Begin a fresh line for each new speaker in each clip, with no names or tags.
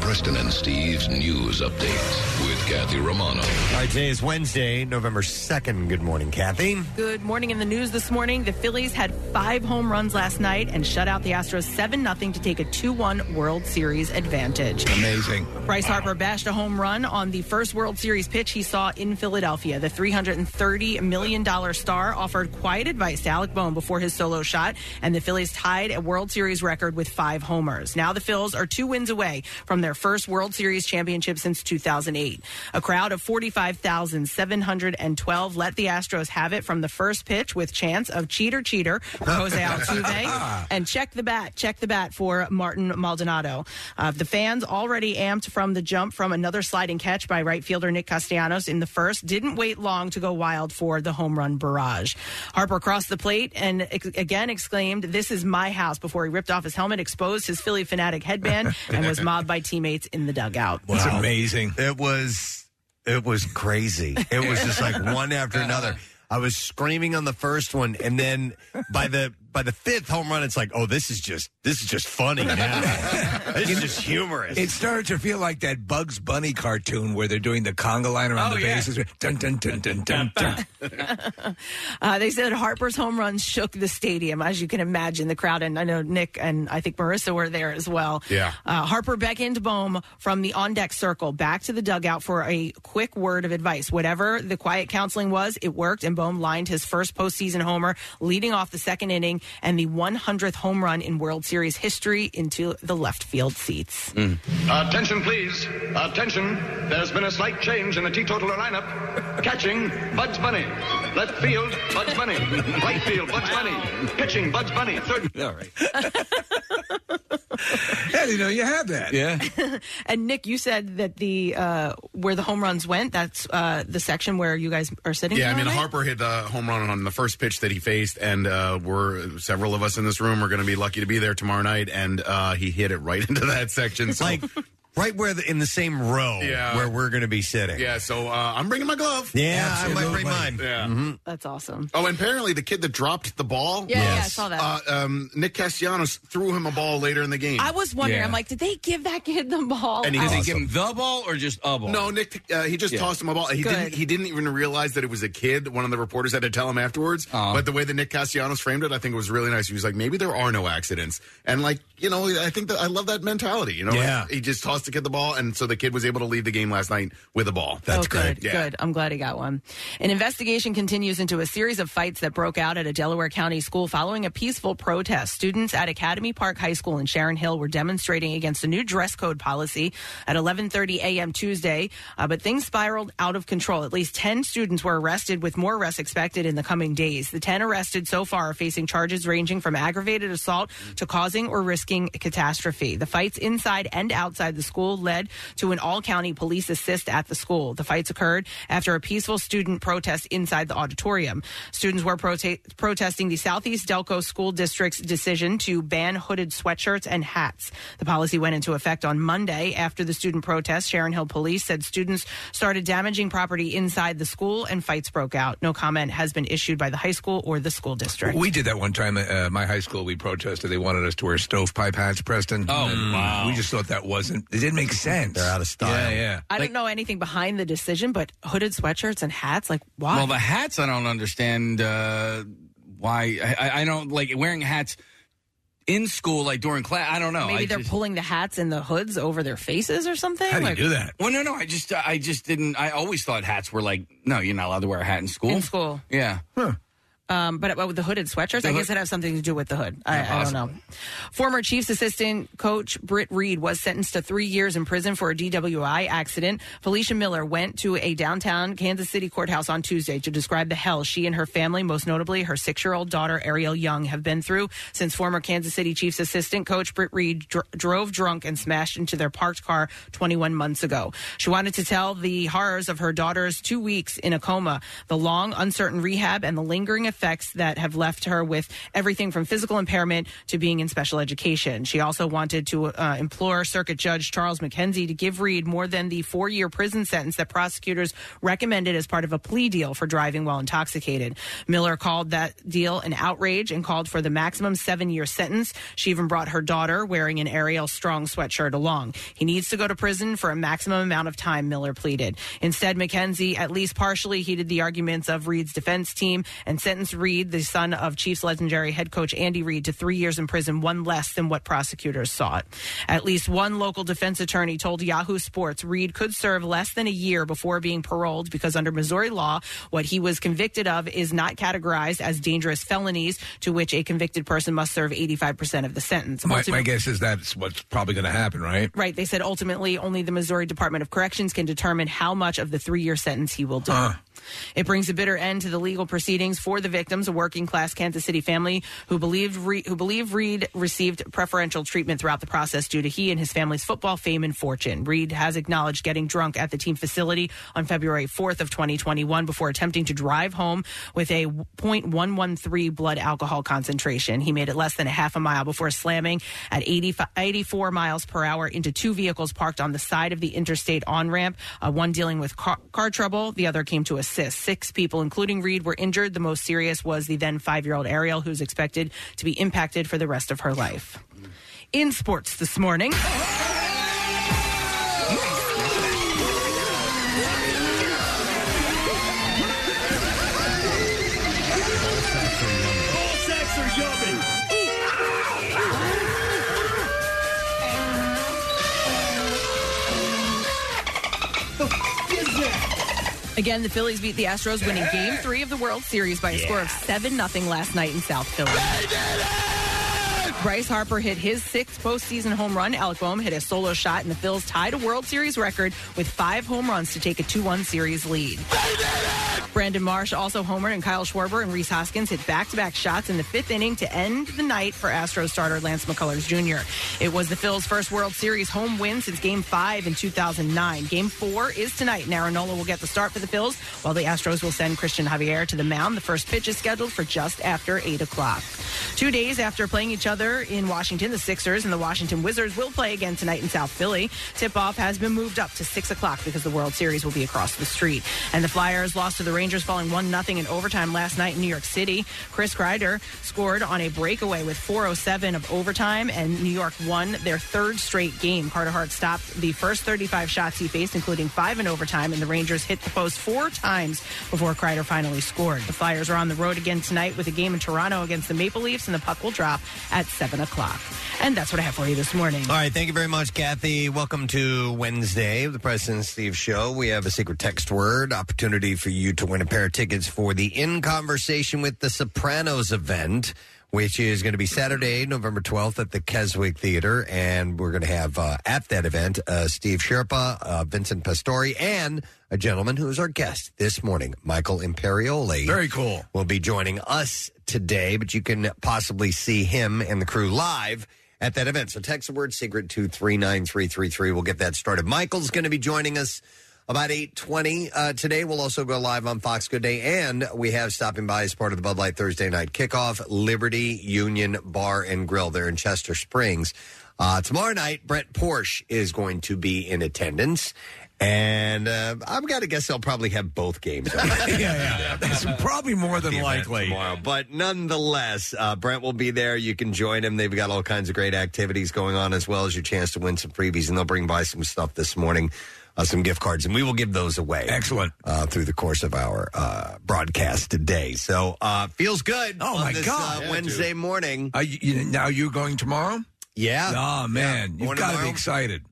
Preston and Steve's news update with Kathy Romano.
All right, today is Wednesday, November 2nd. Good morning, Kathy.
Good morning in the news this morning. The Phillies had five home runs last night and shut out the Astros 7 0 to take a 2 1 World Series advantage.
Amazing.
Bryce Harper bashed a home run on the first World Series pitch he saw in Philadelphia. The $330 million star offered quiet advice to Alec Bohm before his solo shot, and the Phillies tied a World Series record with five homers. Now the Phils are two wins away from their first World Series championship since 2008. A crowd of 45,712 let the Astros have it from the first pitch with chance of cheater cheater for Jose Altuve and check the bat, check the bat for Martin Maldonado. Uh, the fans already amped from the jump from another sliding catch by right fielder Nick Castellanos in the first didn't wait long to go wild for the home run barrage. Harper crossed the plate and ex- again exclaimed, "This is my house!" before he ripped off his helmet, exposed his Philly fanatic headband, and was mobbed by teammates in the dugout.
It's amazing.
It was it was crazy. It was just like one after another. I was screaming on the first one, and then by the by the fifth home run, it's like, oh, this is just this is just funny now. this is just humorous.
It started to feel like that Bugs Bunny cartoon where they're doing the conga line around
Oh,
the
yeah.
bases. Dun, dun, dun, dun, dun, dun.
Uh, they said Harper's home run shook the stadium, as you can imagine. The crowd, and I know Nick and I think Marissa were there as well.
Yeah.
Uh, Harper beckoned Bohm from the on deck circle back to the dugout for a quick word of advice. Whatever the quiet counseling was, it worked, and Bohm lined his first postseason homer, leading off the second inning and the 100th home run in World Series history into the left field seats.
Mm.
Attention, please. Attention. There's been a slight change in the teetotaler lineup. Catching, Buds Bunny. Left field, Buds Bunny. Right field, Buds Bunny. Pitching, Buds Bunny. Third.
All right. yeah, you know, you had that. Yeah.
And Nick, you said that the uh, where the home runs went. That's uh, the section where you guys are sitting.
Yeah, I
now,
mean
right?
Harper hit the home run on the first pitch that he faced, and uh, we're several of us in this room are going to be lucky to be there tomorrow night, and uh, he hit it right into that section. So,
Like right where the, in the same row
Yeah.
where we're going to be sitting.
yeah, so uh, I'm bringing my glove.
Yeah, I might
Absolutely.
bring mine. Mm-hmm.
Yeah.
That's awesome.
Oh, and apparently the kid that dropped the ball.
Yeah, yeah, I saw that.
Uh, um, Nick Castellanos threw him a ball later in the game.
I was wondering.
Yeah.
I'm like, did they give that kid the ball?
And he
I-
didn't
Give him the ball or just a ball?
No, Nick. Uh, he just
Yeah.
tossed him a ball. He
Good.
didn't. He didn't even realize that it was a kid. One of the reporters had to tell him afterwards.
Uh-huh.
But the way that Nick Castellanos framed it, I think it was really nice. He was like, maybe there are no accidents, and like you know, I think that I love that mentality. You know,
Yeah.
he just tossed the kid the ball, and so the kid was able to leave the game last night with a ball.
That's
oh, good.
great. Yeah.
Good. I'm glad he got one. An investigation continues into a series of fights that broke out at a Delaware County school following a peaceful protest. Students at Academy Park High School in Sharon Hill were demonstrating against a new dress code policy at 11:30 a.m. Tuesday, uh, but things spiraled out of control. At least 10 students were arrested, with more arrests expected in the coming days. The 10 arrested so far are facing charges ranging from aggravated assault to causing or risking a catastrophe. The fights inside and outside the school led to an all county police assist at the school. The fights occurred after a peaceful student protest inside the auditorium. Students were prote- protesting the Southeast Delco School District's decision to ban hooded sweatshirts and hats. The policy went into effect on Monday after the student protest. Sharon Hill police said students started damaging property inside the school and fights broke out. No comment has been issued by the high school or the school district.
We did that one time at uh, my high school. We protested. They wanted us to wear stovepipe hats, Preston.
Oh,
And
wow.
We just thought that wasn't, it didn't make sense.
They're out of style.
Yeah, yeah.
I don't know anything behind the decision, but hooded sweatshirts and hats, like why?
Well, the hats I don't understand uh, why. I, I- I don't like wearing hats in school, like during class. I
Oh,
don't know.
Maybe
I
they're
just-
pulling the hats and the hoods over their faces or something.
How do you
like,
do that?
Well, no, no. I just, I just didn't. I always thought hats were like, no, you're not allowed to wear a hat in school.
In school.
Yeah.
Um, but but with the hooded sweatshirts, I guess
hood-
it has something to do with the hood. I, I don't know. Former Chiefs assistant coach Britt Reed was sentenced to three years in prison for a DWI accident. Felicia Miller went to a downtown Kansas City courthouse on Tuesday to describe the hell she and her family, most notably her six-year-old daughter Ariel Young, have been through since former Kansas City Chiefs assistant coach Britt Reed dr- drove drunk and smashed into their parked car 21 months ago. She wanted to tell the horrors of her daughter's two weeks in a coma, the long, uncertain rehab, and the lingering effects effects that have left her with everything from physical impairment to being in special education. She also wanted to uh, implore Circuit Judge Charles McKenzie to give Reed more than the four year prison sentence that prosecutors recommended as part of a plea deal for driving while intoxicated. Miller called that deal an outrage and called for the maximum seven year sentence. She even brought her daughter wearing an Ariel Strong sweatshirt along. He needs to go to prison for a maximum amount of time, Miller pleaded. Instead, McKenzie at least partially heeded the arguments of Reed's defense team and sentenced Reed, the son of Chiefs legendary head coach Andy Reed, to three years in prison, one less than what prosecutors sought. At least one local defense attorney told Yahoo Sports Reed could serve less than a year before being paroled because under Missouri law, what he was convicted of is not categorized as dangerous felonies to which a convicted person must serve 85% of the sentence.
My,
Ultimately-
my guess is that's what's probably going to happen, right?
Right. They said ultimately only the Missouri Department of Corrections can determine how much of the three year sentence he will do. It brings a bitter end to the legal proceedings for the victims, a working class Kansas City family who believed Re- who believe Reed received preferential treatment throughout the process due to he and his family's football fame and fortune. Reed has acknowledged getting drunk at the team facility on February 4th of 2021 before attempting to drive home with a 0.113 blood alcohol concentration. He made it less than a half a mile before slamming at 80, 84 miles per hour into two vehicles parked on the side of the interstate on ramp, uh, one dealing with car, car trouble, the other came to assist. Six people, including Reed, were injured. The most serious was the then five year old Ariel, who's expected to be impacted for the rest of her life. In sports this morning.
All sacks are yummy.
Again, the Phillies beat the Astros, winning Game Three of the World Series by a score of seven 0 last night in South Philly. Bryce Harper hit his sixth postseason home run. Alec Boehm hit a solo shot, and the Phils tied a World Series record with five home runs to take a 2-1 series lead. Brandon Marsh also homered, and Kyle Schwarber and Reese Hoskins hit back-to-back shots in the fifth inning to end the night for Astros starter Lance McCullers Jr. It was the Phils' first World Series home win since Game 5 in 2009. Game 4 is tonight, and Aaronola will get the start for the Phils, while the Astros will send Christian Javier to the mound. The first pitch is scheduled for just after 8 o'clock. Two days after playing each other in Washington, the Sixers and the Washington Wizards will play again tonight in South Philly. Tip-off has been moved up to 6 o'clock because the World Series will be across the street. And the Flyers lost to the Rangers, falling 1 0 in overtime last night in New York City. Chris Kreider scored on a breakaway with 4.07 of overtime, and New York won their third straight game. Carter Hart stopped the first 35 shots he faced, including five in overtime, and the Rangers hit the post four times before Kreider finally scored. The Flyers are on the road again tonight with a game in Toronto against the Maple Leafs, and the puck will drop at 7 o'clock. And that's what I have for you this morning.
All right, thank you very much, Kathy. Welcome to Wednesday of the President and Steve Show. We have a secret text word opportunity for you to win a pair of tickets for the In Conversation with the Sopranos event, which is going to be Saturday, November 12th at the Keswick Theater. And we're going to have uh, at that event uh, Steve Sherpa, uh, Vincent Pastore, and a gentleman who is our guest this morning, Michael Imperioli. Very cool. Will be joining us today, but you can possibly see him and the crew live at that event. So text the word secret to 39333. We'll get that started. Michael's going to be joining us about 8.20 uh, today. We'll also go live on Fox Good Day. And we have stopping by as part of the Bud Light Thursday night kickoff, Liberty Union Bar and Grill there in Chester Springs. Uh, tomorrow night, Brent Porsche is going to be in attendance. And uh, I've got to guess they'll probably have both games. on.
It's probably more than
the event
likely.
tomorrow. But nonetheless, uh, Brent will be there. You can join him. They've got all kinds of great activities going on, as well as your chance to win some freebies, and they'll bring by some stuff this morning. Uh, some gift cards, and we will give those away. Excellent. Uh, through the course of our uh, broadcast today. So uh, feels good.
Oh,
on
my
this,
God.
Uh,
Yeah,
Wednesday
dude.
morning.
Are you, you- now you're going tomorrow?
Yeah.
Oh, man.
Yeah.
You've
Going
got to be
tomorrow.
excited.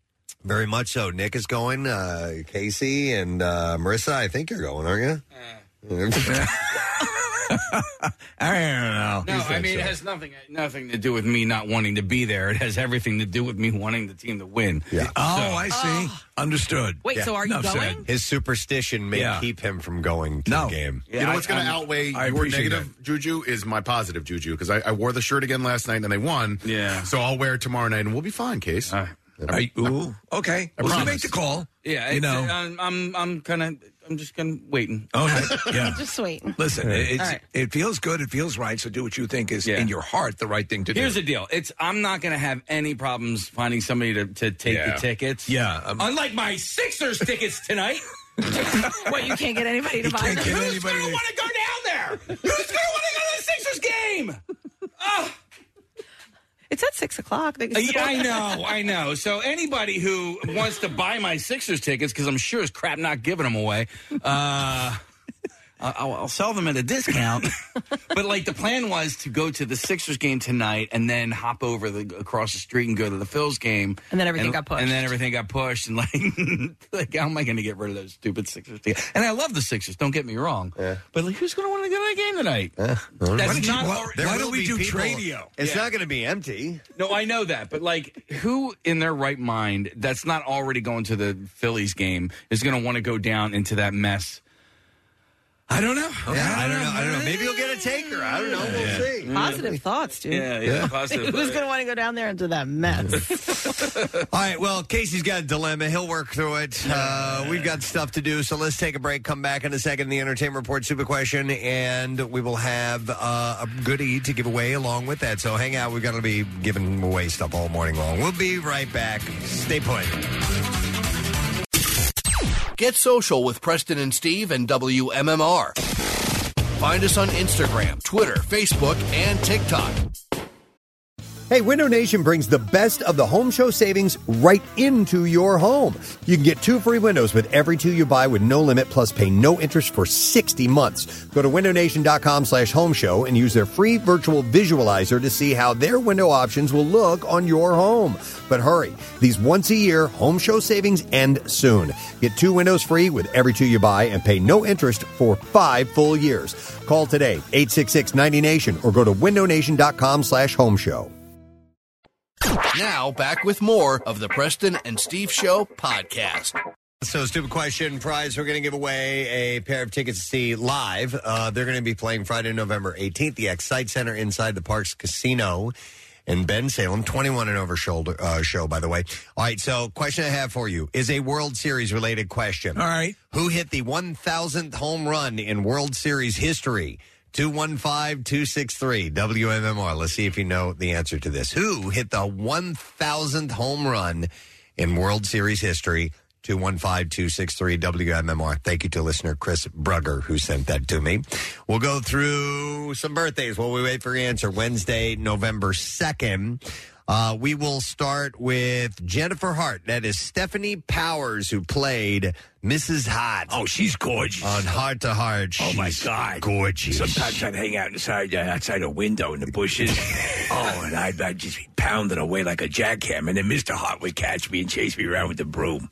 Very much so. Nick is going. Uh, Casey and uh, Marissa, I think you're going, aren't you?
I don't know.
No, I mean it has nothing nothing to do with me not wanting to be there. It has everything to do with me wanting the team to win.
Yeah.
Oh, I see. Understood.
Ah. Wait, so are you
Enough said.
going?
His superstition may
Yeah.
keep him from going to the game.
you know
I-
what's going to
I'm-
outweigh
I
your
appreciate
negative juju is my positive juju because I, I wore the shirt again last night and they won.
Yeah.
So I'll wear it tomorrow night and we'll be fine, Case.
Uh,
Are you, ooh, okay.
I
Well, you
promise.
make the call.
Yeah,
you
it's-
uh,
know.
I'm I'm, I'm kind of I'm just gonna waiting.
Okay. Yeah.
Just waiting.
Listen,
All
it's,
right.
it feels good. It feels right. So do what you think is in your heart the right thing to do.
Here's the deal. It's I'm not going to have any problems finding somebody to, to take
Yeah.
the tickets.
Yeah, um,
Unlike my Sixers tickets tonight.
what you can't get anybody to buy them?
Who's going to want to go down there? Who's going to want to go to the Sixers game?
It's at six o'clock. They can
Uh, Yeah,
still-
I know, I know. So anybody who wants to buy my Sixers tickets, because I'm sure as crap not giving them away, uh, I- I'll, I'll sell them at a discount. but like the plan was to go to the Sixers game tonight and then hop over the across the street and go to the Phils game.
And then everything got pushed.
And then everything got pushed. And like, like how am I going to get rid of those stupid Sixers tickets? And I love the Sixers. Don't get me wrong. But like, who's going to want to go to that game tonight?
Why
That's
don't you-
not.
why- there
why
will
don't we
be
do
people-
Tradio?
It's
Yeah.
not going to be empty.
No, I know that, but like, who in their right mind that's not already going to the Phillies game is going to want to go down into that mess? I don't know.
Yeah, I don't know. I don't know. Maybe you'll get a taker. I don't know. We'll see.
Mm. Positive thoughts, dude.
Yeah, yeah, positive.
Who's going to want to go down there into that mess?
All right. Well, Casey's got a dilemma. He'll work through it. Uh, we've got stuff to do. So let's take a break. Come back in a second. The Entertainment Report Super Question. And we will have uh, a goodie to give away along with that. So hang out. We're going to be giving away stuff all morning long. We'll be right back. Stay put.
Get social with Preston and Steve and WMMR. Find us on Instagram, Twitter, Facebook, and TikTok.
Hey, Window Nation brings the best of the home show savings right into your home. You can get two free windows with every two you buy with no limit, plus pay no interest for 60 months. Go to windownation.com slash home show and use their free virtual visualizer to see how their window options will look on your home. But hurry, these once a year home show savings end soon. Get two windows free with every two you buy and pay no interest for five full years. Call today, 866-90Nation or go to windownation.com slash home show.
Now, back with more of the Preston and Steve Show podcast.
So, stupid question prize. We're going to give away a pair of tickets to see live. Uh, they're going to be playing Friday, November 18th, the Excite Center inside the Parks Casino in Ben Salem. 21 and over shoulder, uh, show, by the way. All right. So, question I have for you is a World Series related question.
All right.
Who hit the 1,000th home run in World Series history? 215 263 WMMR. Let's see if you know the answer to this. Who hit the 1,000th home run in World Series history? 215 263 WMMR. Thank you to listener Chris Brugger who sent that to me. We'll go through some birthdays while we wait for your answer. Wednesday, November 2nd. Uh, we will start with Jennifer Hart. That is Stephanie Powers, who played Mrs. Hot
Oh, she's gorgeous.
on Heart to Heart.
Oh my
She's
God!
gorgeous.
Sometimes I'd hang out inside uh, outside a window in the bushes. oh, and I'd, I'd just be pounding away like a jackhammer, and then Mister Hart would catch me and chase me around with the broom.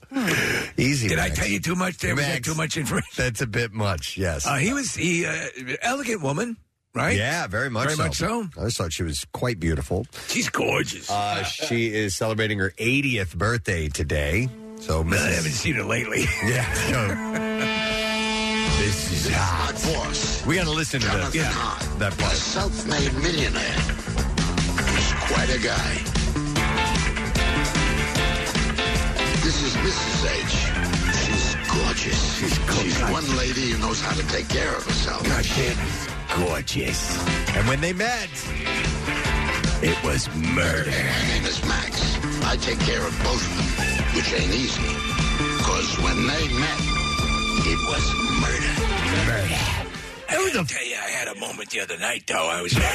Easy.
Did I
Max.
tell you too much? There was that
Max.
too much information.
That's a bit much. Yes.
Uh, he was he uh, elegant woman, right?
Yeah, very much.
Very
so.
much so.
I just thought she was quite beautiful.
She's gorgeous.
Uh, she is celebrating her 80th birthday today. So,
I haven't
Mrs.
seen her lately.
yeah. So, this is hot.
boss,
We got to listen to this. That part.
self-made millionaire. He's quite a guy. This is Mrs. H. She's gorgeous. She's gorgeous. She's one lady who knows how to take care of herself.
Gorgeous. And when they met,
It was murder.
My name is Max. I take care of both of them, which ain't easy. Because when they met, it was murder.
I will tell you, I had a moment the other night, though. I was watching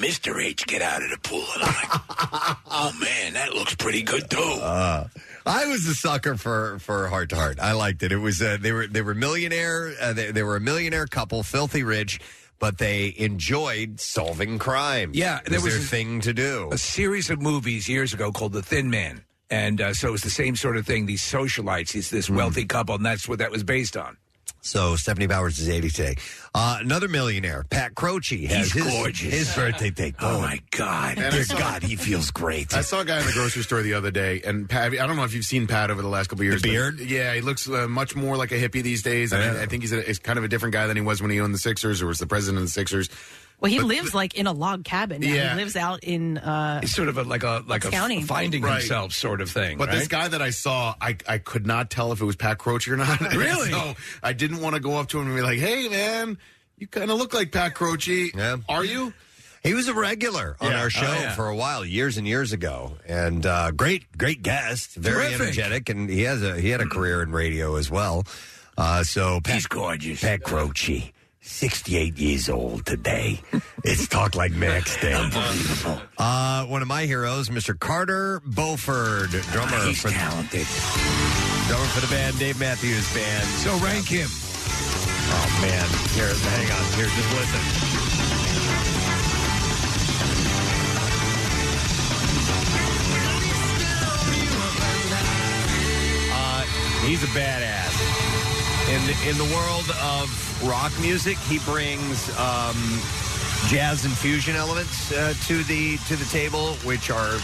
Mr. H get out of the pool, and I'm like, oh, man, that looks pretty good, too.
Uh, I was a sucker for for heart to heart. I liked it. It was uh, they were they were millionaire. Uh, they, they were a millionaire couple, filthy rich, but they enjoyed solving crime.
Yeah,
it was,
there was
their
a-
thing to do.
a series of movies years ago called The Thin Man. And uh, so it's the same sort of thing. These socialites, these
Hmm.
this wealthy couple, and that's what that was based on.
So Stephanie Bowers is eighty today. Uh, another millionaire, Pat Croce, has
He's
his,
gorgeous.
his birthday cake.
Oh, my God.
And I
dear
saw-
God, he feels great.
I saw a guy in the grocery store the other day, and Pat, I don't know if you've seen Pat over the last couple of years.
The
but-
beard?
yeah, he looks uh, much more like a hippie these days. And I, I think he's, a, he's kind of a different guy than he was when he owned the Sixers or was the president of the Sixers.
Well, he
But-
lives like in a log cabin. now.
Yeah.
He lives out in. Uh,
It's sort of a, like a like a
County.
finding
Right.
himself sort of thing.
But
right?
this guy that I saw, I, I could not tell if it was Pat Croce or not.
Really?
so I didn't want to go up to him and be like, hey, man, you kind of look like Pat Croce.
Yeah.
Are you?
He was a regular on
Yeah.
our show
Oh, yeah.
for a while, years and years ago, and uh, great, great guest, very
Terrific.
energetic, and he has a he had a career in radio as well. Uh, so Pat,
He's gorgeous.
Pat Croce, sixty-eight years old today. it's talk like Max Day. Uh, one of my heroes, Mr. Carter Beauford, drummer
He's
for
talented.
drummer for the band Dave Matthews Band.
so rank him.
Oh man, here, hang on, here, just listen. Uh, he's a badass. In the, in the world of rock music, he brings um, jazz and fusion elements uh, to the to the table, which are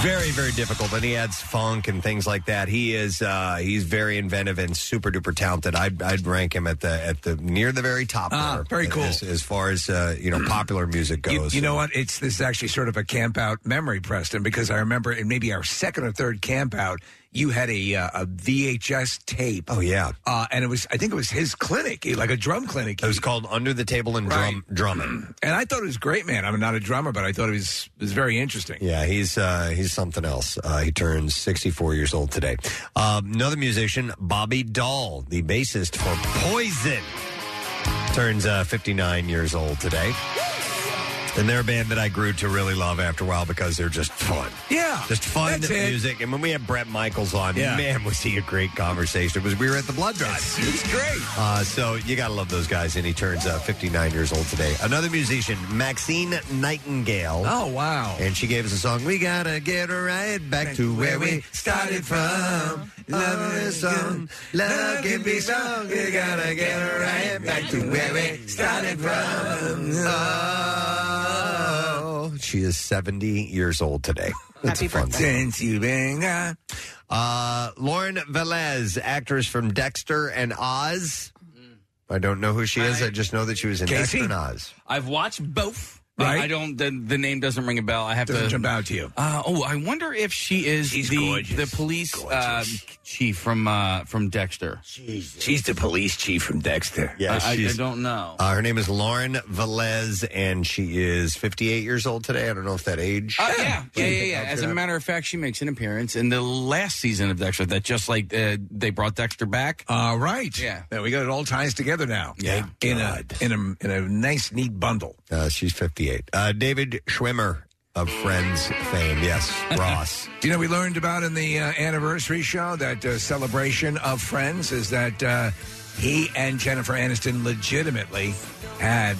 very very difficult and he adds funk and things like that he is uh he's very inventive and super duper talented i'd, I'd rank him at the at the near the very top
Ah,
there
very cool.
as, as far as uh you know popular music
You-
goes
You, know what? It's this is actually sort of a camp out memory, Preston, because I remember in maybe our second or third camp out, you had a uh, a VHS tape,
oh yeah
uh, and it was I think it was his clinic, like a drum clinic,
it was called under the table and drum drumming
and I thought it was great, man. I'm not a drummer, but I thought it was it was very interesting.
yeah he's uh he's something else uh he turns 64 years old today um, another musician bobby dahl the bassist for poison turns uh 59 years old today and they're a band that I grew to really love after a while because they're just fun.
Yeah,
Just fun
That's it.
music. And when we had Brett Michaels on,
Yeah.
man, was he a great conversation. It was we were at the blood drive.
It's great.
Uh, so you got to love those guys. And he turns uh, 59 years old today. Another musician, Maxine Nightingale.
Oh wow.
And she gave us a song, We Gotta Get Her Right Back to Where We Started From. Love is song, love can be song. We gotta get her right back to where we started from. Oh. She is 70 years old today. That's a fun song.
Since you've been gone.
Uh, Lauren Velez, actress from Dexter and Oz. I don't know who she is. I just know that she was in
Casey?
Dexter and Oz.
I've watched both.
Right.
I don't. The, the name doesn't ring a bell. I have
Doesn't
to
jump out to you.
Uh, oh, I wonder if she is
She's
the,
gorgeous.
the police uh, chief from uh, from Dexter.
She's the police chief from Dexter.
Yeah,
I, I
she's
don't know.
Uh, her name is Lauren Velez, and she is 58 years old today. I don't know if that age.
Uh, yeah, yeah, yeah, yeah. As a matter of fact, she makes an appearance in the last season of Dexter. That just like uh, they brought Dexter back.
All right.
Yeah.
There we go. It all ties together now.
Yeah.
In a in a in a nice neat bundle.
Uh, she's 58. Uh, David Schwimmer of Friends fame. Yes, Ross.
You know, we learned about in the uh, anniversary show that uh, celebration of Friends is that uh, he and Jennifer Aniston legitimately had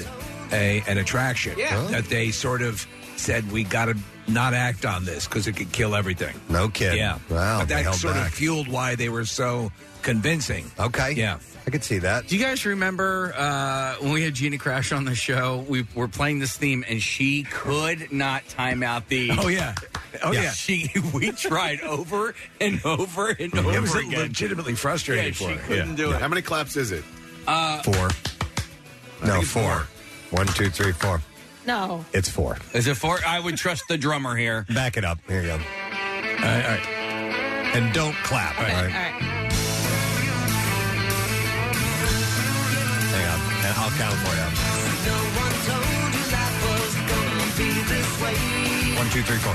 a an attraction.
Yeah.
That they sort of said we got to not act on this because it could kill everything.
No kidding.
Yeah.
Wow.
But
they
that
held
sort
back.
of fueled why they were so convincing.
okay.
Yeah.
I could see that.
Do you guys remember uh, when we had Gina Crash on the show? We were playing this theme, and she could not time out the.
Oh yeah. Oh yeah.
She we tried over and over and over
It was
again.
legitimately
Yeah,
frustrating
she
for her.
couldn't do it.
How many claps is it?
Uh,
Four. No, four. One, two, three, four.
no.
It's four.
As if for I would trust the drummer here.
Back it up. Here you go.
All right, all right.
And don't clap. All
All
right.
right.
Hang on. And I'll count for you. One, two, three, four.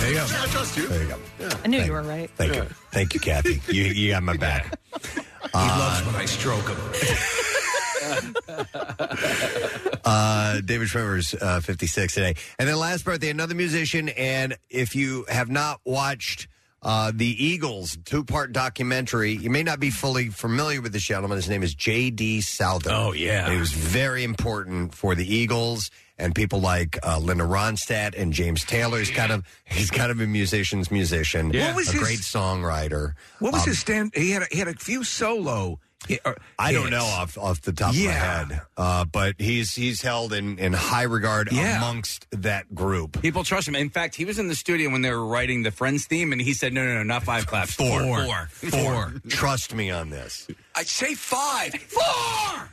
There you go.
I trust you.
There you go.
I knew you were right.
Thank you. Thank you, Kathy. You, you got my back.
He loves when I stroke him.
Uh, David Trevor's uh, 56 today. And then last birthday, another musician. And if you have not watched uh, the Eagles two part documentary, you may not be fully familiar with this gentleman. His name is J.D. Souther.
Oh, yeah.
He was very important for the Eagles. And people like uh, Linda Ronstadt and James Taylor. He's kind of he's kind of a musician's musician.
Yeah. What was
a
his-
great songwriter.
What was
Um,
his stand? He had a, he had a few solo. hi- or
I don't
hits.
know off off the top
Yeah.
of my head, uh, but he's he's held in, in high regard
Yeah.
amongst that group.
People trust him. In fact, he was in the studio when they were writing the Friends theme, and he said, "No, no, no, not five claps,
Four.
four, four."
Trust me on this.
I'd say five.
Four!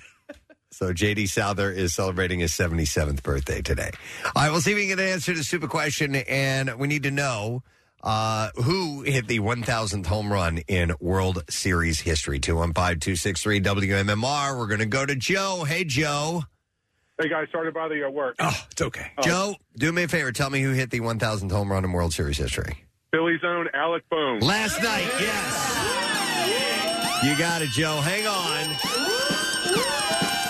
So JD Souther is celebrating his 77th birthday today. All right, we'll see if we can get an answer to the stupid question, and we need to know uh, who hit the 1,000th home run in World Series history. 215 263 WMMR. We're going to go to Joe. Hey, Joe.
Hey guys, sorry to bother you at work.
Oh, it's okay. Joe, do me a favor. Tell me who hit the 1,000th home run in World Series history.
Philly's own Alec Boone.
Last night, yes. You got it, Joe. Hang on.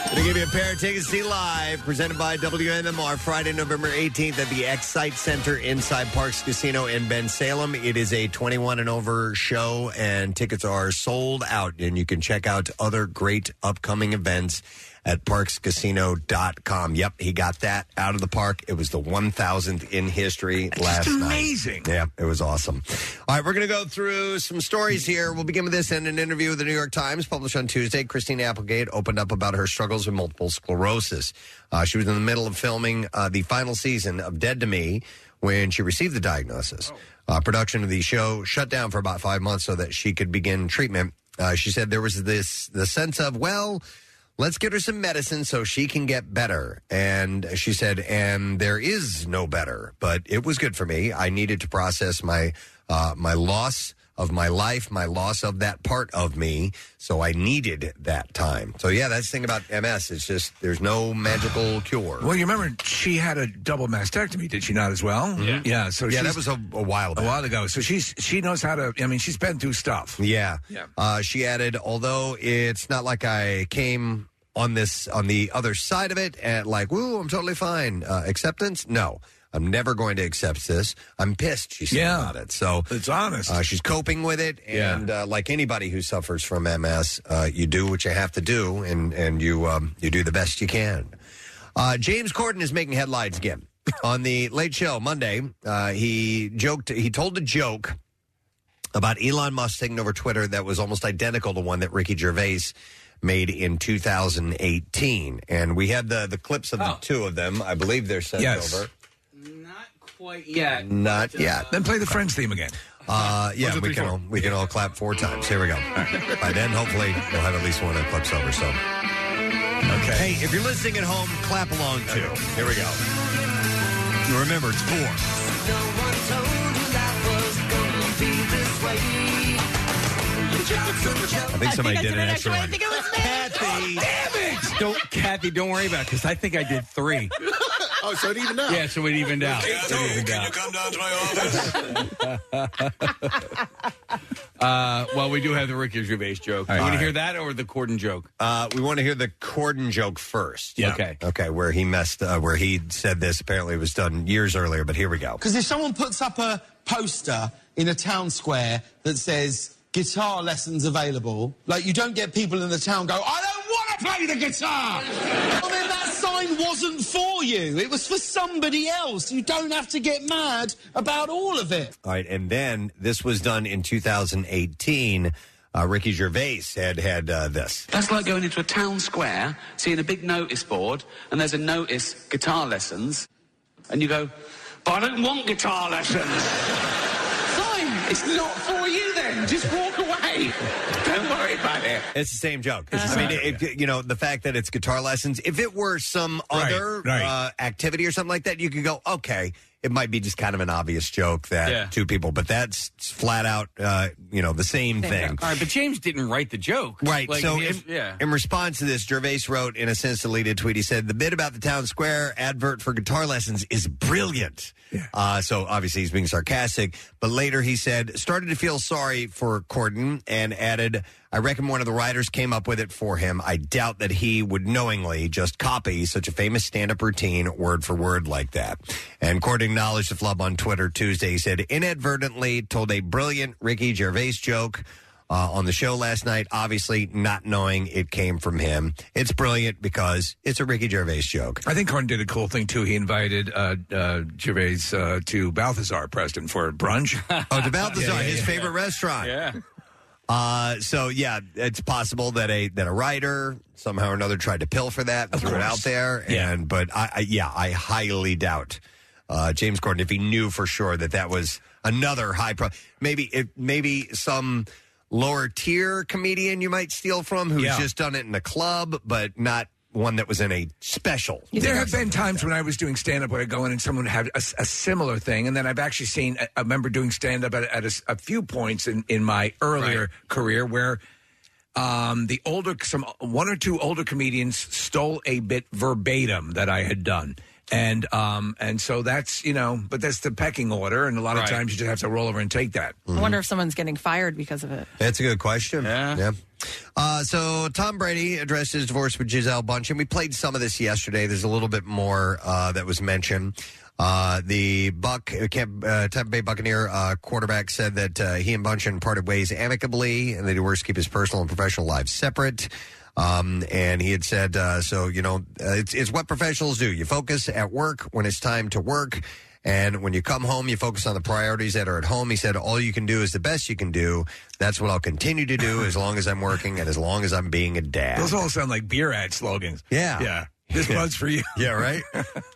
Gonna give you a pair of tickets to see live, presented by WMMR, Friday, November 18th at the Excite Center inside Parks Casino in Ben Salem. It is a 21 and over show, and tickets are sold out. And you can check out other great upcoming events at parkscasino.com. Yep, he got that out of the park. It was the 1,000th in history last night.
amazing.
Yeah, it was awesome. All right, we're going to go through some stories here. We'll begin with this in an interview with the New York Times published on Tuesday. Christine Applegate opened up about her struggles with multiple sclerosis. Uh, she was in the middle of filming uh, the final season of Dead to Me when she received the diagnosis. Uh, production of the show shut down for about five months so that she could begin treatment. Uh, she said there was this the sense of well let's get her some medicine so she can get better. And she said, and there is no better, but it was good for me. I needed to process my uh, my loss of my life, my loss of that part of me. So I needed that time. So yeah, that's the thing about MS. It's just there's no magical cure.
Well, you remember she had a double mastectomy, did she not as well? Yeah. Yeah. So
Yeah, that
she's-
was a- a while back.
a while ago. So she's she knows how to. I mean, she's been through stuff.
Yeah.
Yeah.
Uh, she added, although it's not like I came on this on the other side of it and like, woo, I'm totally fine. Uh, acceptance? No. I'm never going to accept this. I'm pissed, she said
Yeah.
about it. So
it's honest.
Uh, she's coping with it,
Yeah.
and uh, like anybody who suffers from MS, uh, you do what you have to do, and and you um, you do the best you can. Uh, James Corden is making headlines again on the Late Show Monday. Uh, he joked. He told a joke about Elon Musk taking over Twitter that was almost identical to one that Ricky Gervais made in 2018, and we had the the clips of the two of them. I believe they're sent
Yes.
over.
Quite yet.
Not yet.
Then play the Friends theme again.
Uh,
One,
yeah,
two,
we
three,
can
four.
all, we can all clap four times. Here we go. By then, hopefully, we'll have at least one of the clips over. So, okay. Hey, if you're listening at home, clap along too. Here we go. Remember, it's four. I think somebody did, an extra one.
it was me.
Kathy.
Don't, Kathy, don't worry about it because I think I did three.
oh, so it evened out.
Yeah, so it evened out. It evened out.
come down to my office?
Uh, well, we do have the Ricky Gervais joke. You want to hear that or the Corden joke?
Uh, we want to hear the Corden joke first.
Yeah. Okay.
Okay, where he messed, uh, where he said this. Apparently, it was done years earlier, but here we go.
Because if someone puts up a poster in a town square that says guitar lessons available, like you don't get people in the town go, "Oh." I don't want to play the guitar! well, then that sign wasn't for you, it was for somebody else. You don't have to get mad about all of it.
All right, and then this was done in 2018. Uh, Ricky Gervais had had uh, this.
That's like going into a town square, seeing a big notice board, and there's a notice guitar lessons, and you go, but I don't want guitar lessons. Fine, it's not for you then. Just walk away. Don't worry about it.
It's the same joke. I mean, it, you know, the fact that it's guitar lessons. If it were some
Right,
other
right.
Uh, activity or something like that, you could go, okay, it might be just kind of an obvious joke that
Yeah.
two people, but that's flat out, uh, you know, the same thing.
All right, but James didn't write the joke.
Right.
Like,
so,
if-
in,
yeah.
in response to this, Gervais wrote in a since deleted tweet. He said, "The bit about the town square advert for guitar lessons is brilliant." Uh, so obviously he's being sarcastic. But later he said, started to feel sorry for Corden and added, "I reckon one of the writers came up with it for him. I doubt that he would knowingly just copy such a famous stand-up routine word for word like that." And Corden acknowledged the flub on Twitter Tuesday. He said, "Inadvertently told a brilliant Ricky Gervais joke." uh, on the show last night, obviously not knowing it came from him. It's brilliant because it's a Ricky Gervais joke.
I think Corden did a cool thing too. He invited uh, uh, Gervais uh, to Balthazar Preston for brunch.
Oh, to Balthazar, his favorite restaurant.
Yeah.
Uh, so yeah, it's possible that a that a writer somehow or another tried to pilfer that, and threw it out there,
Yeah.
and but I, I yeah, I highly doubt uh, James Corden if he knew for sure that that was another high pro. Maybe it maybe some lower tier comedian you might steal from who's
Yeah.
just done it in a club, but not one that was in a special.
There have been times when I was doing stand up where I go in and someone would have a, s- a similar thing. And then I've actually seen, I remember doing stand up at, at a, s- a few points in, in my earlier career where um, the older, some one or two older comedians stole a bit verbatim that I had done. And um, and so that's, you know, but that's the pecking order. And a lot of
Right.
times you just have to roll over and take that.
I wonder if someone's getting fired because of it.
That's a good question. Yeah. Uh, so Tom Brady addressed his divorce with Giselle Bunch, and we played some of this yesterday. There's a little bit more uh, that was mentioned. Uh, the Buck uh, Camp- uh, Tampa Bay Buccaneer uh, quarterback said that uh, he and Bunchen parted ways amicably, and the divorce keep his personal and professional lives separate. Um, and he had said, uh, so you know, uh, it's, it's what professionals do. You focus at work when it's time to work, and when you come home, you focus on the priorities that are at home. He said, All you can do is the best you can do. That's what I'll continue to do as long as I'm working and as long as I'm being a dad.
Those all sound like beer ad slogans.
Yeah.
Yeah. This
Yeah.
one's for you.
Yeah, right?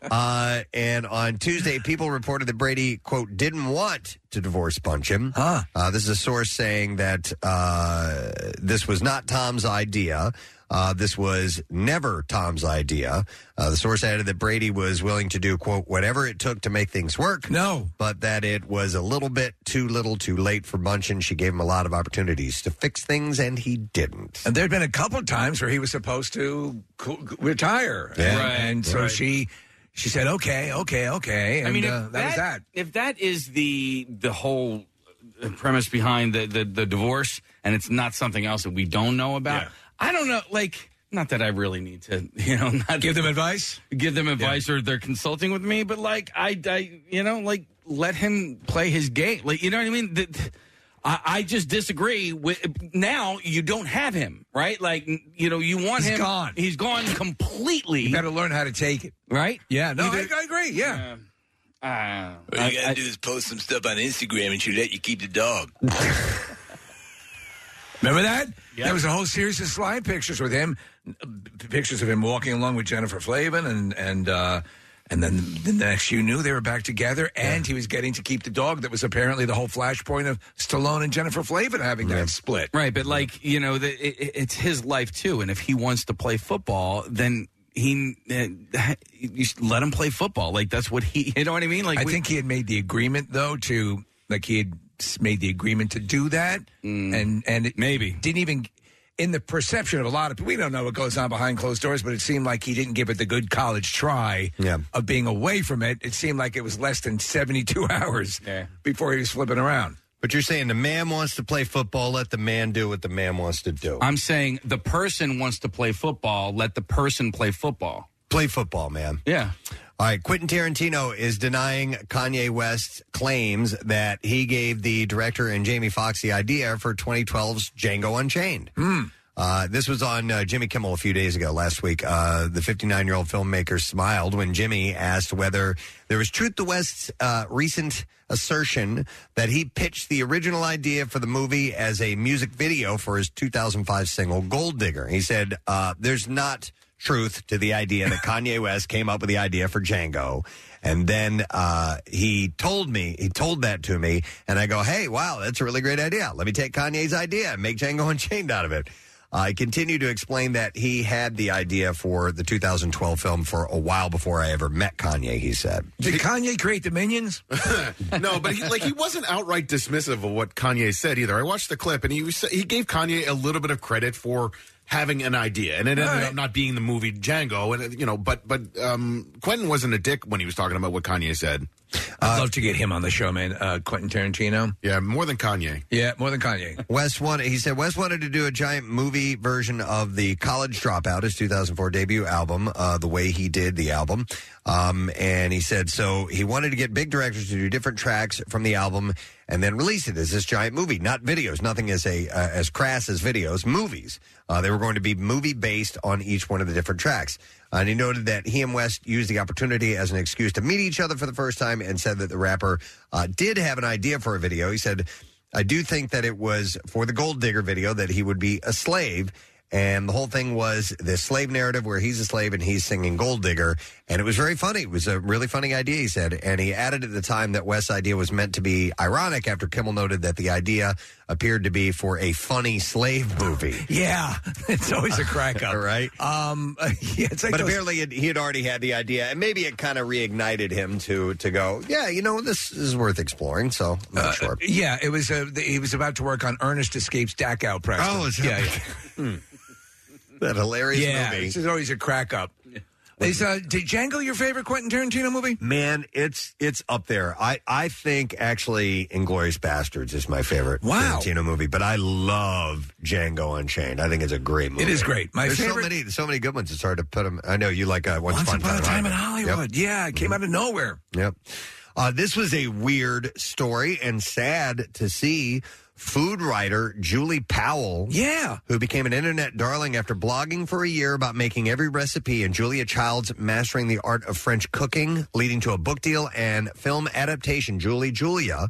uh, and on Tuesday, people reported that Brady, quote, didn't want to divorce Bunchum. Huh. Uh, this is a source saying that uh, this was not Tom's idea. Uh, this was never Tom's idea. Uh, the source added that Brady was willing to do, quote, whatever it took to make things work.
No.
But that it was a little bit too little too late for Bunchen. She gave him a lot of opportunities to fix things, and he didn't.
And there'd been a couple of times where he was supposed to co- retire,
Yeah.
and,
Right.
and so
Right.
she she said, "Okay, okay, okay." And,
I mean, if
uh, that, was that.
If that is the the whole uh, premise behind the, the the divorce, and it's not something else that we don't know about, I don't know. Like, not that I really need to, you know, not
give them advice,
give them advice, or they're consulting with me. But like, I, I, you know, like let him play his game. Like, you know what I mean? The- I, I just disagree with. Now you don't have him, right? Like, you know, you want
He's
him
gone.
He's gone completely. You
better learn how to take it,
right?
Yeah, no,
Either- Uh,
I, I agree. Yeah,
All you gotta do is post some stuff on Instagram and she'll let you keep the dog.
Remember that? There was a whole series of slide pictures with him, uh, p- pictures of him walking along with Jennifer Flavin, and and uh, and then the next you knew they were back together, and he was getting to keep the dog. That was apparently the whole flashpoint of Stallone and Jennifer Flavin having that split.
Right, but like you know, the, it, it- it's his life too, and if he wants to play football, then he uh, you should let him play football. Like that's what he, you know what I mean? Like
I
we-
think he had made the agreement though to like he had s- made the agreement to do that, and and it
maybe
didn't even in the perception of a lot of people. We don't know what goes on behind closed doors, but it seemed like he didn't give it the good college try of being away from it. It seemed like it was less than seventy two hours before he was flipping around.
But you're saying the man wants to play football. Let the man do what the man wants to do.
I'm saying the person wants to play football. Let the person play football.
Play football, man.
Yeah.
All right. Quentin Tarantino is denying Kanye West's claims that he gave the director and Jamie Foxx the idea for 2012's Django Unchained. Uh, this was on uh, Jimmy Kimmel a few days ago last week. Uh, the 59 year old filmmaker smiled when Jimmy asked whether there was truth to West's uh, recent assertion that he pitched the original idea for the movie as a music video for his 2005 single Gold Digger. He said, uh, There's not truth to the idea that Kanye West came up with the idea for Django. And then uh, he told me, he told that to me, and I go, hey, wow, that's a really great idea. Let me take Kanye's idea and make Django Unchained out of it. I continue to explain that he had the idea for the 2012 film for a while before I ever met Kanye, he said.
Did Kanye create the Minions?
no, but he, like he wasn't outright dismissive of what Kanye said either. I watched the clip and he was, he gave Kanye a little bit of credit for having an idea, and it ended
Right.
up not being the movie Django. And uh, you know, but but um, Quentin wasn't a dick when he was talking about what Kanye said. Uh,
I'd love to get him on the show, man. Uh, Quentin Tarantino.
Yeah, more than Kanye.
Yeah, more than Kanye.
Wes wanted, he said, Wes wanted to do a giant movie version of the College Dropout, his 2004 debut album, uh, the way he did the album. Um, and he said, so he wanted to get big directors to do different tracks from the album and then release it as this giant movie, not videos, nothing as a uh, as crass as videos, movies. Uh, they were going to be movie based on each one of the different tracks. And he noted that he and West used the opportunity as an excuse to meet each other for the first time and said that the rapper uh, did have an idea for a video. He said, I do think that it was for the Gold Digger video that he would be a slave. And the whole thing was this slave narrative where he's a slave and he's singing Gold Digger. And it was very funny. It was a really funny idea, he said. And he added at the time that West's idea was meant to be ironic after Kimmel noted that the idea appeared to be for a funny slave movie.
Yeah, it's always a crack up,
right?
Um,
uh,
yeah, it's like
but
those-
apparently it, he had already had the idea, and maybe it kind of reignited him to to go. Yeah, you know this is worth exploring. So I'm not
Uh,
sure.
yeah, it was. uh he was about to work on Ernest Escapes Dachau. Preston.
Oh, is that-
yeah, yeah.
Hmm.
that hilarious
yeah,
movie.
This is always a crack up. Is uh, did Django your favorite Quentin Tarantino movie?
Man, it's it's up there. I I think actually Inglorious Bastards is my favorite
Wow.
Tarantino movie, but I love Django Unchained. I think it's a great movie.
It is great. My
There's
favorite-
so many so many good ones. It's hard to put them. I know you like uh, Once, Upon
By the time in
Yep.
Hollywood. Yeah, it came out of nowhere.
Yep. Uh, this was a weird story and sad to see. Food writer Julie Powell,
yeah,
who became an internet darling after blogging for a year about making every recipe, and Julia Child's mastering the art of French cooking, leading to a book deal and film adaptation. Julie Julia,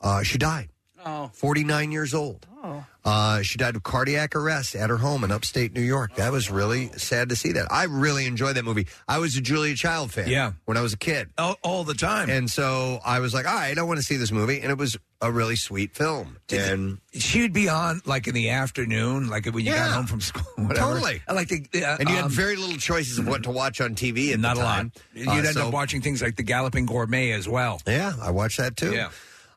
uh, she died,
Oh.
forty nine years old.
Oh.
Uh, she died of cardiac arrest at her home in upstate New York. That was really sad to see that. I really enjoyed that movie. I was a Julia Child fan
Yeah.
when I was a kid.
All, all the time.
And so I was like, all right, I want to see this movie. And it was a really sweet film. and
She'd be on like in the afternoon, like when you got home from school. Whatever.
Totally.
I like the, uh,
and you had
um,
very little choices of what to watch on TV. At
not
the
a lot.
time.
You'd
Uh,
end
so-
up watching things like The Galloping Gourmet as well.
Yeah, I watched that too.
Yeah.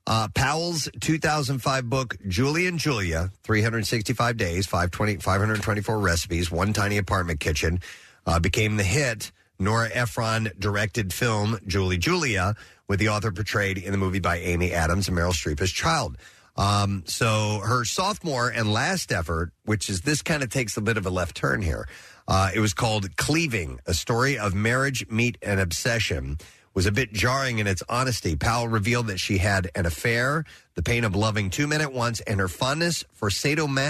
Uh, Powell's 2005 book, Julie and Julia 365 Days, 520, 524 Recipes, One Tiny Apartment Kitchen, uh, became the hit Nora Ephron directed film, Julie Julia, with the author portrayed in the movie by Amy Adams and Meryl Streep as child. Um, so her sophomore and last effort, which is this kind of takes a bit of a left turn here. Uh, it was called Cleaving, a story of marriage, meat, and obsession was a bit jarring in its honesty. Powell revealed that she had an affair, the pain of loving two men at once, and her fondness for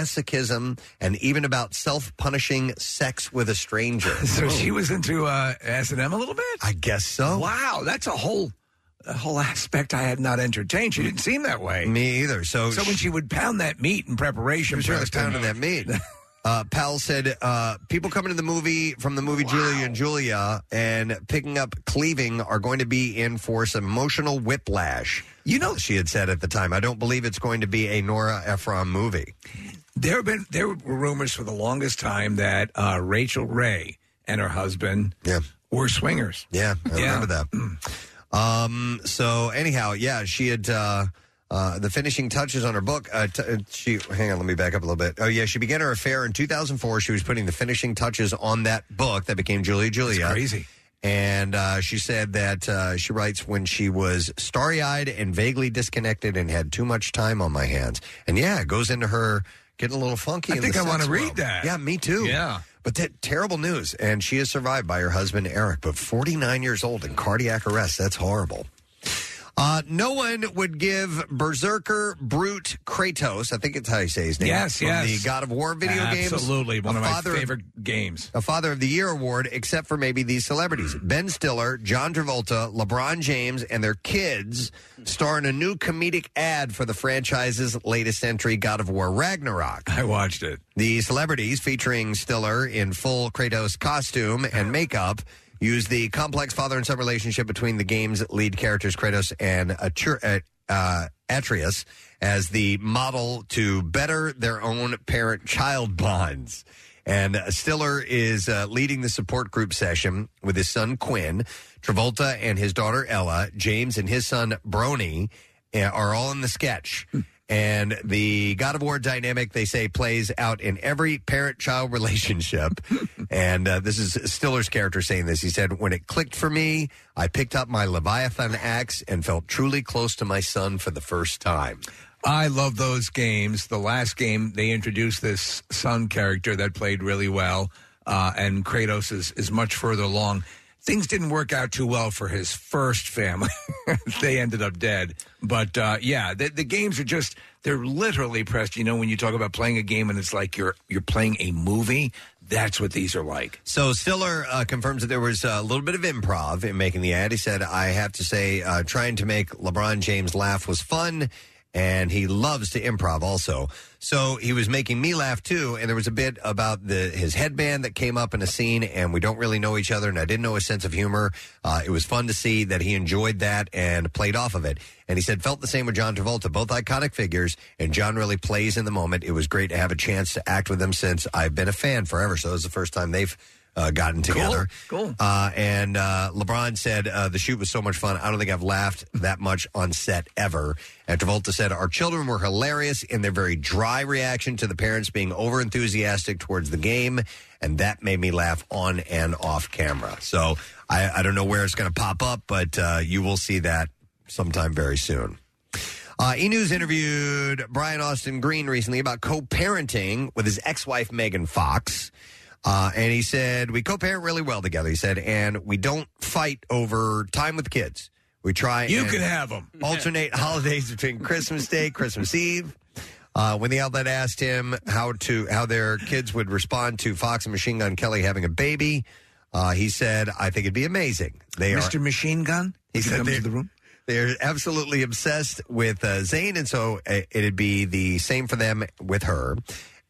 sadomasochism and even about self punishing sex with a stranger.
So she was into uh, S&M a little bit?
I guess so.
Wow, that's a whole a whole aspect I had not entertained. She didn't seem that way.
Me either. So,
so when she would pound that meat in preparation
She was really pounding that meat. Uh, Powell said, uh, people coming to the movie from the movie Julia and Julia and picking up cleaving are going to be in for some emotional whiplash.
You know,
she had said at the time, I don't believe it's going to be a Nora Ephron movie.
There have been there were rumors for the longest time that uh, Rachel Ray and her husband were swingers.
Yeah, I
Yeah. Mm.
remember that. Um, so anyhow, yeah, she had uh, uh, the finishing touches on her book. Uh, t- uh, she hang on, let me back up a little bit. Oh yeah, she began her affair in 2004. She was putting the finishing touches on that book that became Julia Julia.
crazy.
And uh, she said that uh, she writes when she was starry eyed and vaguely disconnected and had too much time on my hands. And yeah, it goes into her getting a little funky.
I
in
think
the
I want
sex
to read
world.
that.
Yeah, me too.
Yeah.
But that terrible news. And she is survived by her husband, Eric, but 49 years old and cardiac arrest. That's horrible. Uh, no one would give Berserker Brute Kratos, I think it's how you say his name.
Yes,
from
yes.
The God of War video games.
Absolutely, one
a
of my
father
favorite games.
a Father of the Year award, except for maybe these celebrities. Ben Stiller, John Travolta, LeBron James, and their kids star in a new comedic ad for the franchise's latest entry, God of War Ragnarok.
I watched it.
The celebrities, featuring Stiller in full Kratos costume and makeup, use the complex father and son relationship between the game's lead characters, Kratos and Atur- uh, uh, Atreus, as the model to better their own parent child bonds. And uh, Stiller is uh, leading the support group session with his son Quinn, Travolta and his daughter Ella, James and his son Brony uh, are all in the sketch. And the God of War dynamic, they say, plays out in every parent child relationship. and uh, this is Stiller's character saying this. He said, When it clicked for me, I picked up my Leviathan axe and felt truly close to my son for the first time.
I love those games. The last game they introduced this son character that played really well, uh, and Kratos is, is much further along. Things didn't work out too well for his first family; they ended up dead. But uh, yeah, the, the games are just—they're literally pressed. You know, when you talk about playing a game and it's like you're you're playing a movie, that's what these are like.
So Stiller uh, confirms that there was a little bit of improv in making the ad. He said, "I have to say, uh, trying to make LeBron James laugh was fun, and he loves to improv also. So he was making me laugh too, and there was a bit about the his headband that came up in a scene, and we don't really know each other, and I didn't know his sense of humor. Uh, it was fun to see that he enjoyed that and played off of it. And he said felt the same with John Travolta, both iconic figures, and John really plays in the moment. It was great to have a chance to act with them since I've been a fan forever. So it was the first time they've uh, gotten together.
Cool.
Uh, and uh, LeBron said, uh, The shoot was so much fun. I don't think I've laughed that much on set ever. And Travolta said, Our children were hilarious in their very dry reaction to the parents being over enthusiastic towards the game. And that made me laugh on and off camera. So I, I don't know where it's going to pop up, but uh, you will see that sometime very soon. Uh, e News interviewed Brian Austin Green recently about co parenting with his ex wife, Megan Fox. Uh, and he said, We co parent really well together. He said, and we don't fight over time with kids. We try
You
and
can have 'em.
Alternate holidays between Christmas Day, Christmas Eve. Uh, when the outlet asked him how to how their kids would respond to Fox and Machine Gun Kelly having a baby, uh, he said, "I think it'd be amazing. They are
Mr. Machine Gun.
he
Would you
said
come
they're,
to the room.
they're absolutely obsessed with uh, Zayn, and so uh, it'd be the same for them with her.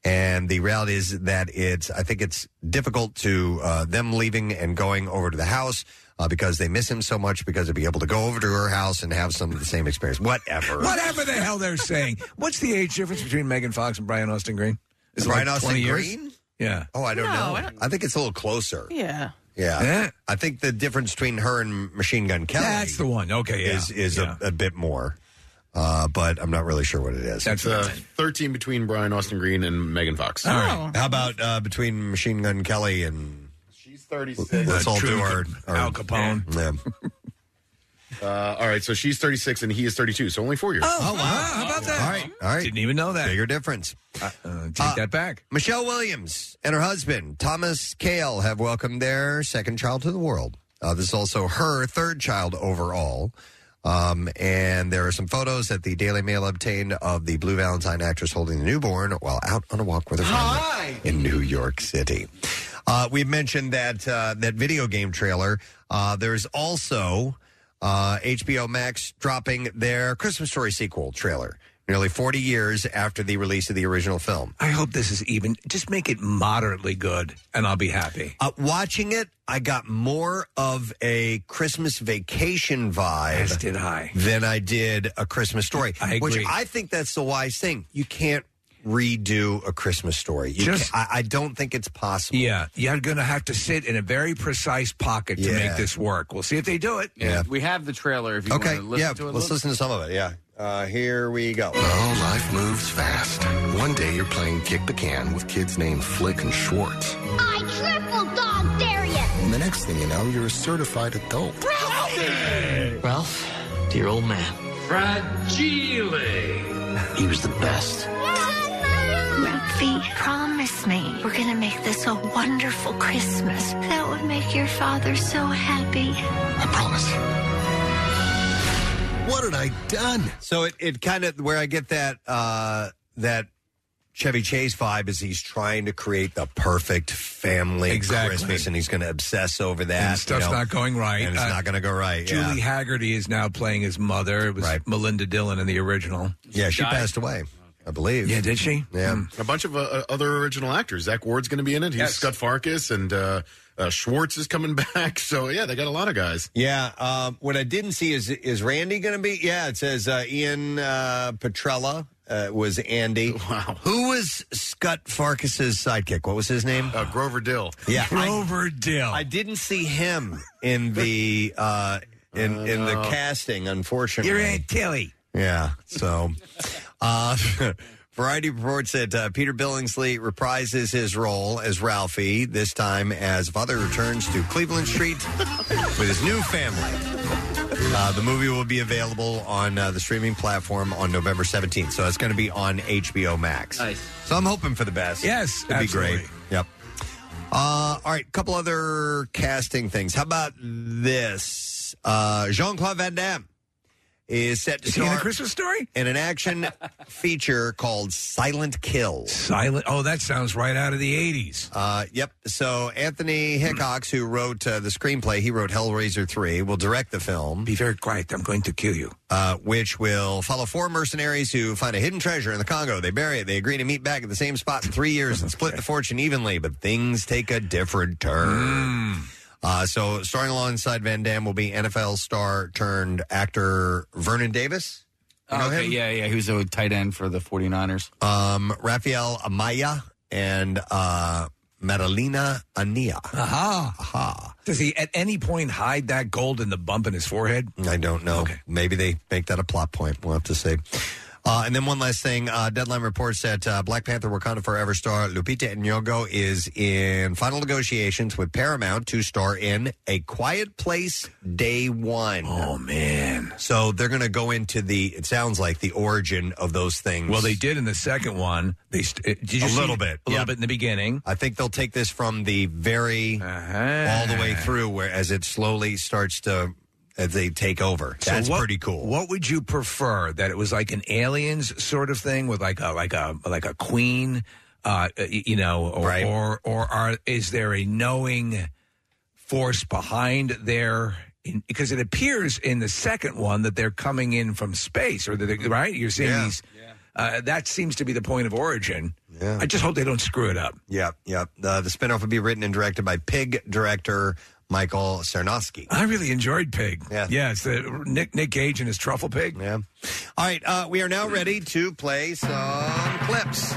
And the reality is that it's, I think it's difficult to uh, them leaving and going over to the house uh, because they miss him so much because they'd be able to go over to her house and have some of the same experience. Whatever.
Whatever the hell they're saying. What's the age difference between Megan Fox and Brian Austin Green? it
Brian
like
Austin
20 years?
Green?
Yeah.
Oh, I don't
No,
know.
I
I,
don't-
think it's a little closer.
Yeah.
Yeah.
Yeah.
I think the difference between her and Machine Gun Kelly.
That's the one. Okay, yeah.
Is, is A, a bit more. Uh, but I'm not really sure what it is.
That's uh, 13 between Brian Austin Green and Megan Fox.
All right. How about uh, between Machine Gun Kelly and
She's 36.
let's all do our, our
Al
Capone.
Uh, all right, so she's 36 and he is 32, so only four years.
Oh, wow. How about that? All right.
All right.
Didn't even know that.
Bigger difference. Uh,
take that back.
Michelle Williams and her husband, Thomas Kale, have welcomed their second child to the world. Uh, this is also her third child overall. Um, and there are some photos that the Daily Mail obtained of the Blue Valentine actress holding the newborn while out on a walk with her family in New York City. Uh, we've mentioned that uh, that video game trailer. Uh, there's also uh, HBO Max dropping their Christmas Story sequel trailer, nearly 40 years after the release of the original film.
I hope this is even. Just make it moderately good, and I'll be happy.
Uh, watching it, I got more of a Christmas vacation vibe
As did I.
than I did a Christmas story.
I
Which
agree.
I think that's the wise thing. You can't redo a Christmas story. You
Just-
ca- I, I don't think it's possible.
Yeah, you're going to have to sit in a very precise pocket to
Yeah.
make this work. We'll see if they do it.
Yeah.
we have the trailer. If
okay, yeah, let's listen to some of it. Yeah, uh, here we go.
Oh, life moves fast. One day you're playing kick the can with kids named Flick and Schwartz.
I triple dog dare you!
And the next thing you know, you're a certified adult. Ralph, dear old man.
Fragile.
He was the best.
Ralphie, promise me we're gonna make this a wonderful Christmas. That would make your father so happy.
I promise. What had I done?
So it, it kind of where I get that uh, that Chevy Chase vibe is he's trying to create the perfect family
Exactly.
Christmas, and he's going to obsess over that.
And stuff's
you know,
not going right. Uh,
and it's not going to go right.
Julie
yeah.
Haggerty is now playing his mother. It was Melinda Dillon in the original.
Yeah, she passed away, I believe.
Yeah, did she? Hmm.
Yeah.
A bunch of uh, uh, other original actors. Zach Ward's going to be in it. He's Scott Farkas, and uh, uh, Schwartz is coming back. So, yeah, they got a lot of guys.
Yeah. Um, what I didn't see is is Randy going to be? Yeah, it says uh, Ian uh, Petrella uh, was Andy. Wow. Who was Scott Farkas's sidekick? What was his name?
Uh, Grover Dill.
Yeah,
Grover Dill.
I didn't see him in the uh, in in the
no.
casting, unfortunately.
Your Aunt Tilly.
Yeah. So, uh, Variety reports that uh, Peter Billingsley reprises his role as Ralphie, this time as father returns to Cleveland Street with his new family. Uh, the movie will be available on uh, the streaming platform on November 17th. So it's going to be on HBO Max. Nice. So I'm hoping for the best. Yes. It'd
absolutely.
be great. Yep. Uh, all right, couple other casting things. How about this? Uh, Jean Claude Van Damme is set to
Is he in
star
a Christmas story
in an action feature called Silent Kill.
Silent. Oh, that sounds right out of the '80s.
Uh, yep. So Anthony Hickox, who wrote uh, the screenplay, he wrote Hellraiser three, will direct the film.
Be very quiet. I'm going to kill you.
Uh, which will follow four mercenaries who find a hidden treasure in the Congo. They bury it. They agree to meet back at the same spot in three years and split the fortune evenly. But things take a different turn.
Mm.
Uh, so, starring alongside Van Damme will be NFL star turned actor Vernon Davis. You know
okay,
him?
yeah, yeah. He was a tight end for the 49ers.
um, Rafael Amaya and uh, Madalena Ania.
Aha. Aha. Does he at any point hide that gold in the bump in his forehead?
I don't know. Maybe they make that a plot point. We'll have to see. Uh, and then one last thing. Uh, Deadline reports that uh, Black Panther Wakanda Forever star Lupita Nyong'o is in final negotiations with Paramount to star in A Quiet Place Day One. Oh,
man.
So they're going to go into the, it sounds like, the origin of those things.
Well, they did in the second one. They st- uh, did you
a
see-
little bit,
a little bit in the beginning. Uh-huh.
I think they'll take this from the very all the way through, where as it slowly starts to as they take over.
So
That's
what-
pretty cool.
What would you prefer? That it was like an aliens sort of thing with like a like a like a queen, uh, y- you know, or or, or are is there a knowing force behind their? In, because it appears in the second one that they're coming in from space, or that they, right? You're seeing these. Uh, that seems to be the point of origin.
Yeah.
I just hope they don't screw it up.
Yep, yep. Uh, the spinoff would be written and directed by Pig director Michael Sarnowski.
I really enjoyed Pig.
Yeah.
yeah. It's the Nick Nick Cage and his truffle pig.
Yeah. All right, uh, we are now ready to play some clips.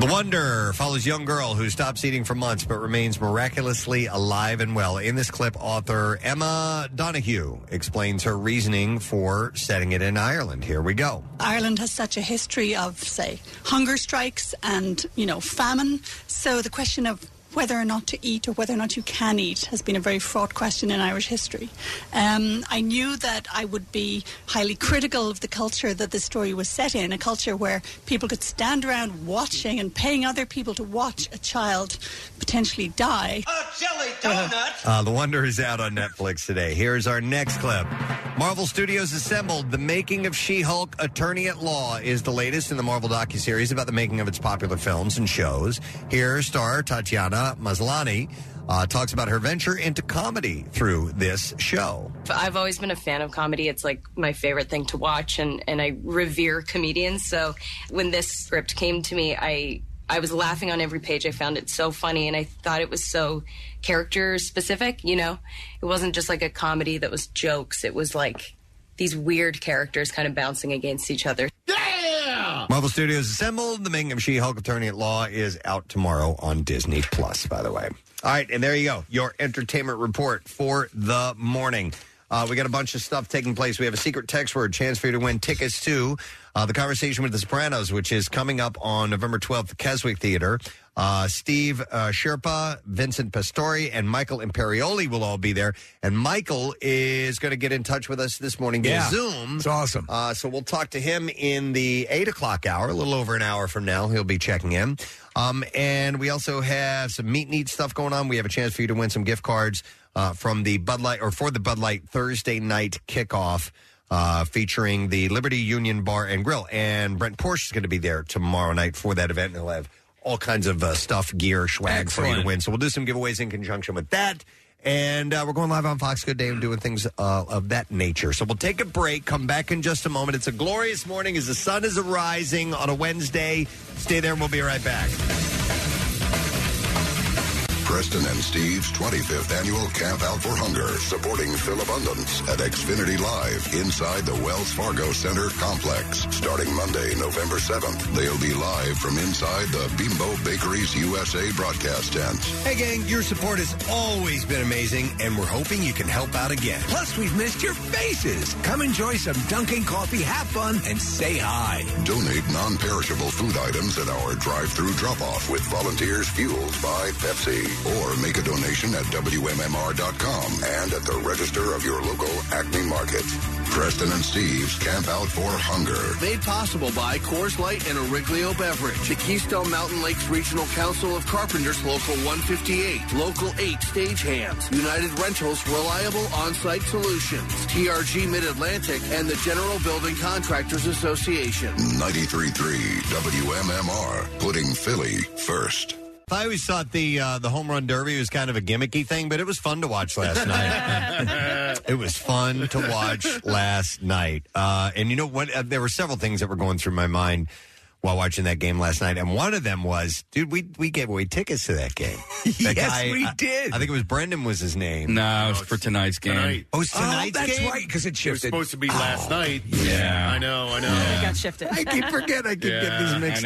The Wonder follows young girl who stops eating for months but remains miraculously alive and well. In this clip, author Emma Donahue explains her reasoning for setting it in Ireland. Here we go.
Ireland has such a history of, say, hunger strikes and, you know, famine. So the question of whether or not to eat or whether or not you can eat has been a very fraught question in Irish history. Um, I knew that I would be highly critical of the culture that this story was set in, a culture where people could stand around watching and paying other people to watch a child potentially die.
Uh, the Wonder is out on Netflix today. Here's our next clip. Marvel Studios assembled. The making of She-Hulk, Attorney at Law, is the latest in the Marvel docuseries about the making of its popular films and shows. Here, star Tatiana Maslany uh, talks about her venture into comedy through this show.
I've always been a fan of comedy. It's like my favorite thing to watch, and, and I revere comedians. So when this script came to me, I I was laughing on every page. I found it so funny, and I thought it was so character specific. You know, it wasn't just like a comedy that was jokes. It was like these weird characters kind of bouncing against each other.
Marvel Studios assembled. The making of She-Hulk, Attorney at Law, is out tomorrow on Disney Plus. By the way, all right, and there you go. Your entertainment report for the morning. Uh, we got a bunch of stuff taking place. We have a secret text word chance for you to win tickets to uh, the conversation with the Sopranos, which is coming up on November twelfth, Keswick Theater. Uh, Steve uh, Sherpa, Vincent Pastore, and Michael Imperioli will all be there. And Michael is going to get in touch with us this morning via
Yeah.
Zoom.
It's awesome.
Uh, so we'll talk to him in the eight o'clock hour, a little over an hour from now. He'll be checking in. Um, and we also have some meet and eat stuff going on. We have a chance for you to win some gift cards uh, from the Bud Light or for the Bud Light Thursday night kickoff. Uh, featuring the Liberty Union Bar and Grill. And Brent Porsche is going to be there tomorrow night for that event. And he'll have all kinds of uh, stuff, gear, swag for you to
Excellent.
win. So we'll do some giveaways in conjunction with that. And uh, we're going live on Fox Good Day and doing things uh, of that nature. So we'll take a break, come back in just a moment. It's a glorious morning as the sun is arising on a Wednesday. Stay there and we'll be right back.
Preston and Steve's 25th annual Camp Out for Hunger, supporting Phil Abundance at Xfinity Live inside the Wells Fargo Center complex. Starting Monday, November 7th, they'll be live from inside the Bimbo Bakeries USA broadcast tent.
Hey, gang, your support has always been amazing, and we're hoping you can help out again.
Plus, we've missed your faces. Come enjoy some Dunkin' coffee, have fun, and say hi.
Donate non perishable food items at our drive through drop off with volunteers fueled by Pepsi. Or make a donation at WMMR.com and at the register of your local Acme Market. Preston and Steve's Camp Out for Hunger.
Made possible by Coors Light and Origlio Beverage, the Keystone Mountain Lakes Regional Council of Carpenters Local 158, Local 8 Stagehands, United Rentals Reliable On-Site Solutions, TRG Mid-Atlantic, and the General Building Contractors Association.
93.3 WMMR, putting Philly first.
I always thought the uh, the home run derby was kind of a gimmicky thing, but it was fun to watch last night. it was fun to watch last night, uh, and you know what? Uh, there were several things that were going through my mind while watching that game last night, and one of them was, dude, we we gave away tickets to that game. That
Yes, we
I-
did.
I, think it was Brendan was his name.
No, it was for tonight's game.
Oh, it's tonight's
that's
game?
right, because it
It was
shifted.
supposed to be last
Oh.
night.
Yeah.
I know, I know.
It got shifted.
I keep forgetting. I keep getting these mixed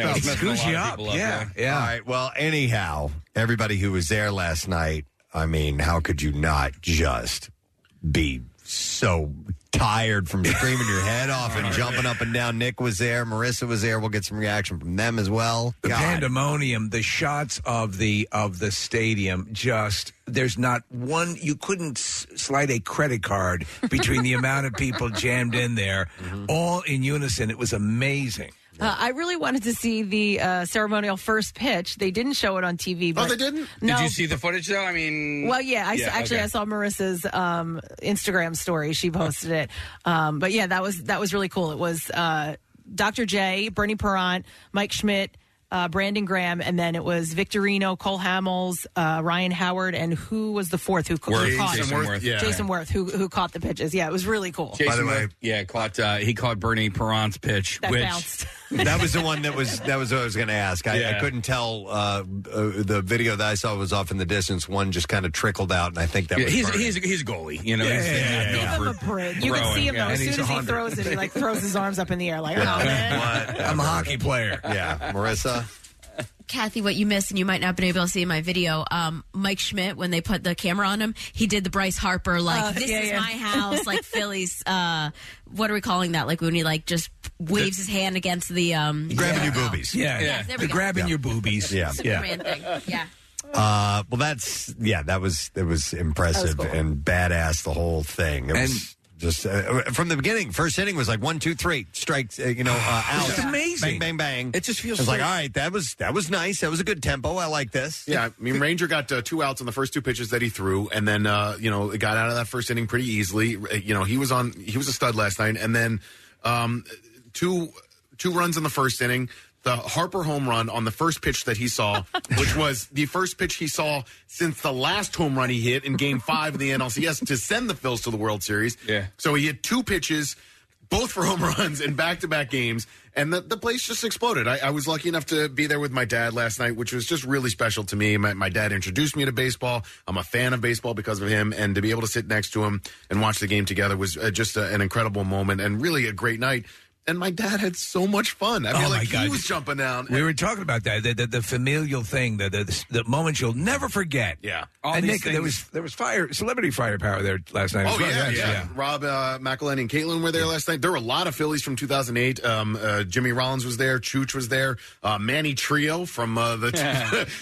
up. All right. Well, anyhow, everybody who was there last night, I mean, how could you not just be so tired from screaming your head off and jumping up and down? Nick was there. Marissa was there. We'll get some reaction from them as well.
The
God.
pandemonium, the shots of the of the stadium, just there's not one. You couldn't s- slide a credit card between the amount of people jammed in there,
Mm-hmm.
all in unison. It was amazing.
Uh, I really wanted to see the uh, ceremonial first pitch. They didn't show it on TV. But
Oh, they didn't?
No.
Did you see the footage though? I mean,
Well, yeah. I s- actually I saw Marissa's um, Instagram story. She posted it. Um, but yeah, that was that was really cool. It was uh, Dr. J, Bernie Perrant, Mike Schmidt, uh, Brandon Graham, and then it was Victorino, Cole Hamels, uh, Ryan Howard, and who was the fourth who, ca- who
Worth.
caught
Jason Worth, yeah.
Jason Worth, who who caught the pitches. Yeah, it was really cool.
Jason Worth, yeah, caught uh, he caught Bernie Perrant's pitch,
That
which
bounced.
that was the one that was that was what I was going to ask. I, I
Yeah.
couldn't tell. Uh, uh, the video that I saw was off in the distance. One just kind of trickled out, and I think that
Yeah,
was
he's,
Bernie.
he's he's a goalie, you know.
Yeah,
he's,
yeah, yeah,
he's
yeah.
known
Give
for
him a
Brit. You can
throwing.
see him though.
yeah.
As
And
soon
he's
as he
100.
throws it, he like throws his arms up in the air, like
Yeah.
oh man.
I'm a hockey player.
Yeah, Marissa.
Kathy, what you missed, and you might not have been able to see in my video, um, Mike Schmidt, when they put the camera on him, he did the Bryce Harper, like,
Oh,
this
yeah,
is
yeah.
my house, like Philly's, uh, what are we calling that? Like when he, like, just waves his hand against the, um,
grabbing your boobies.
Yeah,
Yes, there we
the
go.
grabbing your boobies.
Yeah,
Superman thing. Yeah.
Uh, well, that's yeah. That was it was impressive and badass. The whole thing. It was just uh, from the beginning. First inning was like one, two, three strikes. Uh, you know, uh, out.
It's amazing.
Bang, bang, bang. It
just
feels
It's like
so-
all right. That was that was nice. That was a good tempo. I like this.
Yeah, I mean Ranger got uh, two outs on the first two pitches that he threw, and then uh, you know it got out of that first inning pretty easily. Uh, You know he was on he was a stud last night, and then um, two two runs in the first inning. The Harper home run on the first pitch that he saw, which was the first pitch he saw since the last home run he hit in Game Five of the NLCS to send the Phils to the World Series.
Yeah.
So he hit two pitches, both for home runs in back to back games, and the, the place just exploded. I, I was lucky enough to be there with my dad last night, which was just really special to me. My, my dad introduced me to baseball. I'm a fan of baseball because of him, and to be able to sit next to him and watch the game together was uh, just a, an incredible moment and really a great night. And my dad had so much fun. I
Oh,
feel
my
like
God.
he was jumping down.
We were talking about that the, the, the familial thing, the, the the moments you'll never forget.
Yeah.
All and Nick, there was there was fire celebrity firepower there last night.
Oh
as well.
yeah, yeah.
yes,
Rob uh, McElhenney and Caitlin were there last night. There were a lot of Phillies from 2008. Um, uh, Jimmy Rollins was there. Chooch was there. Uh, Manny Trio from uh, the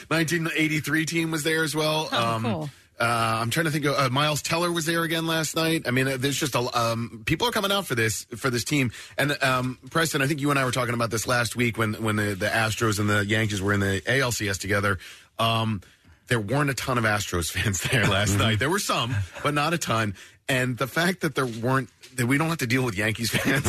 1983 team was there as well. um, Uh, I'm trying to think. Of, uh, Miles Teller was there again last night. I mean, uh, there's just a um, people are coming out for this for this team. And um, Preston, I think you and I were talking about this last week when when the, the Astros and the Yankees were in the ALCS together. Um, there weren't a ton of Astros fans there last night. There were some, but not a ton. And the fact that there weren't that we don't have to deal with Yankees fans,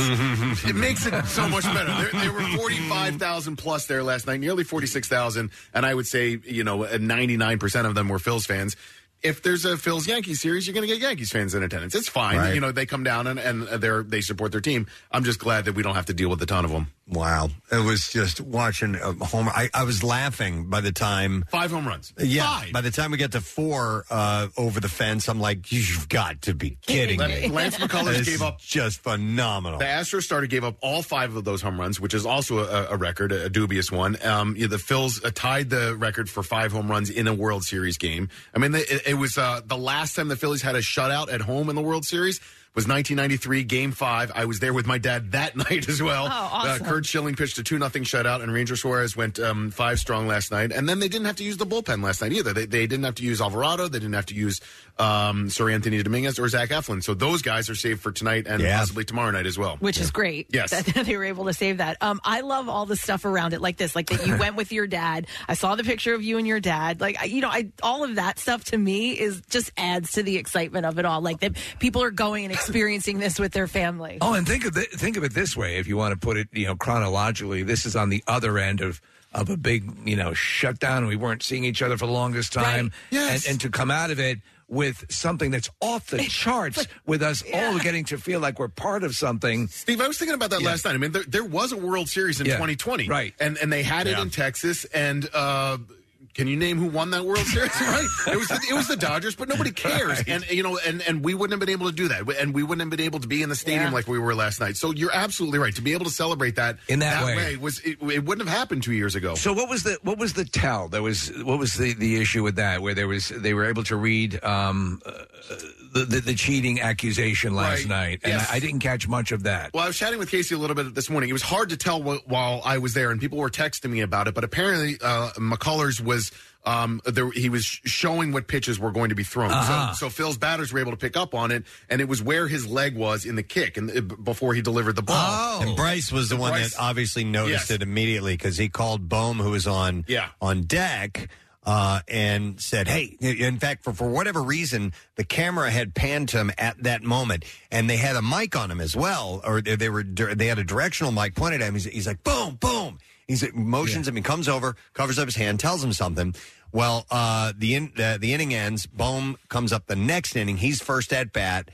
it makes it so much better. There, there were forty-five thousand plus there last night, nearly forty-six thousand, and I would say you know uh, ninety-nine percent of them were Phils fans. If there's a Phils Yankees series, you're going to get Yankees fans in attendance. It's fine,
Right.
you know they come down and, and they're they support their team. I'm just glad that we don't have to deal with a ton of them.
Wow, it was just watching a home. I, I was laughing by the time
five home runs.
Yeah,
Five.
by the time we get to four uh, over the fence, I'm like, you've got to be kidding me.
Lance McCullers
This
gave
is
up-
just phenomenal.
The Astros starter gave up all five of those home runs, which is also a, a record, a dubious one. Um, yeah, the Phils uh, tied the record for five home runs in a World Series game. I mean, the, it, it was uh, the last time the Phillies had a shutout at home in the World Series was 1993, Game 5. I was there with my dad that night as well.
Oh, awesome.
Uh, Kurt Schilling pitched a 2 0 shutout, and Ranger Suarez went um, five strong last night. And then they didn't have to use the bullpen last night either. They, they didn't have to use Alvarado. They didn't have to use um, Sir Anthony Dominguez or Zach Eflin. So those guys are saved for tonight and
Yeah.
possibly tomorrow night as well.
Which is great.
Yes.
That they were able to save that. Um, I love all the stuff around it, like this, like that you went with your dad. I saw the picture of you and your dad. Like, I, you know, I all of that stuff to me is just adds to the excitement of it all. Like that people are going and experiencing this with their family.
Oh, and think of it, think of it this way: if you want to put it, you know, chronologically, this is on the other end of of a big, you know, shutdown. We weren't seeing each other for the longest time,
Yes.
and, and to come out of it with something that's off the charts, with us all getting to feel like we're part of something.
Steve, I was thinking about that
Yeah.
last night. I mean, there, there was a World Series in
Yeah.
2020,
Right.
And and they had it
Yeah.
in Texas. And uh, can you name who won that World Series? right? It was the, it was the Dodgers, but nobody cares.
Right.
And you know, and and we wouldn't have been able to do that, and we wouldn't have been able to be in the stadium
Yeah.
like we were last night. So you're absolutely right. To be able to celebrate that
In that way.
was it, it wouldn't have happened two years ago.
So what was the what was the tell? That was what was the, the issue with that? Where there was they were able to read um, uh, the, the the cheating accusation last
Right.
night, and
Yes.
I, I didn't catch much of that.
Well, I was chatting with Casey a little bit this morning. It was hard to tell wh- while I was there, and people were texting me about it. But apparently, uh, McCullers was um, there, he was sh- showing what pitches were going to be thrown.
Uh-huh.
So, so Phil's batters were able to pick up on it, and it was where his leg was in the kick, and uh, b- before he delivered the ball.
Oh. And Bryce was the
And
one
Oh. Bryce-
that obviously
Yes.
noticed it immediately because he called Bohm, who was on
Yeah.
on deck, uh, and said, "Hey!" In fact, for for whatever reason, the camera had panned to him at that moment, and they had a mic on him as well, or they, they were they had a directional mic pointed at him. He's, he's like, "Boom, boom!" He's like, motions him. He comes over, covers up his hand, tells him something. Well, uh, the in, the, the inning ends. Bohm comes up the next inning. He's first at bat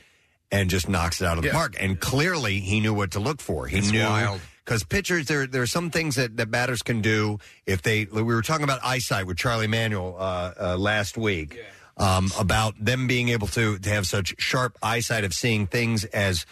and just knocks it out of the
Yeah.
park. And clearly, he knew what to look for. He
It's
knew
wild.
because pitchers there there are some things that, that batters can do if they. We were talking about eyesight with Charlie Manuel uh, uh, last week um, about them being able to to have such sharp eyesight of seeing things as.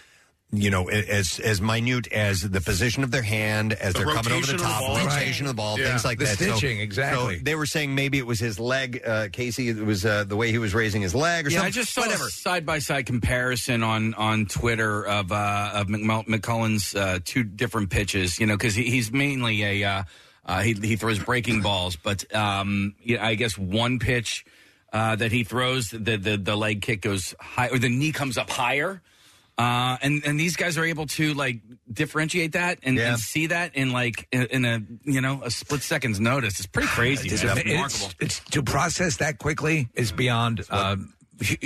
You know, a- as as minute as the position of their hand, as
The
they're coming over
rotation
the
of the
top,
ball.
rotation of the ball,
Yeah.
things like
The
that. So-
stitching,
so
exactly.
they were saying maybe it was his leg, uh, Casey. It was uh, the way he was raising his leg, or
yeah,
something.
I just saw
whatever.
a side by side comparison on on Twitter of uh, of McMul- McCullen's uh, two different pitches. You know, because he, he's mainly a uh, uh, he he throws breaking balls, but um, yeah, I guess one pitch uh, that he throws, the, the the leg kick goes high, or the knee comes up higher. Uh, and and these guys are able to like differentiate that and, and see that in like in, in a you know a split second's notice. It's pretty crazy.
It's,
man.
it's- it's- to process that quickly is beyond um,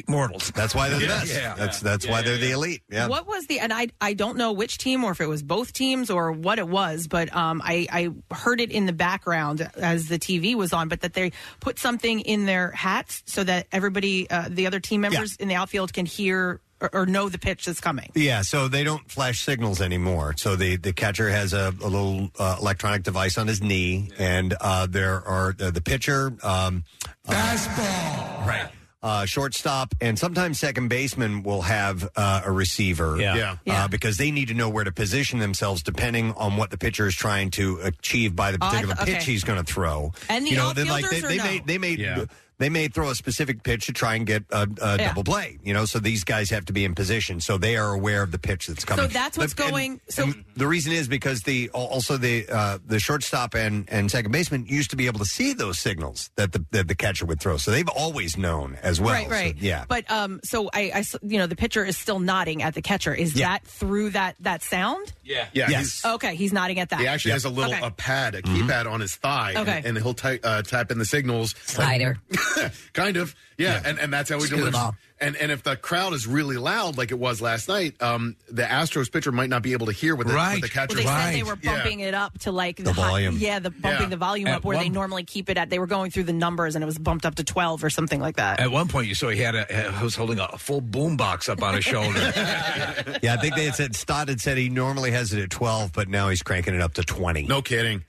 mortals.
That's why they're the best. That's that's why they're the elite. Yeah.
What was the and I I don't know which team or if it was both teams or what it was, but um I I heard it in the background as the TV was on, but that they put something in their hats so that everybody uh, the other team members in the outfield can hear or, or know the pitch that's coming.
Yeah, so they don't flash signals anymore. So the, the catcher has a, a little uh, electronic device on his knee, and uh, there are uh, the pitcher, um, fastball, right, uh, shortstop, and sometimes second baseman will have uh, a receiver,
Yeah. Yeah.
Uh, because they need to know where to position themselves depending on what the pitcher is trying to achieve by the
Oh, I
particular
th-
pitch
okay.
he's going to throw.
And the
you know, they- like they,
outfielders
they
or
may
no?
they may
Yeah.
they may throw a specific pitch to try and get a, a
Yeah.
double play. You know, so these guys have to be in position, so they are aware of the pitch that's coming.
So that's what's
But- and-
going- so-
and the reason is because the al- also the uh, the shortstop and and second baseman used to be able to see those signals that the that the catcher would throw, so they've always known as well.
Right,
So,
right.
yeah.
But um, so I, I s- you know, the pitcher is still nodding at the catcher. Is
Yeah.
that through that that sound?
Yeah.
Yeah.
Okay, he's nodding at that.
He actually has a little
Okay.
a pad, a keypad on his thigh, and-
Okay.
and, he'll ty- uh, tap in the signals.
Slider.
kind of, yeah, And, and that's how he
Scoot
delivers.
up.
And and if the crowd is really loud, like it was last night, um, the Astros pitcher might not be able to hear what the, what the
Well,
catcher.
they said they were bumping it up to like the, high-
volume.
yeah, the bumping
Yeah.
the volume
At
up where they
one-
normally keep it at. They were going through the numbers and it was bumped up to twelve or something like that.
At one point, you saw he had a was holding a full boom box up on his shoulder.
yeah, I think they had said Stott had said he normally has it at twelve, but now he's cranking it up to twenty.
No kidding.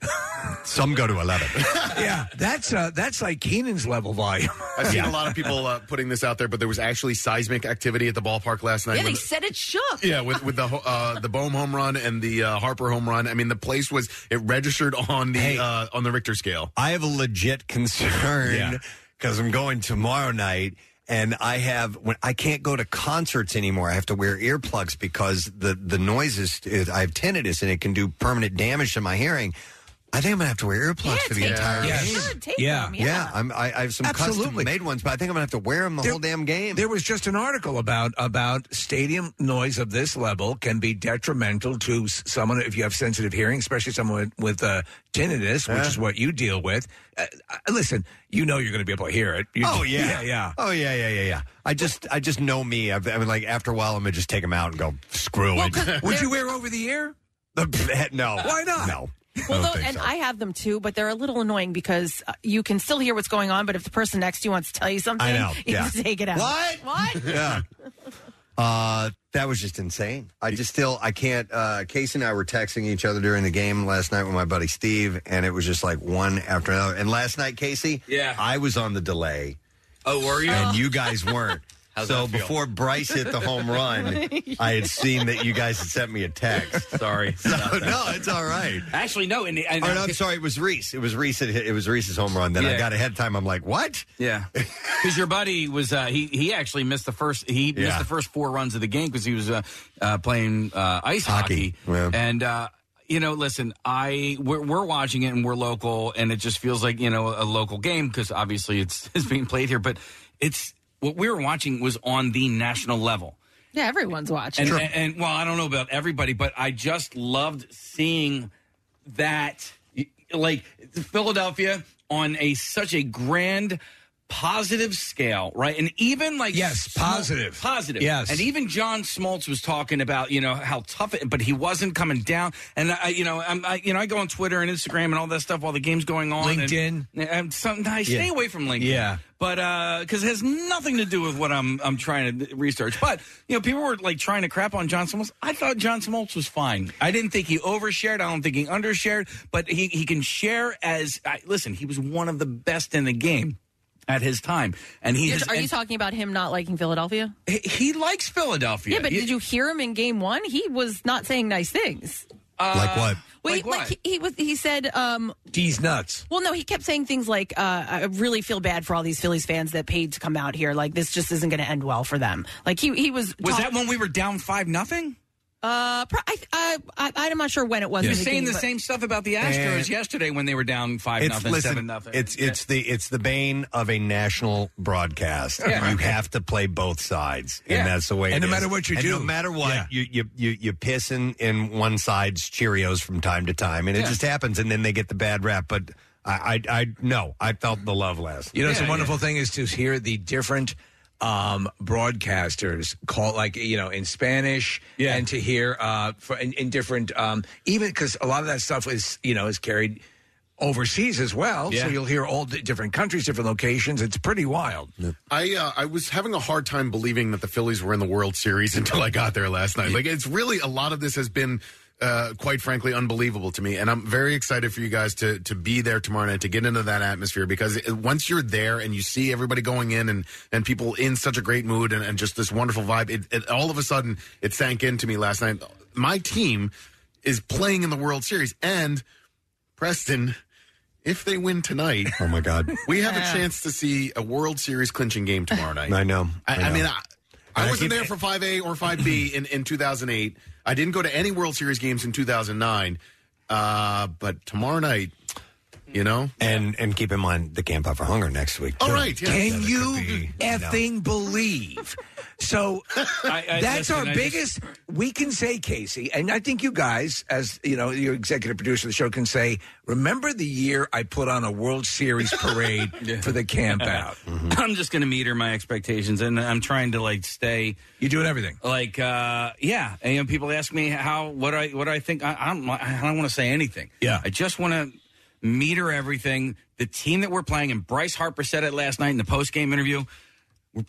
Some go to eleven.
yeah, that's uh, that's like Keenan's level volume.
I've seen a lot of people uh, putting this out there, but there was actually seismic activity at the ballpark last night.
Yeah, they
with-
said it shook.
Yeah, with with the ho- uh, the Bohm home run and the uh, Harper home run. I mean, the place was it registered on the uh, on the Richter scale.
I have a legit concern because I'm going tomorrow night and I have when I can't go to concerts anymore. I have to wear earplugs because the the noises. Is, I have tinnitus and it can do permanent damage to my hearing. I think I'm gonna have to wear earplugs for the
take
entire
them.
game.
You should take Yeah. them, yeah.
I'm, I, I have some custom
Absolutely.
made ones, but I think I'm gonna have to wear them the whole damn game.
There was just an article about about stadium noise of this level can be detrimental to s- someone if you have sensitive hearing, especially someone with, with uh, tinnitus, which
Yeah.
is what you deal with. Uh, uh, listen, you know you're going to be able to hear it. You-
oh
yeah,
yeah.
yeah.
Oh yeah, yeah, yeah, yeah. I just, I just know me. I've, I mean, like after a while, I'm gonna just take them out and go screw it.
Would you wear over the ear?
no.
Why not?
No. I don't
Well, though,
think
and
so.
I have them too, but they're a little annoying because uh, you can still hear what's going on. But if the person next to you wants to tell you something,
I know,
you
yeah.
can take it out.
What?
What?
yeah. Uh, that was just insane. I just still I can't. Uh, Casey and I were texting each other during the game last night with my buddy Steve, and it was just like one after another. And last night, Casey,
Yeah.
I was on the delay,
Oh, were you?
and you guys weren't.
How's
so
that feel?
before Bryce hit the home run, I had seen that you guys had sent me a text.
Sorry.
So, no, it's all right.
Actually, no. And, and
Oh, no, I'm sorry. It was Reese. It was Reese. that hit- It was Reese's home run. Then I
Yeah.
got ahead of time. I'm like, what?
Yeah, because your buddy was uh, he he actually missed the first he
Yeah.
missed the first four runs of the game because he was uh, uh, playing uh, ice hockey,
yeah.
and. Uh, you know, listen. I we're, we're watching it and we're local, and it just feels like you know a local game because obviously it's it's being played here. But it's what we were watching was on the national level,
Yeah, everyone's watching.
and, and, and well, I don't know about everybody, but I just loved seeing that, y- like Philadelphia on a such a grand positive scale, right? And even like
Yes,
Smol-
positive.
positive,
Yes.
And even John Smoltz was talking about you know how tough it, but he wasn't coming down. And I, you know, I'm, I, you know, I go on Twitter and Instagram and all that stuff while the game's going on. and-
LinkedIn.
and, something I stay
Yeah.
away from LinkedIn.
Yeah.
But because it has nothing to do with what I'm I'm trying to research. But you know, people were like trying to crap on John Smoltz. I thought John Smoltz was fine. I didn't think he overshared. I don't think he undershared. But he he can share as I, listen. He was one of the best in the game at his time, and he
You're-
has,
Are you
and
talking about him not liking Philadelphia?
he, he likes Philadelphia.
Yeah, but
He-
did you hear him in game one? He was not saying nice things.
uh,
like what?
Wait, like, he, he was. He said, um,
D's nuts.
"Well, no." He kept saying things like, uh, "I really feel bad for all these Phillies fans that paid to come out here. Like this just isn't going to end well for them." Like he he was.
was
talk-
that when we were down five nothing?
Uh, pro- I, I, I I'm not sure when it was.
You're
in the
saying
game,
the
but-
same stuff about the Astros yesterday when they were down five
It's
nothing,
listen.
seven nothing.
It's it's the it's the bane of a national broadcast.
Yeah.
You have to play both sides,
Yeah.
and that's the way.
And
it
no matter
is.
what you
And
do.
no matter what,
Yeah.
you you you you piss in, in one side's Cheerios from time to time, and it
Yeah.
just happens, and then they get the bad rap. But I I, I no, I felt the love last.
You know,
night.
it's a wonderful thing is to hear the different um broadcasters call like you know in spanish yeah. and to hear uh for, in, in different um even because a lot of that stuff is you know is carried overseas as well so
Yeah.
you'll hear all the different countries different locations it's pretty wild
I uh, I was having a hard time believing that the Phillies were in the World Series until I got there last night. Like it's really a lot of this has been uh, quite frankly unbelievable to me, and I'm very excited for you guys to to be there tomorrow night to get into that atmosphere because it, once you're there and you see everybody going in and and people in such a great mood and, and just this wonderful vibe, it, it all of a sudden it sank into me last night. My team is playing in the World Series and. Preston, if they win tonight,
oh my God,
we have
Yeah.
a chance to see a World Series clinching game tomorrow night.
I know.
I, I
know.
mean, I, I
I
wasn't
keep-
there for five A or five B in in two thousand eight. I didn't go to any World Series games in two thousand nine. Uh, but tomorrow night, you know,
and and keep in mind the Camp Out for Hunger next week.
All
too.
right, yeah.
Can
that
you
could be,
effing believe? So
I-
that's
listen,
our
I just-
biggest. we can say, Casey, and I think you guys, as you know, your executive producer of the show, can say. Remember the year I put on a World Series parade for the camp out.
Mm-hmm. I'm just going to meter my expectations, and I'm trying to like stay.
You're doing everything.
Like, uh, yeah, and you know, people ask me how, what do I, what do I think? I, I'm, I don't want to say anything.
Yeah.
I just want to meter everything. The team that we're playing, and Bryce Harper said it last night in the post game interview. we're-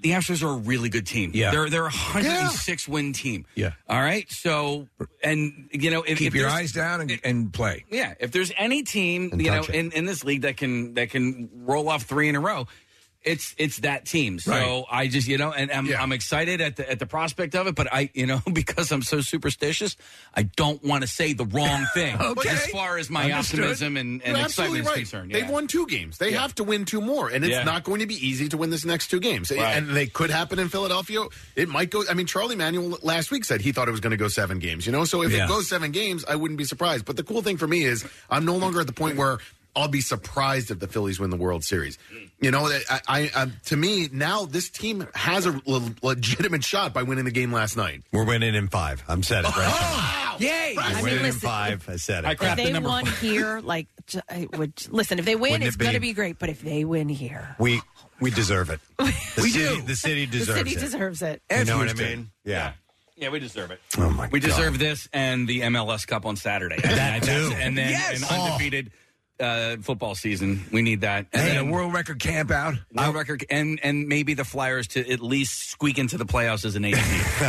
The Astros are a really good team.
Yeah.
they're they're a 106 win team.
Yeah.
All right, so and you know if
Keep
if
your
there's-
eyes down and, and play.
yeah, if there's any team
And
you know
touch it.
in, in this league that can that can roll off three in a row, it's it's that team. So
Right.
I just you know, and I'm, I'm excited at the at the prospect of it, but I you know because I'm so superstitious, I don't want to say the wrong thing.
Okay.
As far as my
Understood.
optimism and, and
You're absolutely
excitement
right.
is concerned,
They've won two games. They have to win two more, and it's
Yeah.
not going to be easy to win this next two games.
Right.
And they could happen in Philadelphia. It might go. I mean, Charlie Manuel last week said he thought it was going to go seven games. You know, so if
Yeah.
it goes seven games, I wouldn't be surprised. But the cool thing for me is I'm no longer at the point where. I'll be surprised if the Phillies win the World Series. You know, that I, I, I to me now this team has a le- legitimate shot by winning the game last night.
We're winning in five. I'm set it. Right?
Yay!
We're winning in five. I said it.
if they won here, like j- I would listen. If they win,
Wouldn't
it's
it be-
going to be great. But if they win here,
We we deserve it. The
We
city,
do.
The city
the
deserves
city
it.
deserves it.
You know what I
Houston.
mean? Yeah.
Yeah, we deserve it.
Oh my
we
God.
deserve this and the MLS Cup on Saturday. that
too.
And then
Yes.
an undefeated uh, football season. We need that. And
Hey, a
then
world record camp out.
world record and and maybe the Flyers to at least squeak into the playoffs as an eight seed.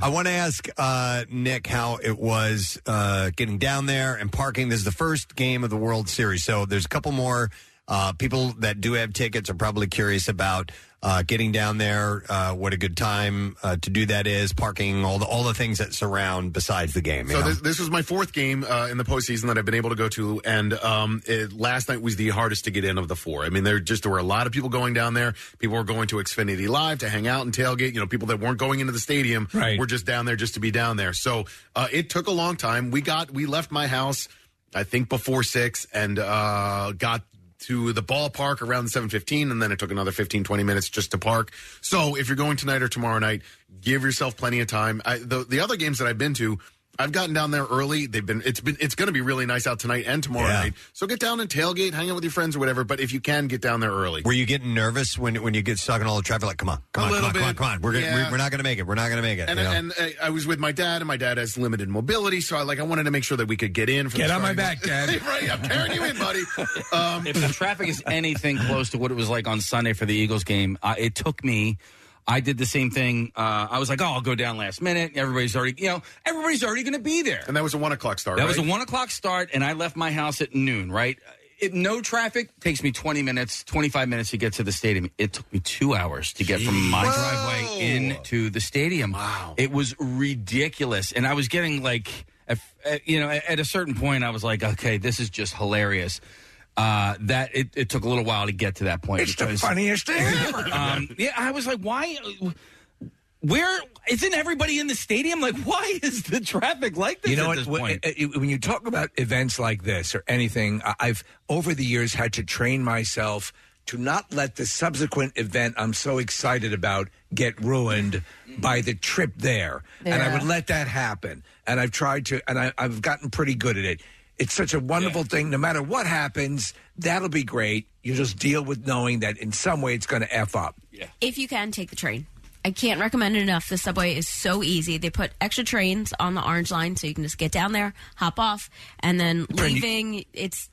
I want to ask uh, Nick how it was uh, getting down there and parking. This is the first game of the World Series, so there's a couple more uh, people that do have tickets are probably curious about uh, getting down there. Uh, what a good time uh, to do that is parking, all the all the things that surround besides the game. you
So
know?
this, this was my fourth game uh, in the postseason that I've been able to go to, and um, it, last night was the hardest to get in of the four. I mean, there just there were a lot of people going down there. People were going to Xfinity Live to hang out and tailgate. You know, people that weren't going into the stadium were just down there just to be down there. So uh, it took a long time. We got we left my house, I think before six, and uh, got to the ballpark around 7.15 and then it took another 15 20 minutes just to park so if you're going tonight or tomorrow night give yourself plenty of time I, the, the other games that i've been to I've gotten down there early. They've been it's been it's going to be really nice out tonight and tomorrow night. So get down and tailgate, hang out with your friends or whatever. But if you can, get down there early.
Were you getting nervous when when you get stuck in all the traffic? Like, come on, come
A
on, come
little
on, come on,
bit,
come on. We're gonna,
yeah.
we're, we're not going to make it. We're not going to make it.
And,
you know?
and uh, I was with my dad, and my dad has limited mobility, so I like I wanted to make sure that we could get in. For
Get
the
on my
starting-
back, Dad.
right, I'm carrying you in, buddy. Um,
if the traffic is anything close to what it was like on Sunday for the Eagles game, uh, it took me. I did the same thing. Uh, I was like, "Oh, I'll go down last minute. Everybody's already, you know, everybody's already going to be there."
And that was a one o'clock start.
That
right?
was a one o'clock start, and I left my house at noon. Right, it, no traffic takes me twenty minutes, twenty five minutes to get to the stadium. It took me two hours to get from my
Whoa.
driveway into the stadium. Wow, it was ridiculous, and I was getting like, at- at- you know, at a certain point, I was like, okay, this is just hilarious. Uh, that it, it took a little while to get to that point.
It's the
because-
funniest thing ever.
um, yeah, I was like, why? Where isn't everybody in the stadium? Like, why is the traffic like this?
You know
at
what?
This
when-
point?
uh, uh, When you talk about events like this or anything, I- I've over the years had to train myself to not let the subsequent event I'm so excited about get ruined by the trip there. And I
Yeah.
would let that happen. And I've tried to, and I, I've gotten pretty good at it. It's such a wonderful thing. No matter what happens, that'll be great. You just deal with knowing that in some way it's going to F up.
If you can, take the train. I can't recommend it enough. The subway is so easy. They put extra trains on the Orange Line so you can just get down there, hop off, and then
Pretty-
leaving. It's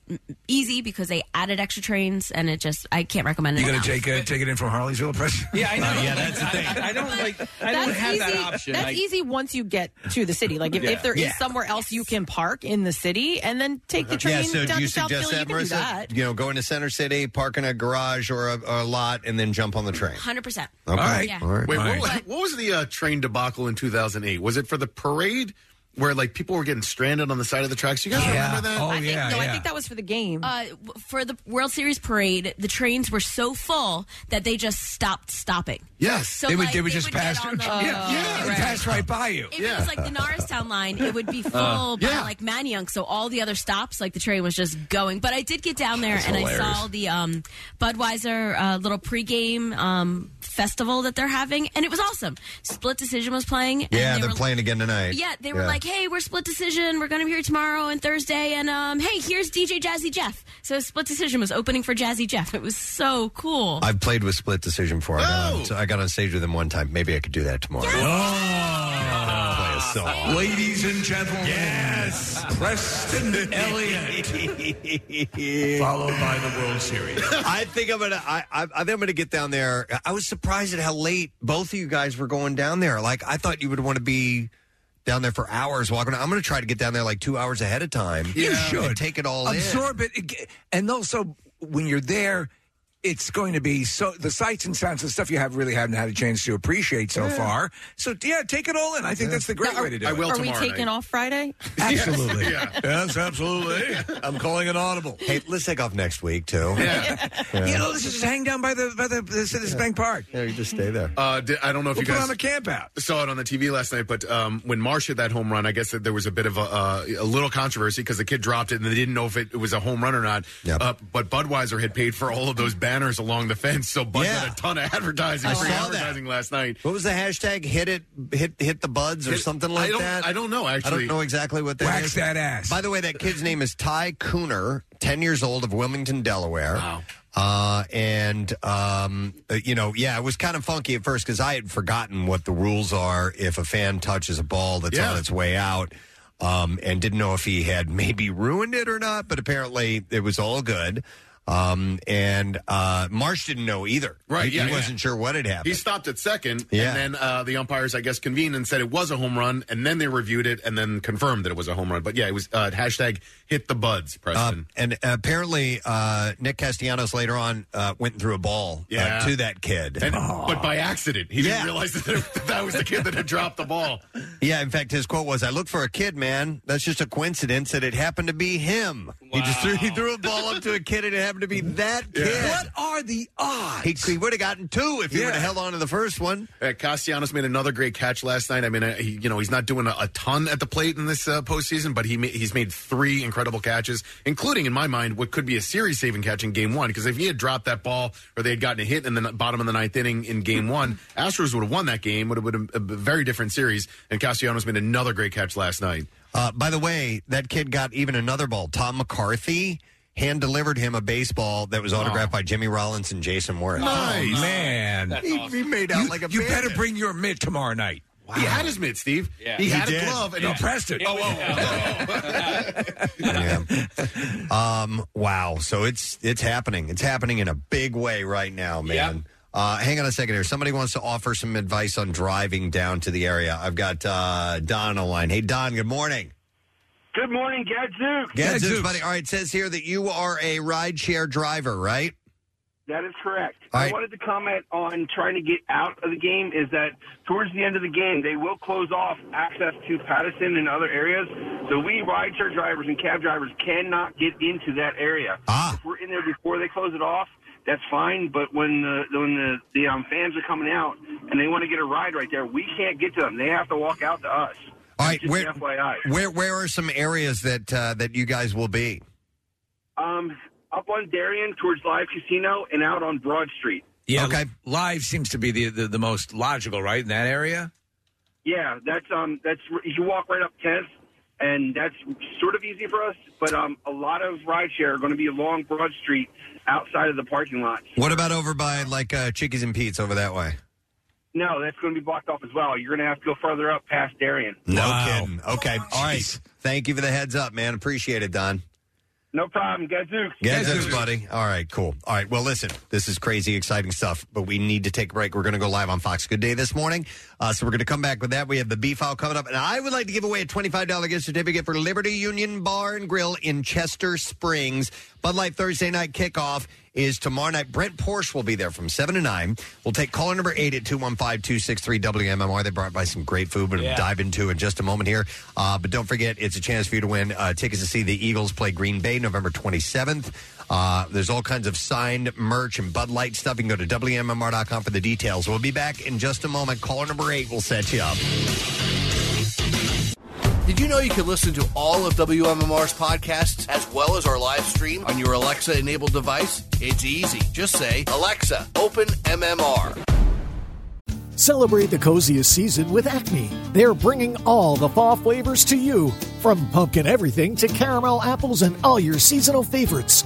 easy because they added extra trains, and it just, I can't recommend it
You're going
enough.
to take, uh, take it in from Harleysville Press? Uh,
Yeah, I know.
yeah, that's the thing.
I don't like. I
That's
don't have
easy.
that option.
That's
I-
easy once you get to the city. Like if,
Yeah.
if there is
Yeah. Uh-huh.
somewhere else you can park in the city, and then take the train
Uh, yeah, so
down
do you
to South
suggest
Philly.
that,
you can do
Marissa?
that.
You know, go into Center City, park in a garage or a, a lot, and then jump on the train.
100%.
Okay. All right.
Yeah.
All right.
Wait,
All
What, was, what was the uh, train debacle in 2008? Was it for the parade where like people were getting stranded on the side of the tracks? You guys remember
Oh,
that?
I think,
no, I think that was for the game.
Uh, w- for the World Series parade, the trains were so full that they just stopped stopping.
Yes.
So,
they would,
like,
they would
they
just
would get
pass.
on the-
yeah, yeah,
Oh,
they
right.
pass right by you.
If it was like the Norristown line, it would be full
Uh,
by
yeah.
like Manayunk. So all the other stops, like the train was just going. But I did get down there
That's
and I
hilarious.
saw the um, Budweiser uh, little pregame um, festival that they're having, and it was awesome. Split Decision was playing. and
Yeah,
they
they're
were-
playing again tonight.
Yeah, they were like, "Hey, we're Split Decision. We're going to be here tomorrow and Thursday, and um, hey, here's DJ Jazzy Jeff." So Split Decision was opening for Jazzy Jeff. It was so cool.
I've played with Split Decision before. I,
Oh!
got on, so I got on stage with them one time. Maybe I could do that tomorrow. Play a song.
Ladies and gentlemen, yes, Preston Elliott, followed by the World Series.
I think I'm gonna. I, I, I think I'm gonna get down there. I was surprised at how late both of you guys were going down there. Like I thought you would want to be down there for hours walking. I'm gonna try to get down there like two hours ahead of time.
You
And
should
take it all in.
absorb it, and also when you're there. it's going to be so the sights and sounds and stuff you have really haven't had a chance to appreciate so
Yeah.
far. So yeah, take it all in. I think that's the great way to do it.
Are we taking off Friday?
Absolutely.
Yeah.
Yes, absolutely. I'm calling an audible.
Hey, let's take off next week too.
Yeah.
Yeah, let's just hang down by the by the, the Citizens Bank Park.
Yeah, you just stay there.
Uh, di- I don't know if
We'll
you
put
guys
on a camp out.
saw it on the TV last night, but um, when Marsh hit that home run, I guess that there was a bit of a, uh, a little controversy because the kid dropped it and they didn't know if it, it was a home run or not. Uh, but Budweiser had paid for all of those banners along the fence, so Bud got a ton of advertising,
I
free
saw that.
advertising last night.
What was the hashtag? Hit it, hit hit the buds or
Hit-
something like
I don't-
that.
I don't know,
I
actually.
don't know exactly what that
Wax
is.
that ass.
By the way, that kid's name is Ty Cooner, ten years old of Wilmington, Delaware. Wow. Uh, and um, uh, you know, yeah, it was kind of funky at first because I had forgotten what the rules are if a fan touches a ball that's
Yeah.
on its way out. Um, and didn't know if he had maybe ruined it or not, but apparently it was all good. Um, and uh, Marsh didn't know either.
Right,
He,
yeah,
he
yeah.
wasn't sure what had happened.
He stopped at second,
Yeah.
and then uh, the umpires, I guess, convened and said it was a home run, and then they reviewed it and then confirmed that it was a home run. But yeah, it was uh, hashtag hit the buds, Preston.
Um, and apparently, uh, Nick Castellanos later on uh, went through a ball
Yeah.
uh, to that kid.
And- But by accident, he
Yeah.
didn't realize that that was the kid that had dropped the ball.
yeah, in fact, his quote was, "I look for a kid, man. That's just a coincidence that it happened to be him. He just threw, he threw a ball up to a kid, and it happened to be that kid.
What are the odds?
He, he would have gotten two if he would have held on to the first one.
Uh, Castellanos made another great catch last night. I mean, uh, he, you know, he's not doing a, a ton at the plate in this uh, postseason, but he ma- he's made three incredible catches, including, in my mind, what could be a series saving catch in game one. Because if he had dropped that ball or they had gotten a hit in the n- bottom of the ninth inning in game one, Astros would have won that game, would have been a, a very different series. And Castellanos made another great catch last night.
Uh, by the way, that kid got even another ball. Tom McCarthy hand delivered him a baseball that was autographed by Jimmy Rollins and Jason Worth.
Oh, man.
made
out like a You better bring your mitt tomorrow night.
He had his mitt, Steve.
Yeah.
He,
He
had
did.
a glove and
Yeah.
he
pressed it.
Oh, oh, oh.
Um, wow. So it's it's happening. It's happening in a big way right now, man. Uh, hang on a second here. Somebody wants to offer some advice on driving down to the area. I've got uh, Don on the line. Hey, Don. Good morning.
Good morning, Gadzooks.
Gadzooks, buddy. All right. It says here that you are a rideshare driver, right?
That is correct.
All
I
right.
wanted to comment on trying to get out of the game is that towards the end of the game, they will close off access to Patterson and other areas. So we rideshare drivers and cab drivers cannot get into that area.
Ah.
If we're in there before they close it off, that's fine. But when the when the, the um, fans are coming out and they want to get a ride right there, we can't get to them. They have to walk out to us.
All right.
Just
Where
FYI.
where where are some areas that uh, that you guys will be?
Um, up on Darien towards Live Casino and out on Broad Street.
Yeah. Okay. Live seems to be the, the, the most logical, right, in that area?
Yeah, that's um, that's you walk right up 10th, and that's sort of easy for us. But um, a lot of rideshare are going to be along Broad Street outside of the parking lot.
What about over by like uh, Chickies and Pete's over that way?
No, that's going to be blocked off as well. You're going to have to go further up past Darien.
No kidding. Okay. All right. Thank you for the heads up, man. Appreciate it, Don.
No problem, Gadzooks.
Gadzooks, buddy. All right, cool. All right, well, listen, this is crazy, exciting stuff, but we need to take a break. We're going to go live on Fox Good Day this morning. Uh, so we're going to come back with that. We have the B file coming up, and I would like to give away a $25 gift certificate for Liberty Union Bar and Grill in Chester Springs. Bud Light Thursday night kickoff is tomorrow night. Brent Porsche will be there from 7 to 9. We'll take caller number 8 at 215 263 WMMR. They brought by some great food, but dive
Yeah.
dive into in just a moment here. Uh, but don't forget, it's a chance for you to win uh, tickets to see the Eagles play Green Bay November 27th. Uh, there's all kinds of signed merch and Bud Light stuff. You can go to WMMR.com for the details. We'll be back in just a moment. Caller number eight will set you up.
Did you know you can listen to all of WMMR's podcasts as well as our live stream on your Alexa enabled device? It's easy. Just say, Alexa, open MMR.
Celebrate the coziest season with Acme. They're bringing all the fall flavors to you, from pumpkin everything to caramel apples and all your seasonal favorites.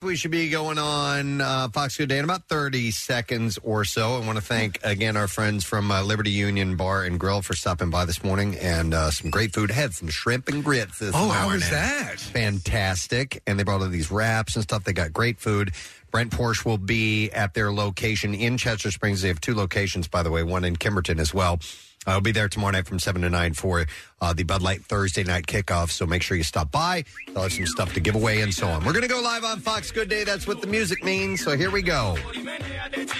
We should be going on uh, Fox Good Day in about 30 seconds or so. I want to thank again our friends from uh, Liberty Union Bar and Grill for stopping by this morning and uh, some great food. Had some shrimp and grits this
Oh,
morning.
how was that?
Fantastic. And they brought all these wraps and stuff. They got great food. Brent Porsche will be at their location in Chester Springs. They have two locations, by the way, one in Kimberton as well. I'll be there tomorrow night from 7 to 9 for uh, the Bud Light Thursday night kickoff. So make sure you stop by. They'll have some stuff to give away and so on. We're going to go live on Fox Good Day. That's what the music means. So here we go.
It's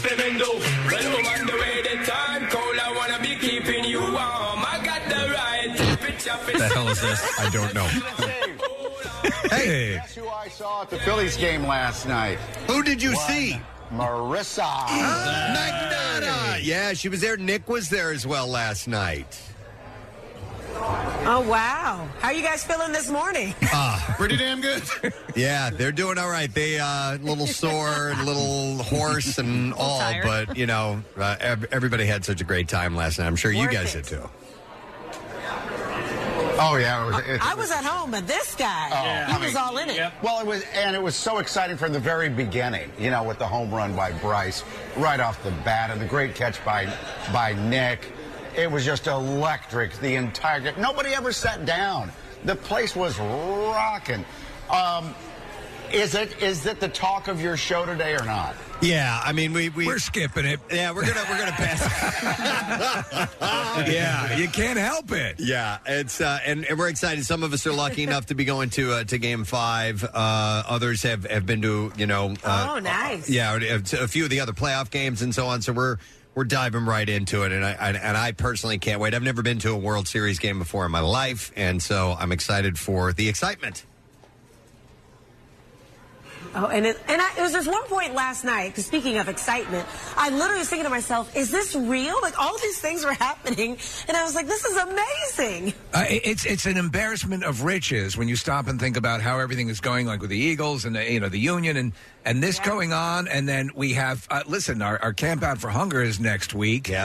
tremendo. Well, I'm on the way, the time cold. I wanna be keeping you warm. I got the right temperature. for-
this? I don't know.
Hey. Guess who I saw at the Phillies game last night?
Who did you see?
Marissa.
Ah, Magnata. Yeah, she was there. Nick was there as well last night.
Oh, wow. How are you guys feeling this morning?
Ah,
Pretty damn good.
yeah, they're doing all right. They uh, little sore, and little hoarse, and all,
tired.
but you know, uh, ev- everybody had such a great time last night. I'm sure you guys did too.
Oh yeah, it was, it-
I was at home, and this guy,
Yeah.
he was all in it.
Well, it was, and it was so exciting from the very beginning. You know, with the home run by Bryce right off the bat, and the great catch by by Nick. It was just electric. The entire game. Nobody ever sat down. The place was rocking. Um, is it is it the talk of your show today or not?
Yeah, I mean we, we
we're skipping it.
Yeah, we're gonna we're gonna pass.
yeah, you can't help it.
Yeah, it's uh, and, and we're excited. Some of us are lucky enough to be going to uh, to Game Five. Uh, others have have been to you know. Uh,
Oh, nice.
Yeah, uh, a a few of the other playoff games and so on. So we're we're diving right into it, and I and, and I personally can't wait. I've never been to a World Series game before in my life, and so I'm excited for the excitement.
Oh, and it, and I, it was just one point last night. 'cause speaking of excitement, I literally was thinking to myself, "Is this real? Like all these things were happening?" And I was like, "This is amazing."
Uh, it- it's it's an embarrassment of riches when you stop and think about how everything is going, like with the Eagles and the, you know the Union and and this going on, and then we have uh, listen, our, our camp out for hunger is next week.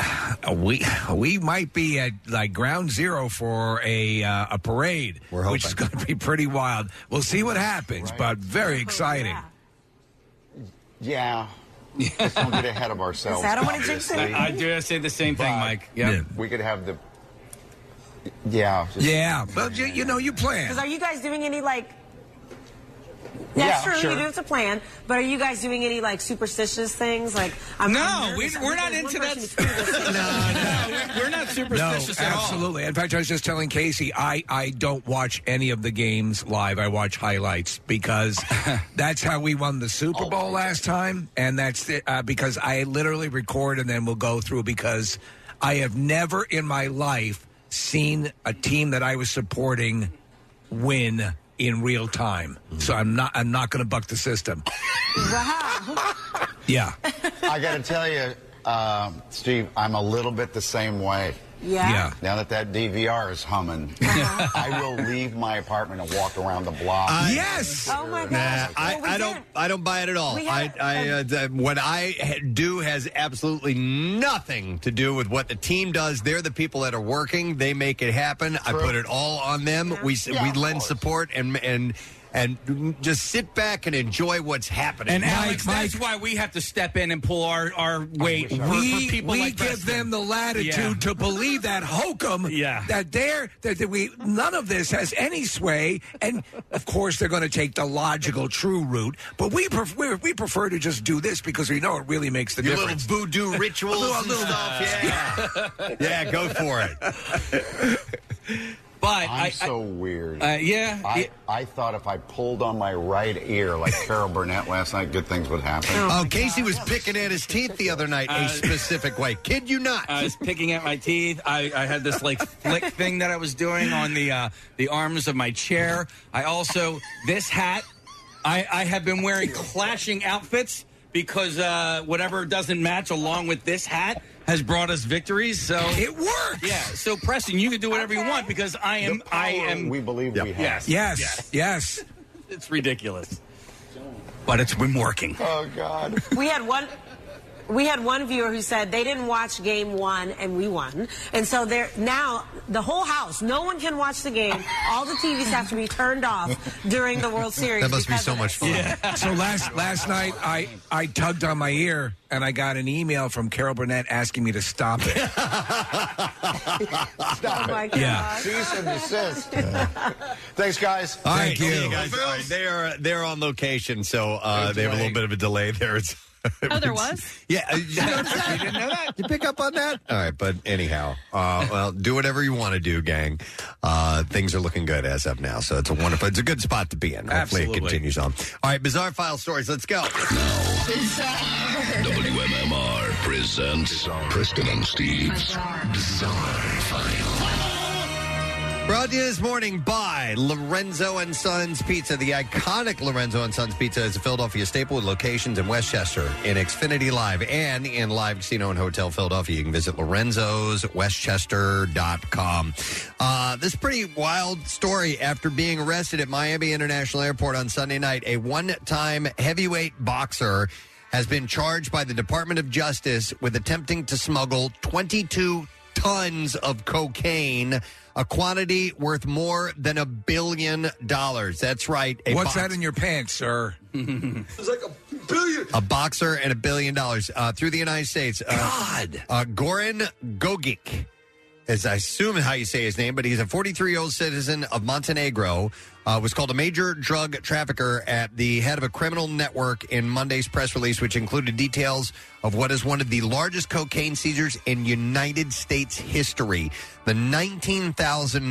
Yeah,
we we might be at like ground zero for a uh, a parade, which is going to be pretty wild. We'll see what happens, but very exciting.
Yeah. Let's don't get ahead of ourselves.
I don't wanna jinx
obviously.
it. I- I
do I say the same
thing, Mike.
Yeah.
We could have the. Yeah. just-
Yeah, but you, you know you plan.
Because are you guys doing any like?
Yeah,
That's true.
sure.
You do have to plan, but are you guys doing any like superstitious things? Like, I'm
No,
I'm nervous.
we, we're not
One
into
person
that.
is
no, no, we- we're not superstitious
no,
at all.
absolutely. In fact, I was just telling Casey, I, I don't watch any of the games live. I watch highlights because that's how we won the Super
Oh,
Bowl last time, and that's it, uh, because I literally record and then we'll go through because I have never in my life seen a team that I was supporting win in real time. So
Mm-hmm.
I'm not I'm not going to buck the system.
Wow.
Yeah.
I got to tell you, um, Steve, I'm a little bit the same way.
Yeah. Yeah.
Now that that DVR is humming, I will leave my apartment and walk around the block.
yes.
Oh my
Nah, I, I don't. I don't buy it at all.
We
I,
had-
I, uh, th- what I ha- do has absolutely nothing to do with what the team does. They're the people that are working. They make it happen. I put it all on them. We s
Yeah,
we
of
lend support and and and just sit back and enjoy what's happening.
And Alex, that's why we have to step in and pull our, our weight. for-
we
for people
we
like
give
Preston.
them the latitude
Yeah.
to believe that hokum that they're that, that we none of this has any sway and of course they're going to take the logical true route but we prefer we prefer to just do this because we know it really makes the
Your little
difference
voodoo rituals
A little- a
and
little-
stuff, yeah. yeah, go for it.
But
I'm so weird.
Uh, yeah,
I,
yeah.
I thought if I pulled on my right ear like Carol Burnett last night, good things would happen.
Oh, Casey was picking at his teeth the other night a
Uh,
specific way. Kid you not?
I was picking at my teeth. I, I had this like flick thing that I was doing on the uh, the arms of my chair. I also this hat. I, I have been wearing clashing outfits because uh, whatever doesn't match along with this hat has brought us victories. So
it works.
Yeah. So Preston, you can do whatever you want because I am. I am.
We believe we have.
Yes.
Yes, yes.
It's ridiculous. But it's been working.
Oh God.
We had one.
we had one viewer who said they didn't watch game one and we won. And so they're now the whole house, no one can watch the game. All the TVs have to be turned off during the World Series. because of this.
So last last night I I tugged on my ear and I got an email from Carol Burnett asking me to stop it.
Oh
Stop
it.
God. Yeah.
Cease and desist. Thanks, guys.
All right, okay, guys. All right, they are they're on location, so uh, they have a little bit of a delay there. It's
Oh, there was?
yeah. uh, you noticed that? You didn't know that? You pick up on that? All right, but anyhow, uh, well, do whatever you want to do, gang. Uh, things are looking good as of now, so it's a wonderful, it's a good spot to be in. Hopefully,
Absolutely.
it continues on. All right, bizarre file stories. Let's go.
WMMR presents Preston and Steve's Bizarre File.
Brought to you this morning by Lorenzo and Sons Pizza. The iconic Lorenzo and Sons Pizza is a Philadelphia staple with locations in Westchester, in Xfinity Live, and in Live Casino and Hotel Philadelphia. You can visit lorenzoswestchester.com. Uh, this pretty wild story after being arrested at Miami International Airport on Sunday night, a one-time heavyweight boxer has been charged by the Department of Justice with attempting to smuggle 22 tons of cocaine, a quantity worth more than a billion dollars. That's right. A
What's
box-
that in your pants, sir?
it's like a billion. A boxer and a billion dollars uh, through the United States. Uh, God. Uh, Goran Gogic is, I assume, how you say his name, but he's a 43 year old citizen of Montenegro. Uh, was called a major drug trafficker at the head of a criminal network in Monday's press release, which included details of what is one of the largest cocaine seizures in United States history. The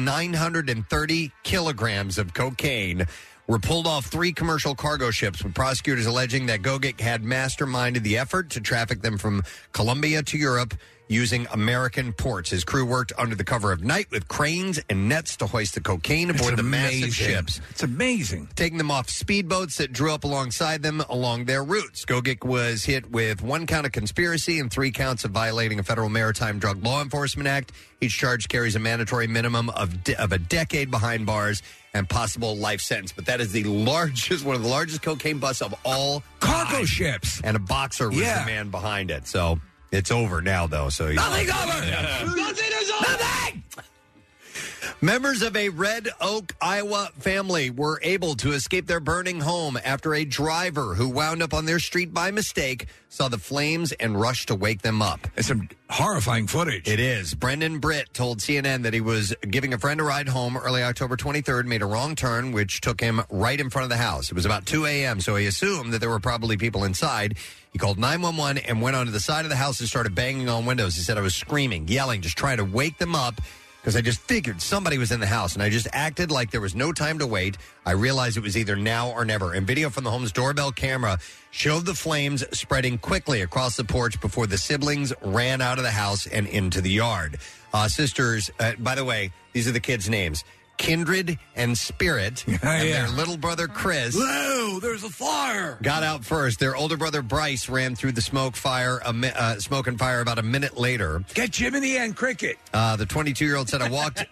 19,930 kilograms of cocaine were pulled off three commercial cargo ships, with prosecutors alleging that Gogic had masterminded the effort to traffic them from Colombia to Europe using American ports. His crew worked under the cover of night with cranes and nets to hoist the cocaine aboard the massive ships.
It's amazing.
Taking them off speedboats that drew up alongside them along their routes. Gogic was hit with one count of conspiracy and three counts of violating a federal maritime drug law enforcement act. Each charge carries a mandatory minimum of, de- of a decade behind bars and possible life sentence. But that is the largest, one of the largest cocaine busts of all
cargo ships.
And a boxer was the man behind it. So it's over now, though. So he's
Nothing's over. Nothing is over. Nothing.
Members of a Red Oak, Iowa family were able to escape their burning home after a driver who wound up on their street by mistake saw the flames and rushed to wake them up.
It's some horrifying footage.
It is. Brendan Britt told CNN that he was giving a friend a ride home early October 23rd, made a wrong turn, which took him right in front of the house. It was about 2 a.m., so he assumed that there were probably people inside. He called 911 and went onto the side of the house and started banging on windows. He said, I was screaming, yelling, just trying to wake them up because I just figured somebody was in the house and I just acted like there was no time to wait. I realized it was either now or never. And video from the home's doorbell camera showed the flames spreading quickly across the porch before the siblings ran out of the house and into the yard. Uh, sisters, uh, by the way, these are the kids' names. Kindred and Spirit, and
yeah.
their little brother Chris
Lou, there's a fire.
got out first. Their older brother Bryce ran through the smoke fire, a mi- uh, smoke and fire about a minute later.
Get Jiminy and Cricket.
Uh, the 22 year old said, I walked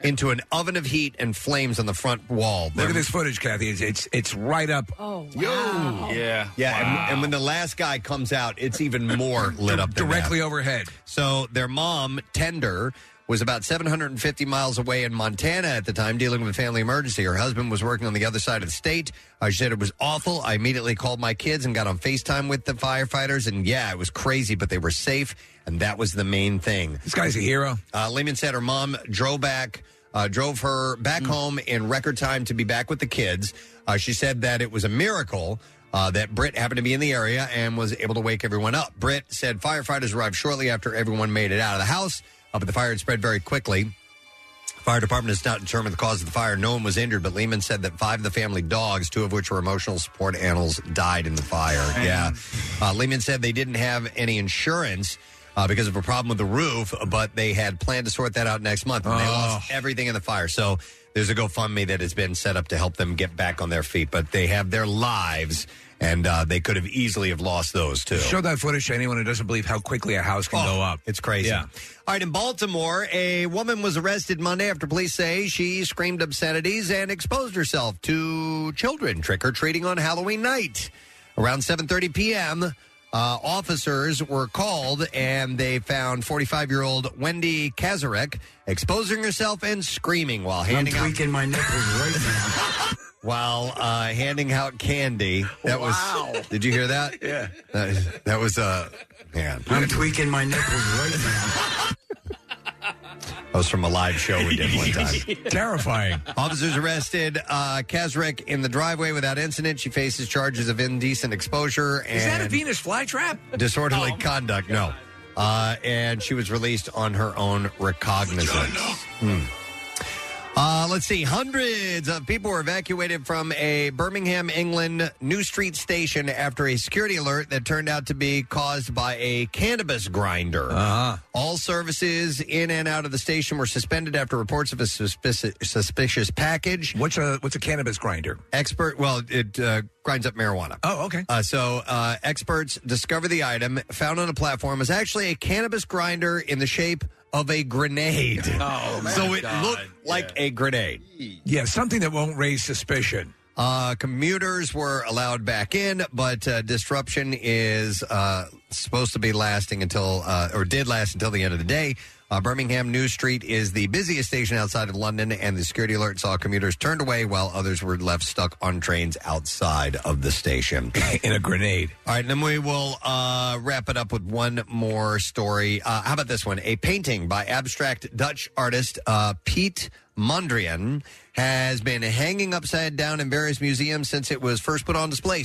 into an oven of heat and flames on the front wall.
Look at this footage, Kathy. It's it's, it's right up.
Oh, Yeah. Yeah. And, and when the last guy comes out, it's even more lit up than
directly
that.
overhead.
So their mom, Tender, was about 750 miles away in Montana at the time, dealing with a family emergency. Her husband was working on the other side of the state. Uh, she said it was awful. I immediately called my kids and got on FaceTime with the firefighters. And yeah, it was crazy, but they were safe. And that was the main thing.
This guy's a hero.
Uh, Lehman said her mom drove back, uh, drove her
Mm.
back home in record time to be back with the kids. Uh, she said that it was a miracle. Uh, that Britt happened to be in the area and was able to wake everyone up. Britt said firefighters arrived shortly after everyone made it out of the house, uh, but the fire had spread very quickly. Fire department has not determined the cause of the fire. No one was injured, but Lehman said that five of the family dogs, two of which were emotional support animals, died in the fire. Yeah. Uh, Lehman said they didn't have any insurance uh, because of a problem with the roof, but they had planned to sort that out next month. And they lost everything in the fire. So there's a GoFundMe that has been set up to help them get back on their feet, but they have their lives, and uh, they could have easily have lost those too.
Show that footage to anyone who doesn't believe how quickly a house can go up.
Oh, It's crazy.
Yeah.
All right, in Baltimore, a woman was arrested Monday after police say she screamed obscenities and exposed herself to children trick or treating on Halloween night. Around 7:30 p.m., Uh, officers were called and they found 45 year old Wendy Kazarek exposing herself and screaming while handing out
my nipples right now.
while uh, handing out candy. That was. Did you hear that?
Yeah.
That is- that was uh, man.
I'm tweaking my nipples right now.
That was from a live show we did one time.
Terrifying.
Officers arrested uh, Kazarek in the driveway without incident. She faces charges of indecent exposure and
Is that a Venus flytrap? Oh.
disorderly conduct. No. Uh, and she was released on her own recognizance. Hmm. Uh, let's see. Hundreds of people were evacuated from a Birmingham, England New Street station after a security alert that turned out to be caused by a cannabis grinder. Uh-huh. All services in and out of the station were suspended after reports of a suspicious, suspicious package.
What's a what's a cannabis grinder?
Expert. Well, it uh, grinds up marijuana.
Oh, okay.
Uh, so uh, experts discover the item found on a platform is actually a cannabis grinder in the shape of a grenade.
Oh,
so
my
it
God.
looked like a grenade.
Yeah, something that won't raise suspicion.
Uh, commuters were allowed back in, but uh, disruption is uh, supposed to be lasting until, uh, or did last until the end of the day. Uh, Birmingham New Street is the busiest station outside of London, and the security alert saw commuters turned away while others were left stuck on trains outside of the station.
in a grenade.
All right, and then we will uh, wrap it up with one more story. Uh, how about this one? A painting by abstract Dutch artist uh, Piet Mondrian has been hanging upside down in various museums since it was first put on display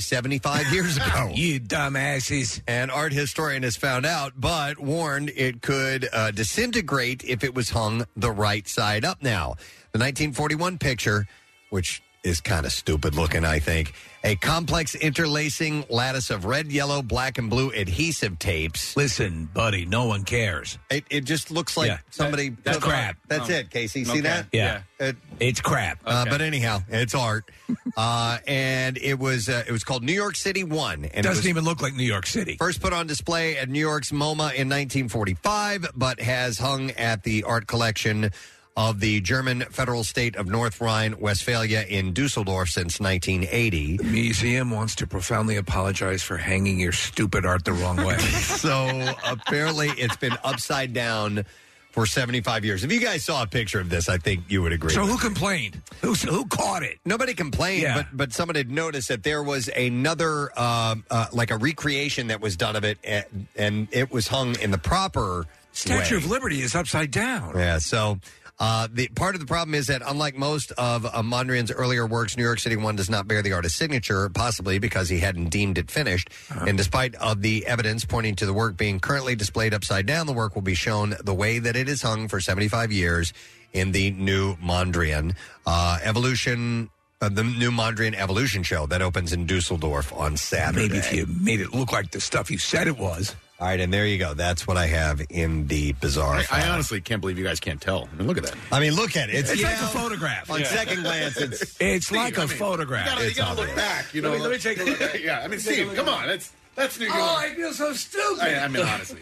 75 years ago.
you dumbasses.
An art historian has found out, but warned it could uh, disintegrate if it was hung the right side up now. The 1941 picture, which is kind of stupid looking, I think. A complex interlacing lattice of red, yellow, black, and blue adhesive tapes.
Listen, buddy, no one cares.
It, it just looks like
Yeah.
somebody.
That- that's
took-
crap.
That's
Oh.
it, Casey. See
Okay.
that?
Yeah.
It-
It's crap.
Uh,
Okay.
but anyhow, it's art, uh, and it was uh, it was called New York City One, and it
Doesn't
was
even look like New York City.
First put on display at New York's MoMA in 1945, but has hung at the art collection of the German federal state of North Rhine Westphalia in Dusseldorf since 1980.
The museum wants to profoundly apologize for hanging your stupid art the wrong way.
so apparently, it's been upside down for 75 years. If you guys saw a picture of this, I think you would agree.
so
with
who
me.
complained? Who who caught it?
Nobody complained,
Yeah.
but but someone had noticed that there was another um, uh, like a recreation that was done of it, and, and it was hung in the proper
Statue
way.
of Liberty is upside down.
Yeah, so uh, the part of the problem is that unlike most of uh, Mondrian's earlier works, New York City one does not bear the artist's signature, possibly because he hadn't deemed it finished.
Uh-huh.
And despite of the evidence pointing to the work being currently displayed upside down, the work will be shown the way that it is hung for 75 years in the new Mondrian uh, evolution. Uh, the new Mondrian Evolution show that opens in Dusseldorf on Saturday.
Maybe if you made it look like the stuff you said it was.
All right, and there you go. That's what I have in the bizarre.
I, I
file.
honestly can't believe you guys can't tell. I mean, look at that.
I mean, look at it. It's,
It's
you
like a
know,
photograph.
On
Yeah.
second glance, it's
It's like
a
a photograph.
You gotta, you
It's
gotta look
obvious.
back. You know,
Let me- let me take a look.
yeah, I
Let
mean,
me take a
Steve,
look.
come on. That's that's New York.
Oh, I feel so stupid.
I, I mean, honestly,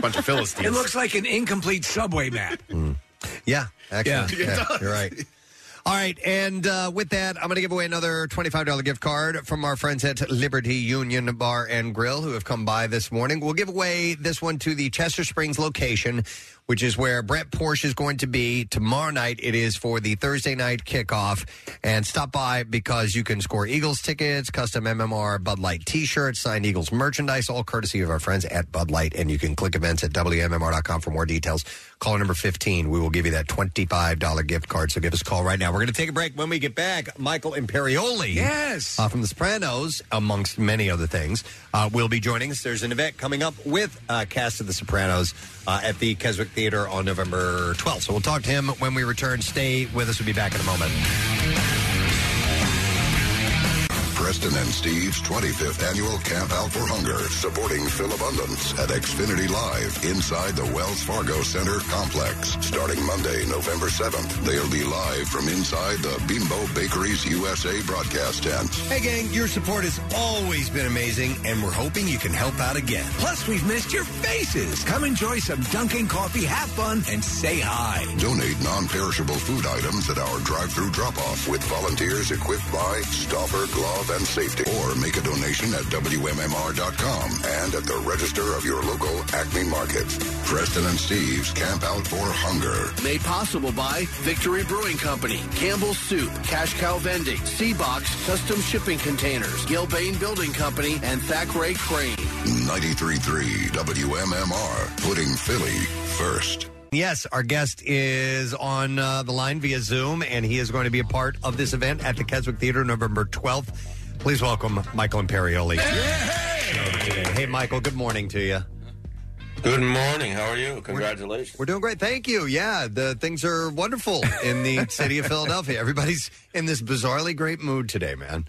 bunch of Philistines.
It looks like an incomplete subway map.
Yeah, actually,
Yeah. It
yeah,
does.
you're right. All right, and uh, with that, I'm going to give away another $25 gift card from our friends at Liberty Union Bar and Grill who have come by this morning. We'll give away this one to the Chester Springs location, which is where Brett Porsche is going to be tomorrow night. It is for the Thursday night kickoff. And stop by because you can score Eagles tickets, custom MMR Bud Light t shirts, signed Eagles merchandise, all courtesy of our friends at Bud Light. And you can click events at WMMR.com for more details. Caller number 15. We will give you that $25 gift card. So give us a call right now. We're going to take a break. When we get back, Michael Imperioli
Yes.
uh, from The Sopranos, amongst many other things, uh, will be joining us. There's an event coming up with uh, cast of The Sopranos uh, at the Keswick Theater on November 12th. So we'll talk to him when we return. Stay with us. We'll be back in a moment.
Preston and Steve's 25th annual Camp Out for Hunger, supporting Phil Abundance at Xfinity Live inside the Wells Fargo Center complex. Starting Monday, November 7th, they'll be live from inside the Bimbo Bakeries USA broadcast tent.
Hey, gang, your support has always been amazing, and we're hoping you can help out again.
Plus, we've missed your faces. Come enjoy some Dunkin' coffee, have fun, and say hi.
Donate non-perishable food items at our drive-through drop-off with volunteers equipped by stoffer, glove, health and safety. Or make a donation at WMMR.com and at the register of your local Acme Market. Preston and Steve's Camp Out for Hunger.
Made possible by Victory Brewing Company, Campbell's Soup, Cash Cow Vending, Seabox Custom Shipping Containers, Gilbane Building Company, and Thackeray Crane.
93.3 WMMR, putting Philly first.
Yes, our guest is on uh, the line via Zoom, and he is going to be a part of this event at the Keswick Theater November 12th. Please welcome Michael Imperioli. Hey, Michael, good morning to you.
Good morning. How are you? Congratulations.
We're doing great. Thank you. Yeah, the things are wonderful in the city of Philadelphia. Everybody's in this bizarrely great mood today, man.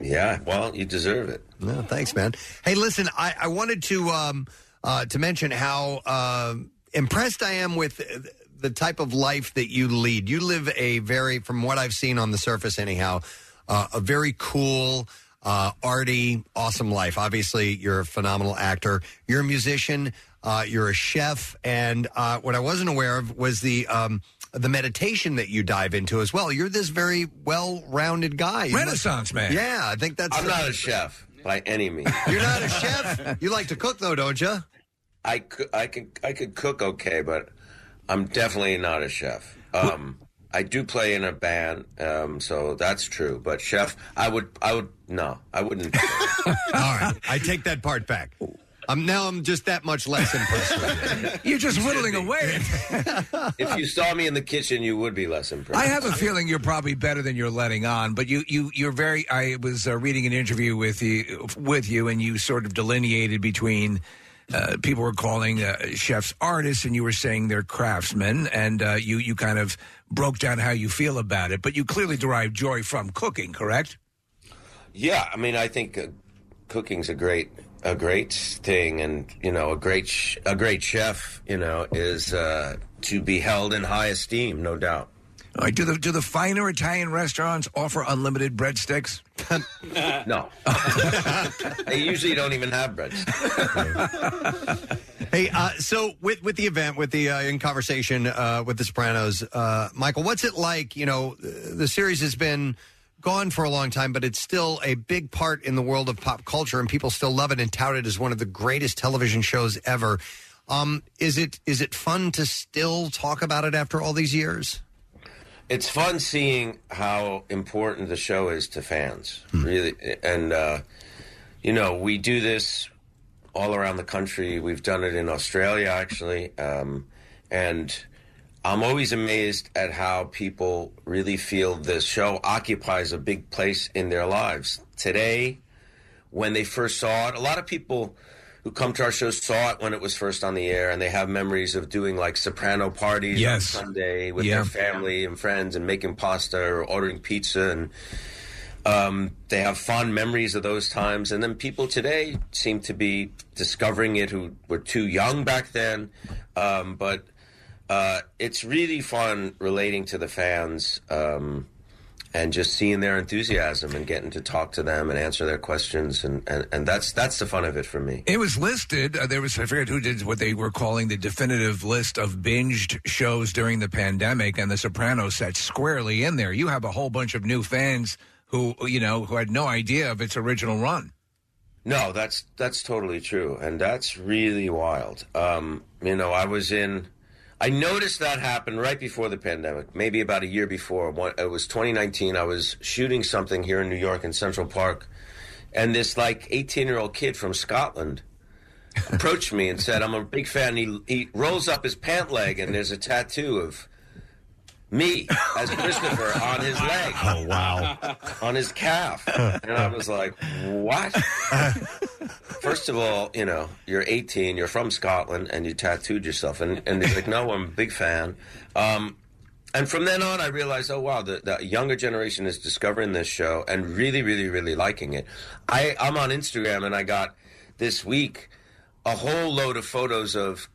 Yeah, well, you deserve it.
No, thanks, man. Hey, listen, I, I wanted to um, uh, to mention how um impressed I am with uh, the type of life that you lead. You live a very, from what I've seen on the surface, anyhow, uh, a very cool, uh, arty, awesome life. Obviously, you're a phenomenal actor. You're a musician. Uh, you're a chef, and uh, what I wasn't aware of was the. Um, the meditation that you dive into as well. You're this very well-rounded guy, You must-
Renaissance man.
Yeah, I think that's.
I'm
the-
not a chef by any means.
You're not a chef. You like to cook though, don't you?
I could, I could, I could cook okay, but I'm definitely not a chef. Um, I do play in a band, um, so that's true. But chef, I would, I would, no, I wouldn't.
All right, I take that part back. I'm now I'm just that much less impressed.
You're just whittling away.
if you saw me in the kitchen, you would be less impressed.
I have a feeling you're probably better than you're letting on, but you you you're very. I was uh, reading an interview with you with you, and you sort of delineated between. Uh, people were calling uh, chefs artists, and you were saying they're craftsmen, and uh, you you kind of broke down how you feel about it. But you clearly derive joy from cooking, correct?
Yeah, I mean, I think uh, cooking's a great a great thing, and you know, a great sh- a great chef, you know, is uh, to be held in high esteem, no doubt.
All right, do the do the finer Italian restaurants offer unlimited breadsticks?
no, they usually don't even have breads.
Hey, uh, so with with the event, with the uh, in conversation uh, with the Sopranos, uh, Michael, what's it like? You know, the series has been gone for a long time, but it's still a big part in the world of pop culture, and people still love it and tout it as one of the greatest television shows ever. Um, is it is it fun to still talk about it after all these years?
It's fun seeing how important the show is to fans, really. And uh, you know, we do this all around the country. We've done it in Australia, actually, um, and I'm always amazed at how people really feel this show occupies a big place in their lives. Today, when they first saw it, a lot of people who come to our show saw it when it was first on the air, and they have memories of doing like soprano parties
Yes.
on Sunday with
Yeah.
their family and friends and making pasta or ordering pizza and um, they have fond memories of those times and then people today seem to be discovering it who were too young back then um, but uh, it's really fun relating to the fans um, and just seeing their enthusiasm and getting to talk to them and answer their questions and, and, and that's that's the fun of it for me
It was listed. Uh, there was I forget who did what they were calling the definitive list of binged shows during the pandemic, and The Sopranos sat squarely in there. You have a whole bunch of new fans who you know who had no idea of its original run.
No, that's that's totally true, and that's really wild. Um, you know, I was in. I noticed that happen right before the pandemic, maybe about a year before. One, it was 2019. I was shooting something here in New York in Central Park, and this like 18 year old kid from Scotland approached me and said, "I'm a big fan." He he rolls up his pant leg, and there's a tattoo of me as Christopher on his leg. Oh wow! On his calf, and I was like, "What?" First of all, you know, you're 18, you're from Scotland, and you tattooed yourself. And, and he's like, no, I'm a big fan. Um, and from then on, I realized, oh, wow, the, the younger generation is discovering this show and really, really, really liking it. I, I'm on Instagram, and I got this week a whole load of photos of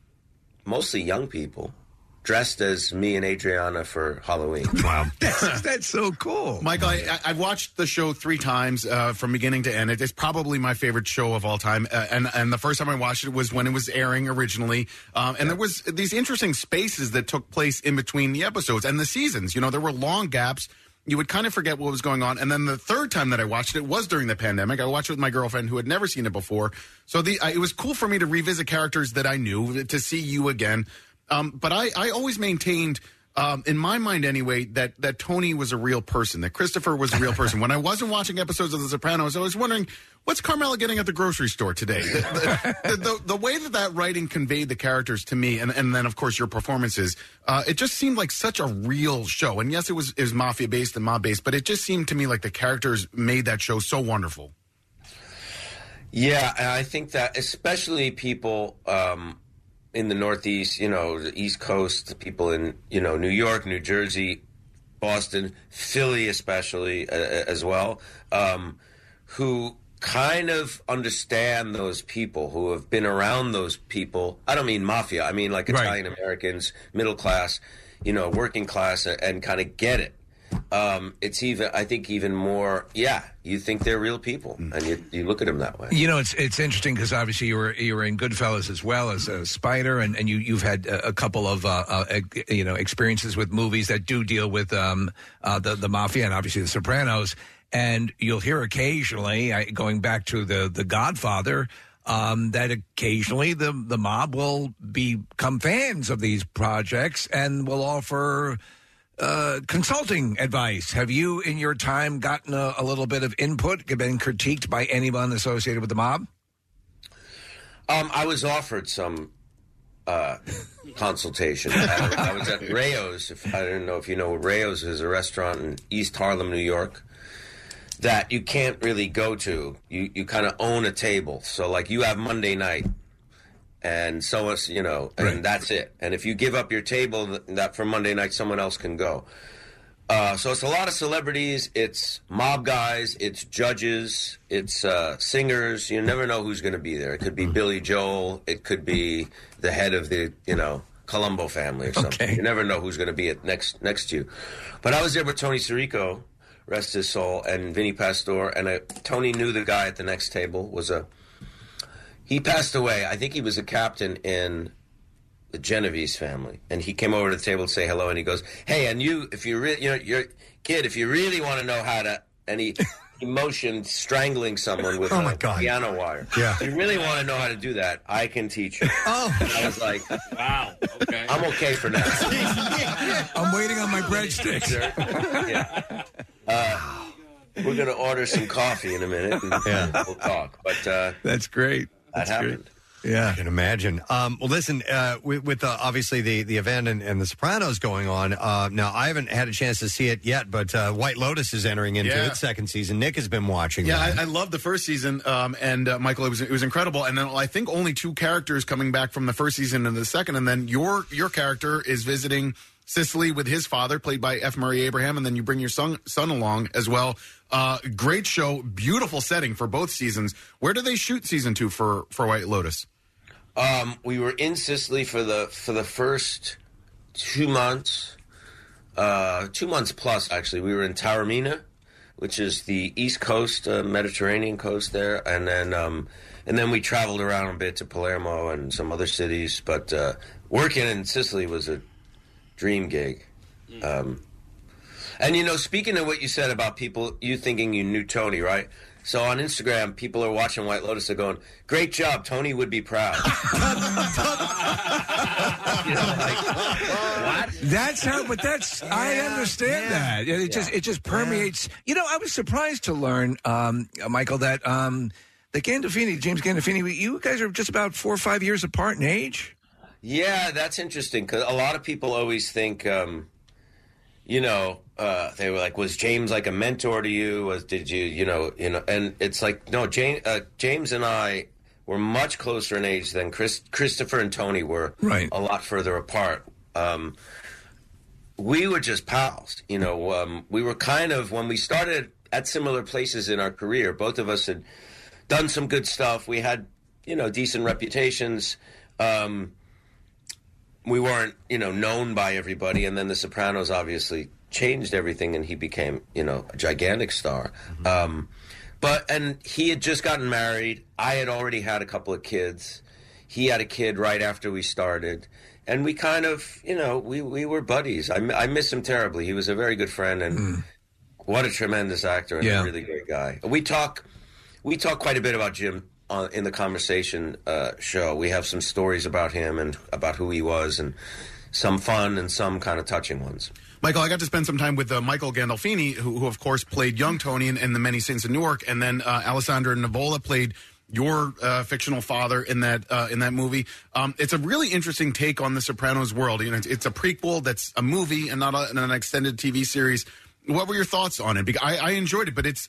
mostly young people dressed as me and Adriana for Halloween. Wow.
that's, that's so cool.
Michael, I, I, I've watched the show three times uh, from beginning to end. It is probably my favorite show of all time. Uh, and and the first time I watched it was when it was airing originally. Um, and there was these interesting spaces that took place in between the episodes and the seasons. You know, there were long gaps you would kind of forget what was going on. And then the third time that I watched it was during the pandemic. I watched it with my girlfriend who had never seen it before. So the I, it was cool for me to revisit characters that I knew to see you again. Um, but I, I always maintained. Um, in my mind, anyway, that that Tony was a real person, that Christopher was a real person. when I wasn't watching episodes of The Sopranos, I was wondering, what's Carmela getting at the grocery store today? The, the, the, the, the way that that writing conveyed the characters to me, and, and then of course your performances, uh, it just seemed like such a real show. And yes, it was it was mafia based and mob based, but it just seemed to me like the characters made that show so wonderful.
Yeah, and I think that especially people um, in the Northeast, you know, the East Coast, the people in you know New York, New Jersey, Boston, Philly, especially uh, as well, um, who kind of understand those people who have been around those people. I don't mean mafia. I mean like
Right.
Italian Americans, middle class, you know, working class, a- and kind of get it. Um, it's even, I think, even more. Yeah, you think they're real people, and you, you look at them that way.
You know, it's it's interesting because obviously you were you were in Goodfellas as well as a Spider, and, and you you've had a, a couple of uh, uh, ex- you know experiences with movies that do deal with um, uh, the the mafia and obviously the Sopranos, and you'll hear occasionally I, going back to the the Godfather. Um, that occasionally the the mob will become fans of these projects and will offer uh, consulting advice. Have you, in your time, gotten a, a little bit of input, been critiqued by anyone associated with the mob?
Um, I was offered some uh, consultation. I, I was at Rayo's. If, I don't know if you know what Rayo's is, a restaurant in East Harlem, New York, that you can't really go to. You you kind of own a table. So like you have Monday night, and so is you know, and that's it. And if you give up your table, th- that for Monday night, someone else can go. Uh, so it's a lot of celebrities. It's mob guys. It's judges. It's uh, singers. You never know who's going to be there. It could be Billy Joel. It could be the head of the you know Colombo family or something. You never know who's going to be at next next to you. But I was there with Tony Sirico, rest his soul, and Vinny Pastor. And I, Tony knew the guy at the next table was a. He passed away. I think he was a captain in the Genovese family, and he came over to the table to say hello, and he goes, "Hey, and you, if you really, you know, your kid, if you really want to know how to," and he he motioned strangling someone with
Oh,
a
my God.
piano wire.
Yeah.
if you really want to know how to do that, I can teach you. Oh, I was like, wow, okay, I'm okay for now.
I'm waiting on my breadsticks.
yeah. Uh, we're gonna order some coffee in a minute, and we'll talk. But uh,
that's great.
That happened.
Yeah, I can imagine. Um, well, listen, uh, with, with uh, obviously the the event and, and the Sopranos going on. Uh, now, I haven't had a chance to see it yet, but uh, White Lotus is entering into
Yeah.
its second season. Nick has been watching.
Yeah,
that.
I, I loved the first season, um, and uh, Michael, it was it was incredible. And then I think only two characters coming back from the first season and the second, and then your your character is visiting Sicily with his father, played by F. Murray Abraham, and then you bring your son son along as well. Uh, great show, beautiful setting for both seasons. Where do they shoot season two for for White Lotus?
Um, we were in Sicily for the for the first two months, uh, two months plus actually. We were in Taormina, which is the east coast, uh, Mediterranean coast there, and then um, and then we traveled around a bit to Palermo and some other cities. But uh, working in Sicily was a dream gig. Um, and you know, speaking of what you said about people, you thinking you knew Tony, right? So on Instagram, people are watching White Lotus. They're going, "Great job, Tony would be proud."
That's how, but that's I understand that. It just it just permeates. You know, I was surprised to learn, um, uh, Michael, that um, the Gandolfini, James Gandolfini, you guys are just about four or five years apart in age.
Yeah, that's interesting because a lot of people always think, um, you know, uh, they were like, "Was James like a mentor to you? Was did you, you know, you know?" And it's like, no, James, uh, James and I were much closer in age than Chris, Christopher and Tony were. Right, a lot further apart. Um, we were just pals, you know. Um, we were kind of when we started at similar places in our career. Both of us had done some good stuff. We had, you know, decent reputations. Um, we weren't, you know, known by everybody. And then The Sopranos obviously changed everything, and he became, you know, a gigantic star. Um, but and he had just gotten married. I had already had a couple of kids. He had a kid right after we started, and we kind of, you know, we we were buddies. I, mi- I miss him terribly. He was a very good friend, and What a tremendous actor and
Yeah.
a really great guy. We talk, we talk quite a bit about Jim on, in the conversation uh, show. We have some stories about him and about who he was, and some fun and some kind of touching ones.
Michael, I got to spend some time with uh, Michael Gandolfini, who, who of course played young Tony in, in The Many Saints of Newark, and then uh, Alessandra Nivola played your uh, fictional father in that uh, in that movie. Um, it's a really interesting take on the Sopranos world. You know, it's, it's a prequel that's a movie and not a, and an extended TV series. What were your thoughts on it? Because I, I enjoyed it, but it's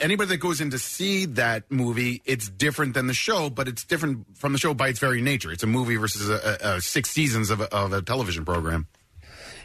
anybody that goes in to see that movie, it's different than the show, but it's different from the show by its very nature. It's a movie versus a, a, a six seasons of a, of a television program.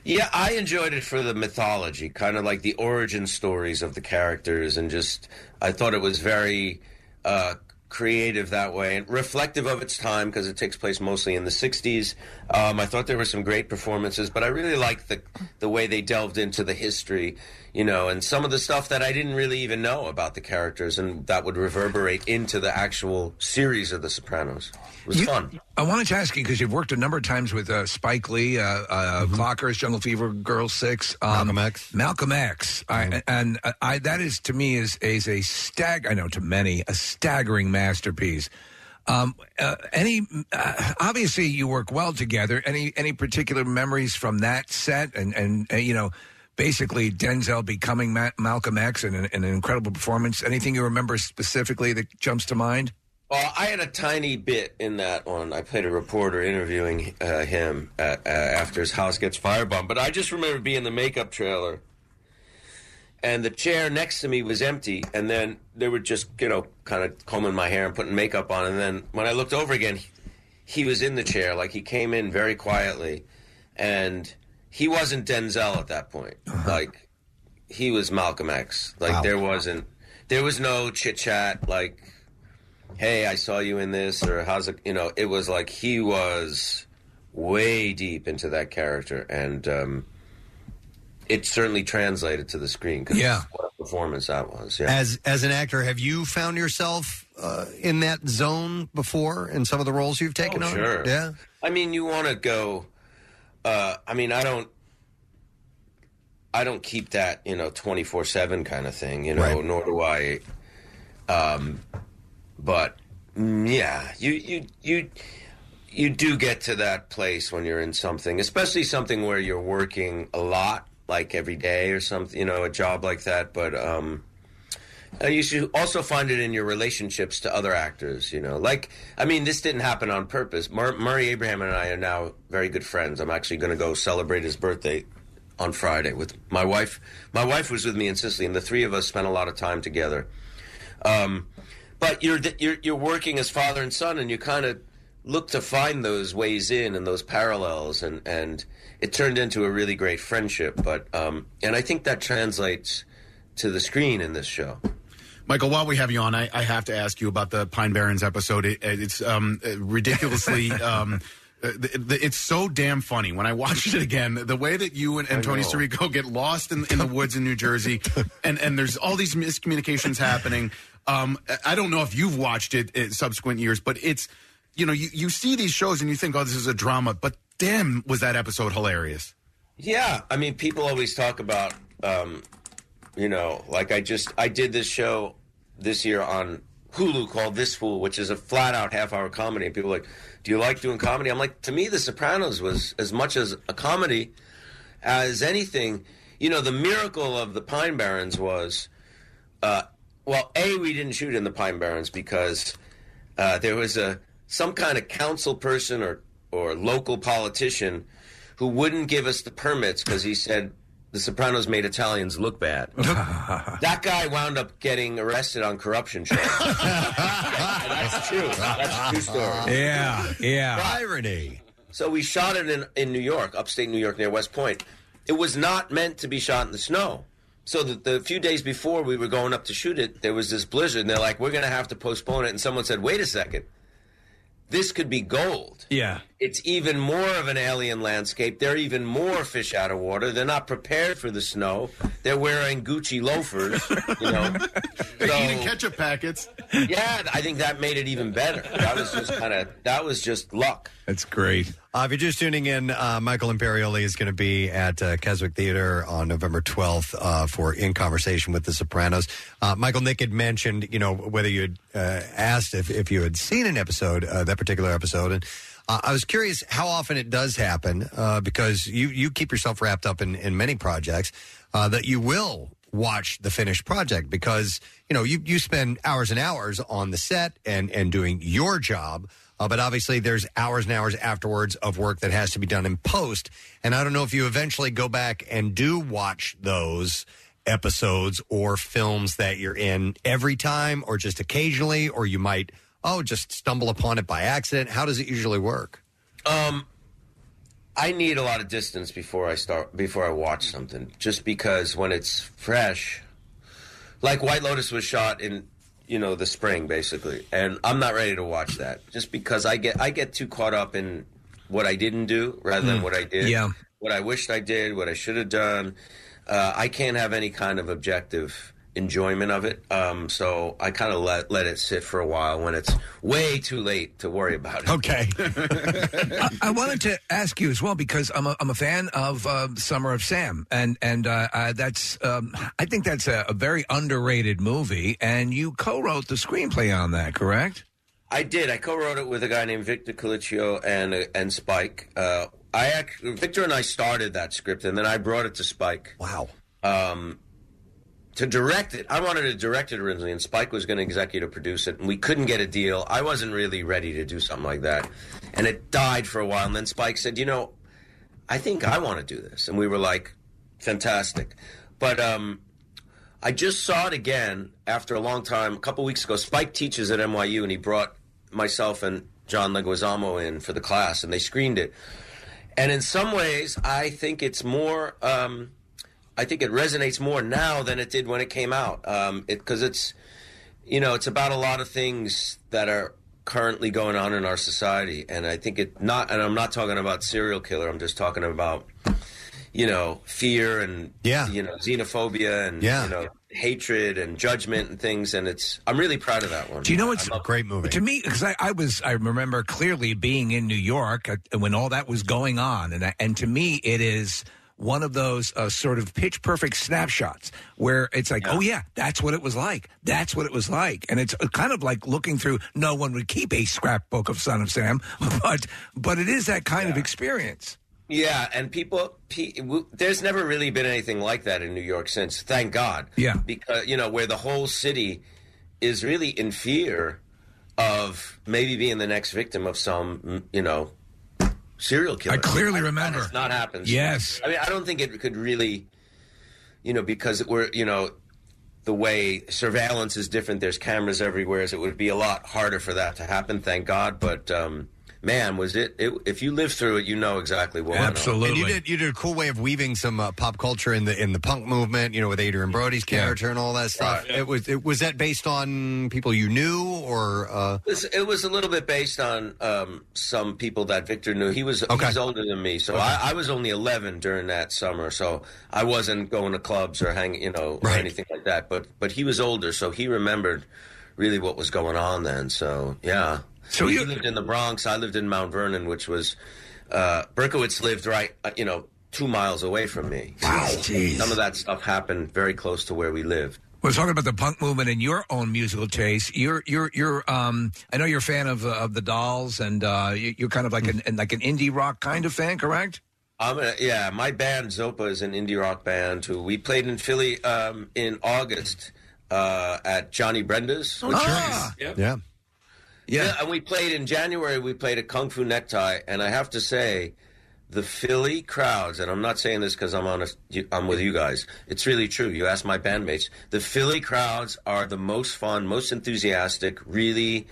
Yeah, I enjoyed it for the mythology, kind of like the origin stories of the characters, and just I thought it was very uh, creative that way and reflective of its time because it takes place mostly in the '60s. Um, I thought there were some great performances, but I really liked the the way they delved into the history, you know, and some of the stuff that I didn't really even know about the characters, and that would reverberate into the actual series of The Sopranos. It was fun.
I wanted to ask you because you've worked a number of times with uh, Spike Lee, uh, uh,
Mm-hmm.
Clockers, Jungle Fever, Girl Six, um, Malcolm X. Malcolm X, I-
Mm-hmm.
and uh, I, that is to me is is a stag. I know to many a staggering masterpiece. Um, uh, any uh, obviously you work well together. Any any particular memories from that set and and uh, you know. Basically, Denzel becoming Ma- Malcolm X and an, and an incredible performance. Anything you remember specifically that jumps to mind?
Well, I had a tiny bit in that one. I played a reporter interviewing uh, him at, uh, after his house gets firebombed. But I just remember being in the makeup trailer, and the chair next to me was empty. And then they were just, you know, kind of combing my hair and putting makeup on. And then when I looked over again, he, he was in the chair. Like he came in very quietly, and he wasn't Denzel at that point.
Uh-huh.
Like he was Malcolm X. Like there wasn't, there was no chit chat. Like hey, I saw you in this, or how's it? You know, it was like he was way deep into that character, and um, it certainly translated to the screen. 'cause
Yeah.
what a performance that was. Yeah,
As as an actor, have you found yourself uh, in that zone before in some of the roles you've taken
Oh,
on?
Sure.
Yeah.
I mean, you want to go. Uh, I mean, I don't. I don't keep that you know twenty four seven kind of thing. You know, nor do I. Um, but mm, yeah, you you you you do get to that place when you're in something, especially something where you're working a lot, like every day or something. You know, a job like that, but. um uh, you should also find it in your relationships to other actors. You know, like I mean, this didn't happen on purpose. Mur- Murray Abraham and I are now very good friends. I'm actually going to go celebrate his birthday on Friday with my wife. My wife was with me in Sicily, and the three of us spent a lot of time together. Um, but you're th- you're you're working as father and son, and you kind of look to find those ways in and those parallels, and and it turned into a really great friendship. But um, and I think that translates to the screen in this show.
Michael, while we have you on, I, I have to ask you about the Pine Barrens episode. It, it's um, ridiculously. um, uh, th- th- it's so damn funny when I watched it again. The way that you and, and
I
Tony
know.
Sirico get lost in, in the woods in New Jersey, and, and there's all these miscommunications happening. Um, I- I don't know if you've watched it in subsequent years, but it's you know you, you see these shows and you think, oh, this is a drama, but damn, was that episode hilarious?
Yeah, I mean, people always talk about, um, you know, like I just I did this show this year on Hulu called This Fool, which is a flat out half hour comedy. And people are like, do you like doing comedy? I'm like, to me, The Sopranos was as much as a comedy as anything. You know, the miracle of the Pine Barrens was, uh, well, a we didn't shoot in the Pine Barrens because uh, there was a some kind of council person or or local politician who wouldn't give us the permits because he said the Sopranos made Italians look bad. that guy wound up getting arrested on corruption charges. That's true. That's a true story.
Yeah, yeah.
Irony.
So we shot it in, in New York, upstate New York, near West Point. It was not meant to be shot in the snow. So the, the few days before we were going up to shoot it, there was this blizzard, and they're like, "We're going to have to postpone it." And someone said, "Wait a second, this could be gold."
Yeah.
It's even more of an alien landscape. They're even more fish out of water. They're not prepared for the snow. They're wearing Gucci loafers, you know.
They're eating ketchup packets.
Yeah, I think that made it even better. That was just kind of that was just luck.
That's great. Uh, if you're just tuning in, uh, Michael Imperioli is going to be at uh, Keswick Theater on November 12th uh, for In Conversation with the Sopranos. Uh, Michael Nick had mentioned, you know, whether you had uh, asked if, if you had seen an episode, uh, that particular episode. And uh, I was curious how often it does happen uh, because you, you keep yourself wrapped up in, in many projects uh, that you will watch the finished project because, you know, you, you spend hours and hours on the set and, and doing your job. Uh, but obviously, there's hours and hours afterwards of work that has to be done in post. And I don't know if you eventually go back and do watch those episodes or films that you're in every time or just occasionally, or you might, oh, just stumble upon it by accident. How does it usually work?
Um, I need a lot of distance before I start before I watch something, just because when it's fresh, like White Lotus was shot in you know the spring basically, and I'm not ready to watch that just because I get I get too caught up in what I didn't do rather than
Mm,
what I did,
yeah.
what I wished I did, what I should have done. Uh, I can't have any kind of objective enjoyment of it, um, so I kind of let let it sit for a while when it's way too late to worry about it.
Okay.
I, I wanted to ask you as well because I'm a, I'm a fan of uh, Summer of Sam, and and uh, uh, that's um, I think that's a, a very underrated movie, and you co-wrote the screenplay on that, correct?
I did. I co-wrote it with a guy named Victor Colicchio and and Spike. Uh, I act- Victor and I started that script, and then I brought it to Spike.
Wow.
Um, to direct it, I wanted to direct it originally, and Spike was going to executive produce it, and we couldn't get a deal. I wasn't really ready to do something like that, and it died for a while. And then Spike said, "You know, I think I want to do this," and we were like, "Fantastic!" But um, I just saw it again after a long time. A couple weeks ago, Spike teaches at NYU, and he brought myself and John Leguizamo in for the class, and they screened it. And in some ways, I think it's more. Um, I think it resonates more now than it did when it came out. Um, it because it's, you know, it's about a lot of things that are currently going on in our society, and I think it not. And I'm not talking about serial killer. I'm just talking about, you know, fear and
yeah,
you know, xenophobia and
Yeah.
you know, hatred and judgment and things. And it's. I'm really proud of that one.
Do you know it's
I love-
great movie
to me? Because I, I was I remember clearly being in New York uh, when all that was going on, and I, and to me it is one of those uh, sort of pitch perfect snapshots where it's like, oh yeah, that's what it was like. That's what it was like, and it's uh, kind of like looking through. No one would keep a scrapbook of Son of Sam, but but it is that kind of experience.
Yeah, and people, pe- w- there's never really been anything like that in New York since. Thank God.
Yeah.
because you know where the whole city is really in fear of maybe being the next victim of some, mm, you know, serial killer.
I clearly
That
remember.
has not happened.
Yes.
I mean, I don't think it could really, you know, because it we're you know. The way surveillance is different, there's cameras everywhere, so it would be a lot harder for that to happen. Thank God, but um, man, was it, it? If you live through it, you know exactly what. went on.
And you did you did a cool way of weaving some uh, pop culture in the in the punk movement, you know, with Adrian Brody's character and all that stuff.
Right.
It was it was that based on people you knew or uh
It was, it was a little bit based on um, some people that Victor knew. He was
Okay.
he's older than me, so I, I was only eleven during that summer. So I wasn't going to clubs or hang, you know, or anything like that. But but he was older, so he remembered really what was going on then. So yeah. So he lived in the Bronx. I lived in Mount Vernon, which was uh, Berkowitz lived right, uh, you know, two miles away from me. Wow, some of that stuff happened very close to where we lived.
We're talking about the punk movement and your own musical chase. You're you're you're um I know you're a fan of uh, of the Dolls and uh you- you're kind of like an, an like an indie rock kind of fan, correct?
I'm a, yeah, my band Zopa is an indie rock band who we played in Philly um, in August uh, at Johnny Brenda's. which is-
yeah.
yeah. and we played in January. We played at Kung Fu Necktie, and I have to say, the Philly crowds, and I'm not saying this because I'm on a, you- I'm with you guys. It's really true. You ask my bandmates, the Philly crowds are the most fun, most enthusiastic, really.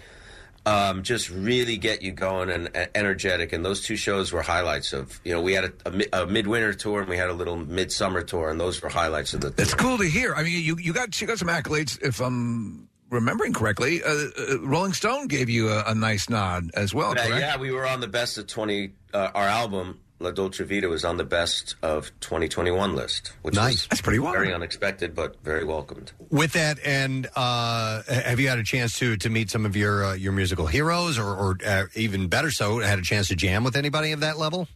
Um, just really get you going and, and energetic, and those two shows were highlights of. You know, we had a, a, mi- a midwinter tour and we had a little midsummer tour, and those were highlights of the.
That's cool to hear. I mean, you you got you got some accolades if I'm remembering correctly. Uh, uh, Rolling Stone gave you a, a nice nod as well,
Yeah,
correct?
yeah, we were on the best of 20, uh, our album La Dolce Vita was on the best of 2021 list, which
Nice.
is
That's pretty wild.
very unexpected but very welcomed.
With that, and uh, have you had a chance to to meet some of your uh, your musical heroes, or, or uh, even better so, had a chance to jam with anybody of that level?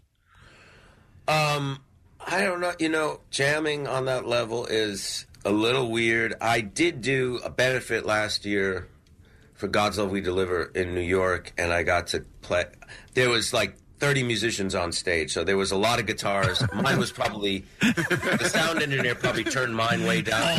Um, I don't know. You know, jamming on that level is a little weird. I did do a benefit last year for God's Love We Deliver in New York, and I got to play. There was like 30 musicians on stage, so there was a lot of guitars. mine was probably the sound engineer probably turned mine way down.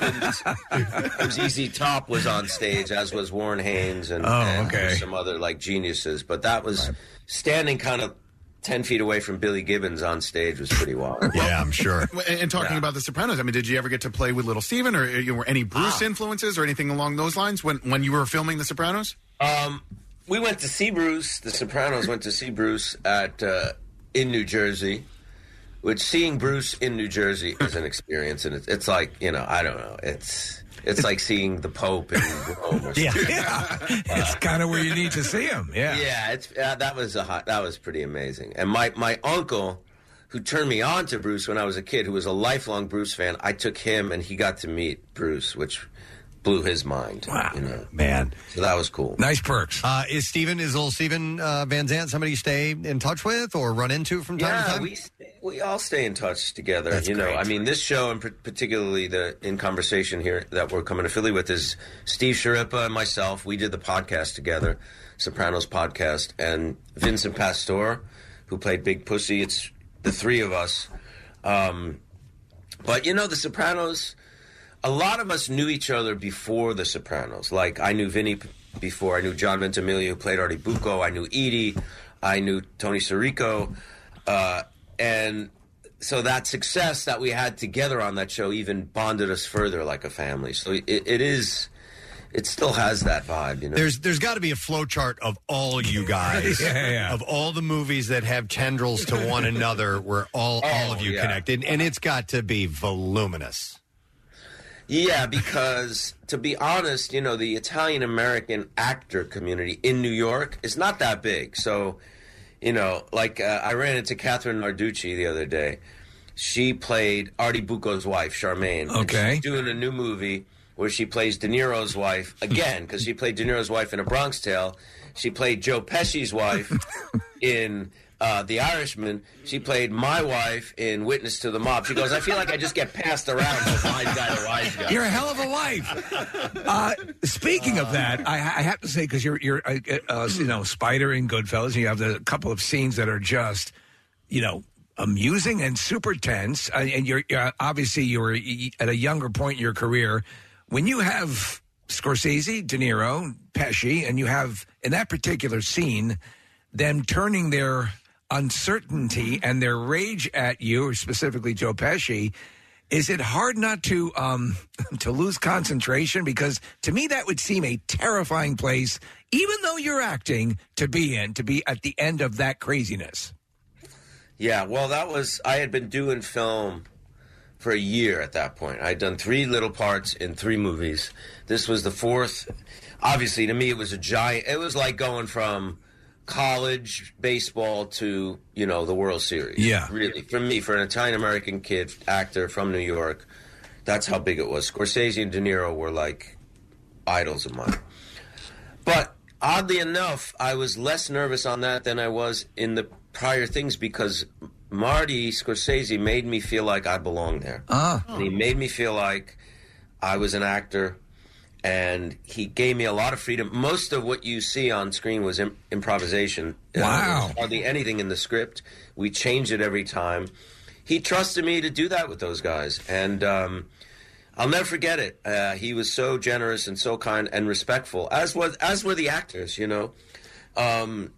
It was easy. Top was on stage, as was Warren Haynes and,
Oh,
and
okay.
some other like geniuses. But that was standing kind of ten feet away from Billy Gibbons on stage was pretty wild.
yeah, I'm sure.
And, and talking about The Sopranos, I mean, did you ever get to play with Little Steven or uh, you know, any Bruce influences or anything along those lines when, when you were filming The Sopranos?
Um, we went to see Bruce. The Sopranos went to see Bruce at uh, in New Jersey. Which seeing Bruce in New Jersey is an experience, and it's, it's like you know, I don't know, it's it's like seeing the Pope in Rome. Or
Yeah.
something.
it's kind of where you need to see him. Yeah.
yeah. It's uh, that was a hot, that was pretty amazing. And my my uncle, who turned me on to Bruce when I was a kid, who was a lifelong Bruce fan, I took him and he got to meet Bruce, which blew his mind. Wow, you know?
man,
so that was cool.
Nice perks.
Uh, is Steven, is little Steven uh, Van Zant somebody you stay in touch with or run into from time
yeah,
to time?
we we all stay in touch together.
That's
you know,
great.
I mean, this show and par- particularly the in conversation here that we're coming to Philly with is Steve Sharippa and myself. We did the podcast together, Sopranos podcast, and Vincent Pastor, who played Big Pussy. It's the three of us. Um, but you know, the Sopranos. A lot of us knew each other before the Sopranos. Like I knew Vinny p- before. I knew John Ventimiglia, who played Artie Bucco. I knew Edie. I knew Tony Sirico. Uh, and so that success that we had together on that show even bonded us further like a family. So it, it is, it still has that vibe, you know.
There's there's got to be a flow chart of all you guys,
Yeah, yeah.
of all the movies that have tendrils to one another, where all all of you
Oh, yeah.
connected, and it's got to be voluminous.
Yeah, because to be honest, you know, the Italian American actor community in New York is not that big. So, you know, like uh, I ran into Catherine Narducci the other day. She played Artie Bucco's wife, Charmaine. And
Okay.
she's doing a new movie where she plays De Niro's wife again, because she played De Niro's wife in A Bronx Tale. She played Joe Pesci's wife in uh, The Irishman. She played my wife in Witness to the Mob. She goes, I feel like I just get passed around from wise guy to wise guy.
You're a hell of a wife. Uh, speaking of that, I, I have to say because you're you're uh, uh, you know Spider in Goodfellas, and you have the couple of scenes that are just you know amusing and super tense, Uh, and, and you're, you're obviously you were y- at a younger point in your career when you have Scorsese, De Niro, Pesci, and you have in that particular scene them turning their uncertainty and their rage at you, or specifically Joe Pesci, is it hard not to um, to lose concentration? Because to me, that would seem a terrifying place, even though you're acting, to be in, to be at the end of that craziness.
Yeah, well, that was I had been doing film for a year at that point. I'd done three little parts in three movies. This was the fourth. Obviously, to me, it was a giant. It was like going from college baseball to you know the World Series.
Yeah.
really, for me, for an Italian American kid actor from New York, that's how big it was. Scorsese and De Niro were like idols of mine. But oddly enough, I was less nervous on that than I was in the prior things because Marty Scorsese made me feel like I belonged there.
Ah.
And he made me feel like I was an actor and he gave me a lot of freedom. Most of what you see on screen was Im- improvisation. Uh, there was hardly anything in the script. We changed it every time. He trusted me to do that with those guys. And, um, I'll never forget it. Uh, he was so generous and so kind and respectful, as was as were the actors. You know, um,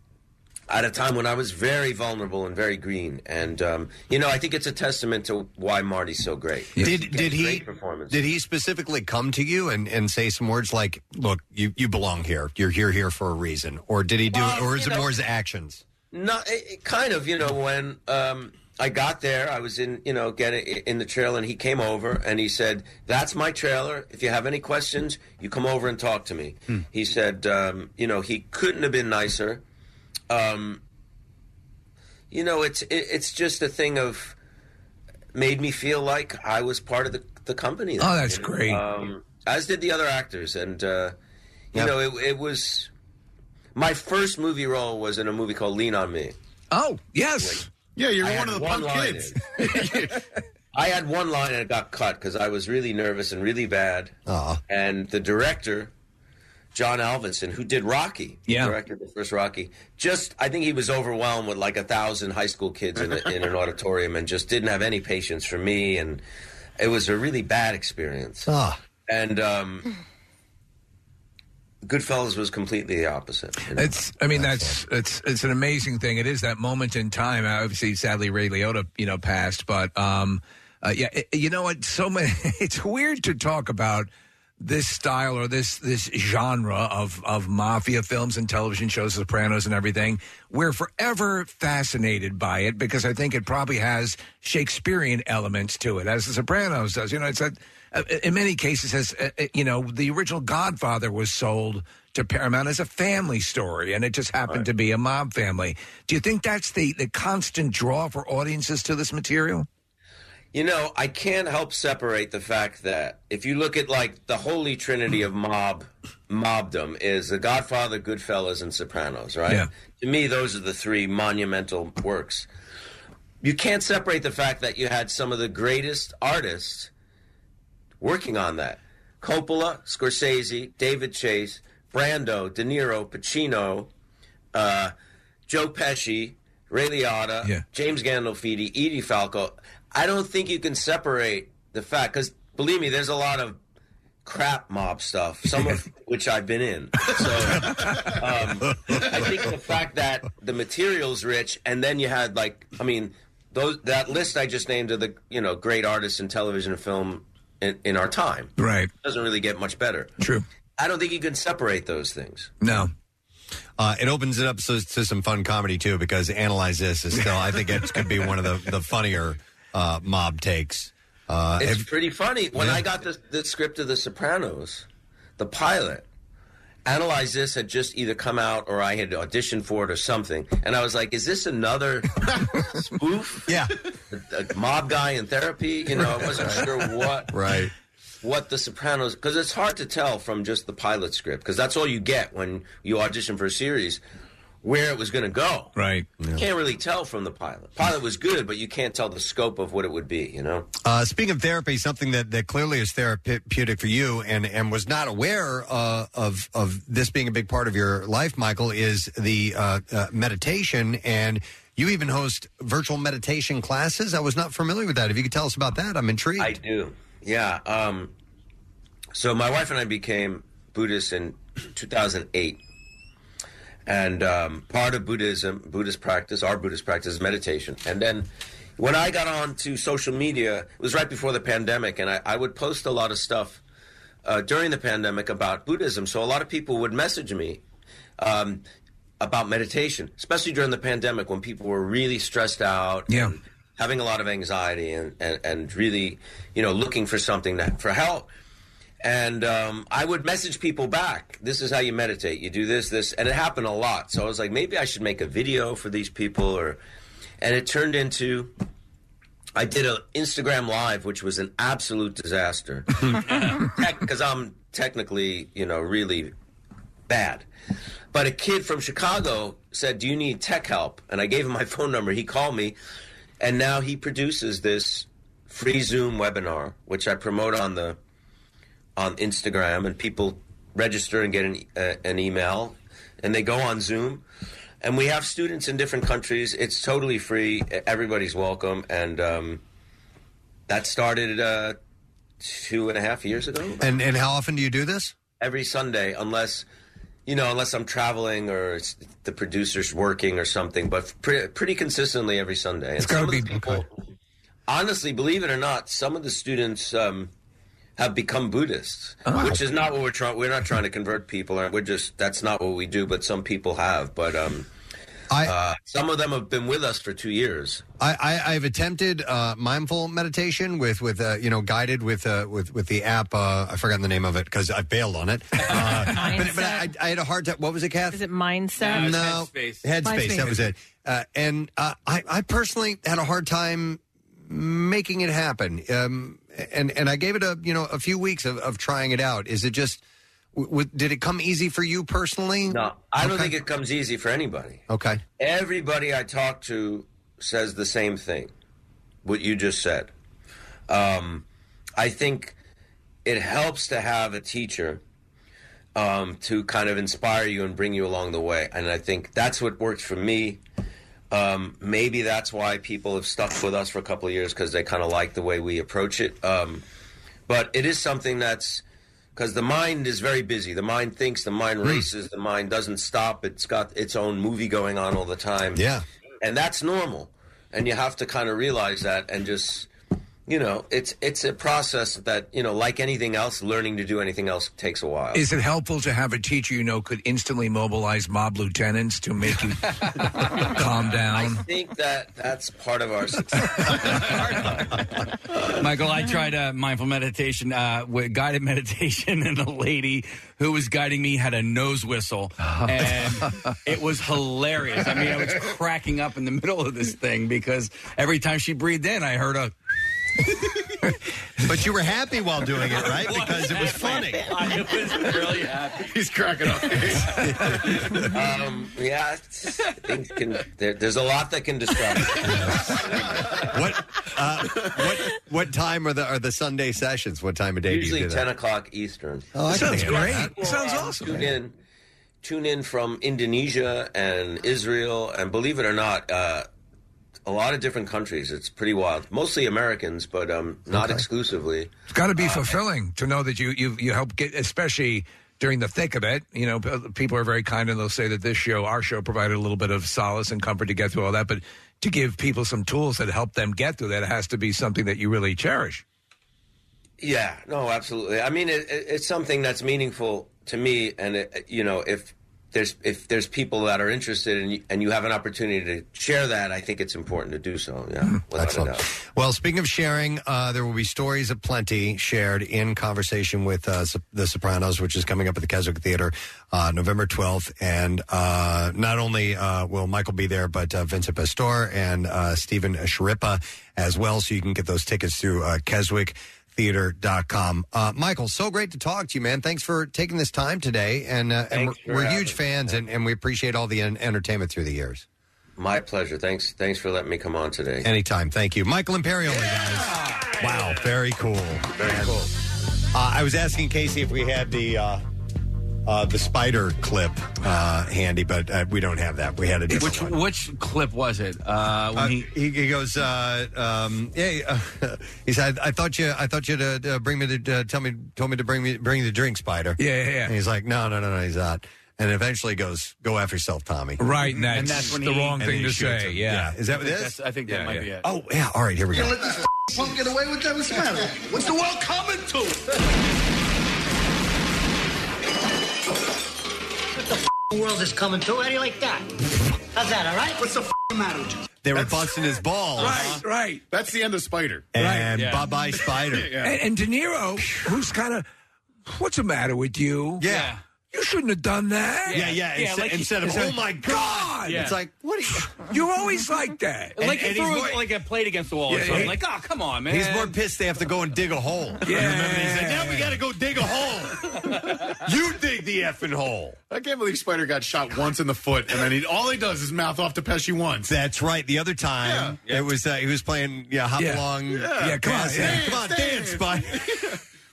at a time when I was very vulnerable and very green, and um, you know, I think it's a testament to why Marty's so great.
Did did he
Great performance.
did he specifically come to you and, and say some words like, "Look, you, you belong here. You're here here for a reason," or did he do,
Well,
or is
you
it
know-
more his actions?
No, it, it kind of. You know, when um, I got there, I was in, you know, getting in the trailer, and he came over and he said, "That's my trailer. If you have any questions, you come over and talk to me."
Hmm.
He said, um, "You know, he couldn't have been nicer." Um, you know, it's it, it's just a thing of made me feel like I was part of the the company.
Oh, that's
you know?
great.
Um, as did the other actors, and uh, you know, it, it was my first movie role was in a movie called Lean on Me.
Oh yes,
yeah, you're
I
one
had
of the punk
line
kids.
in it. I had one line and it got cut because I was really nervous and really bad. And the director, John Alvinson, who did Rocky,
Yeah.
directed the first Rocky, just I think he was overwhelmed with like a thousand high school kids in, a, in an auditorium and just didn't have any patience for me, and it was a really bad experience.
Ah.
And um, Goodfellas was completely the opposite. you know?
It's. I mean, that's it's it's an amazing thing. It is that moment in time. Obviously, sadly, Ray Liotta, you know, passed. But um, uh, yeah, it- you know what? So many. It's weird to talk about this style or this this genre of of mafia films and television shows, Sopranos and everything. We're forever fascinated by it because I think it probably has Shakespearean elements to it, as The Sopranos does. You know, it's a uh, in many cases as uh, uh, you know the original godfather was sold to paramount as a family story and it just happened to be a mob family do you think that's the the constant draw for audiences to this material
You know, I can't help separate the fact that if you look at like the holy trinity of mob mobdom is The Godfather, Goodfellas, and Sopranos, right?
Yeah.
To me, those are the three monumental works. You can't separate the fact that you had some of the greatest artists working on that. Coppola, Scorsese, David Chase, Brando, De Niro, Pacino, uh, Joe Pesci, Ray Liotta, James Gandolfini, Edie Falco. I don't think you can separate the fact because believe me, there's a lot of crap mob stuff, some of which I've been in. So um, I think the fact that the material's rich, and then you had like, I mean, those that list I just named of the you know great artists in television and film in, in our time
right
doesn't really get much better.
True.
I don't think you can separate those things.
No.
Uh, it opens it up to, to some fun comedy too, because analyze this is still. I think it could be one of the the funnier uh, mob takes. Uh,
it's
if-
pretty funny. When
Yeah.
I got the, the script of The Sopranos, the pilot, Analyze This had just either come out or I had auditioned for it or something. And I was like, is this another spoof?
Yeah.
A, a mob guy in therapy? You know, I wasn't sure what.
Right.
What the Sopranos, because it's hard to tell from just the pilot script, because that's all you get when you audition for a series, where it was going to go.
Right.
You can't really tell from the pilot. Pilot was good, but you can't tell the scope of what it would be, you know?
Uh, speaking of therapy, something that, that clearly is therapeutic for you, and, and was not aware uh, of of this being a big part of your life, Michael, is the uh, uh, meditation, and you even host virtual meditation classes. I was not familiar with that. If you could tell us about that, I'm intrigued.
I do. Yeah. Um, so my wife and I became Buddhists in 2008. And um, part of Buddhism, Buddhist practice, our Buddhist practice is meditation. And then when I got on to social media, it was right before the pandemic, and I, I would post a lot of stuff uh, during the pandemic about Buddhism. So a lot of people would message me um, about meditation, especially during the pandemic when people were really stressed out
yeah
having a lot of anxiety and, and, and really, you know, looking for something to, for help. And um, I would message people back. This is how you meditate. You do this, this, and it happened a lot. So I was like, maybe I should make a video for these people, or, and it turned into. I did an Instagram live, which was an absolute disaster, because I'm technically, you know, really bad. But a kid from Chicago said, "Do you need tech help?" And I gave him my phone number. He called me, and now he produces this free Zoom webinar, which I promote on the on Instagram, and people register and get an uh, an email, and they go on Zoom. And we have students in different countries. It's totally free. E, Everybody's welcome, and um, that started uh, two and a half years ago.
And and how often do you do this?
Every Sunday, unless you know, unless I'm traveling or it's, the producer's working or something. But pre- pretty consistently every Sunday. And some of the people, honestly, believe it or not, some of the students um, have become Buddhists, which is not what uh, we're trying. We're not trying to convert people. We're just that's not what we do. But some people have. But um, uh, some of them have been with us for two years.
I, I, I've attempted uh, mindful meditation with with uh, you know guided with uh, with with the app. Uh, I've forgotten the name of it because I bailed on it. Uh, but but I, I had a hard time. What was it, Kath?
Is it mindset?
No, headspace. That was it. Uh, and uh, I, I personally had a hard time making it happen. Um, and and I gave it a you know a few weeks of, of trying it out. Is it just? W- w- did it come easy for you personally?
No, I don't think it comes easy for anybody.
Okay.
Everybody I talk to says the same thing, what you just said. Um, I think it helps to have a teacher um, to kind of inspire you and bring you along the way. And I think that's what worked for me. Um, maybe that's why people have stuck with us for a couple of years because they kind of like the way we approach it. Um, but it is something that's because the mind is very busy. The mind thinks, the mind races, the mind doesn't stop. It's got its own movie going on all the time.
Yeah.
And that's normal. And you have to kind of realize that and just you know, it's it's a process that, you know, like anything else, learning to do anything else takes a while.
Uh, Is it helpful to have a teacher you know could instantly mobilize mob lieutenants to make you calm down?
I think that that's part of our success.
Michael, I tried uh, mindful meditation, uh, with guided meditation, and a lady who was guiding me had a nose whistle,
Oh.
and it was hilarious. I mean, I was cracking up in the middle of this thing because every time she breathed in, I heard a.
but you were happy while doing it, right? Because it was funny.
I was really happy.
He's cracking up.
um, yeah, it's- things can, there, there's a lot that can distract.
what uh, what what time are the are the Sunday sessions? What time of day
Usually
do you do that?
10 o'clock Eastern.
Oh, I can Sounds handle great. that.
People,
Sounds
uh,
awesome.
Tune in, tune in from Indonesia and Israel, and believe it or not, uh, a lot of different countries. It's pretty wild. Mostly Americans, but um, not exclusively.
It's got to be fulfilling to know that you you you help get, especially during the thick of it. You know, p- people are very kind and they'll say that this show, our show, provided a little bit of solace and comfort to get through all that. But to give people some tools that help them get through that, it has to be something that you really cherish.
Yeah, no, absolutely. I mean, it, it, it's something that's meaningful to me, and it, you know, if there's if there's people that are interested and you, and you have an opportunity to share that, I think it's important to do so. Yeah, without a doubt.
Well, speaking of sharing, uh, there will be stories aplenty shared in conversation with uh, Sup- The Sopranos, which is coming up at the Keswick Theater uh, November 12th. And uh, not only uh, will Michael be there, but uh, Vincent Pastore and uh, Stephen Sharippa as well. So you can get those tickets through uh, KeswickTheater.com. Uh, Michael, so great to talk to you, man. Thanks for taking this time today. And, uh, and
Thanks for
we're, we're
having
huge fans, and, and we appreciate all the en- entertainment through the years.
My pleasure. Thanks, thanks for letting me come on today.
Anytime. Thank you. Michael Imperioli, guys. Wow, very cool. Very cool. Uh, I was asking Casey if we had the uh, uh, the spider clip uh, handy, but uh, we don't have that. We had a different
Which which clip was it? Uh, when
Uh,
he
he, he goes, uh, um, "Hey," uh, he said, "I thought you, I thought you would uh, bring me to uh, tell me, told me to bring me, bring the drink, Spider."
Yeah, yeah, yeah.
And he's like, "No, no, no, no, he's not." And eventually goes, "Go after yourself, Tommy."
Right, and that's the wrong
And then
thing
he
to
shoots
say,
him.
yeah.
is that what
I think
it is?
that's- I think that Yeah, might yeah. be it.
Oh yeah, all right, here we go.
let this punk get away with that? What's the matter? What's the world coming to? What the world is coming to? How do you like that? How's that, all right? What's the matter with you?
They were busting his balls.
Right,
right.
That's the end of Spider.
And bye-bye, Spider.
And, and De Niro, who's kind of, what's the matter with you?
Yeah.
You shouldn't have done that.
Yeah, yeah, Yeah, instead- like he- instead of, "Oh, my God!" Yeah. It's like, what
are you? You're always like that.
like he threw a- like a plate against the wall or
Yeah,
something.
he-
like, oh come on, man.
He's more pissed they have to go and dig a hole.
Yeah.
Remember, he said, now we got to go dig a hole. you dig the effing hole.
I can't believe Spider got shot once in the foot, and then he, all he does is mouth off to Pesci once.
That's right. The other time, it was uh, he was playing yeah hop
Yeah.
along.
Yeah.
dance, come on, dance, Spider.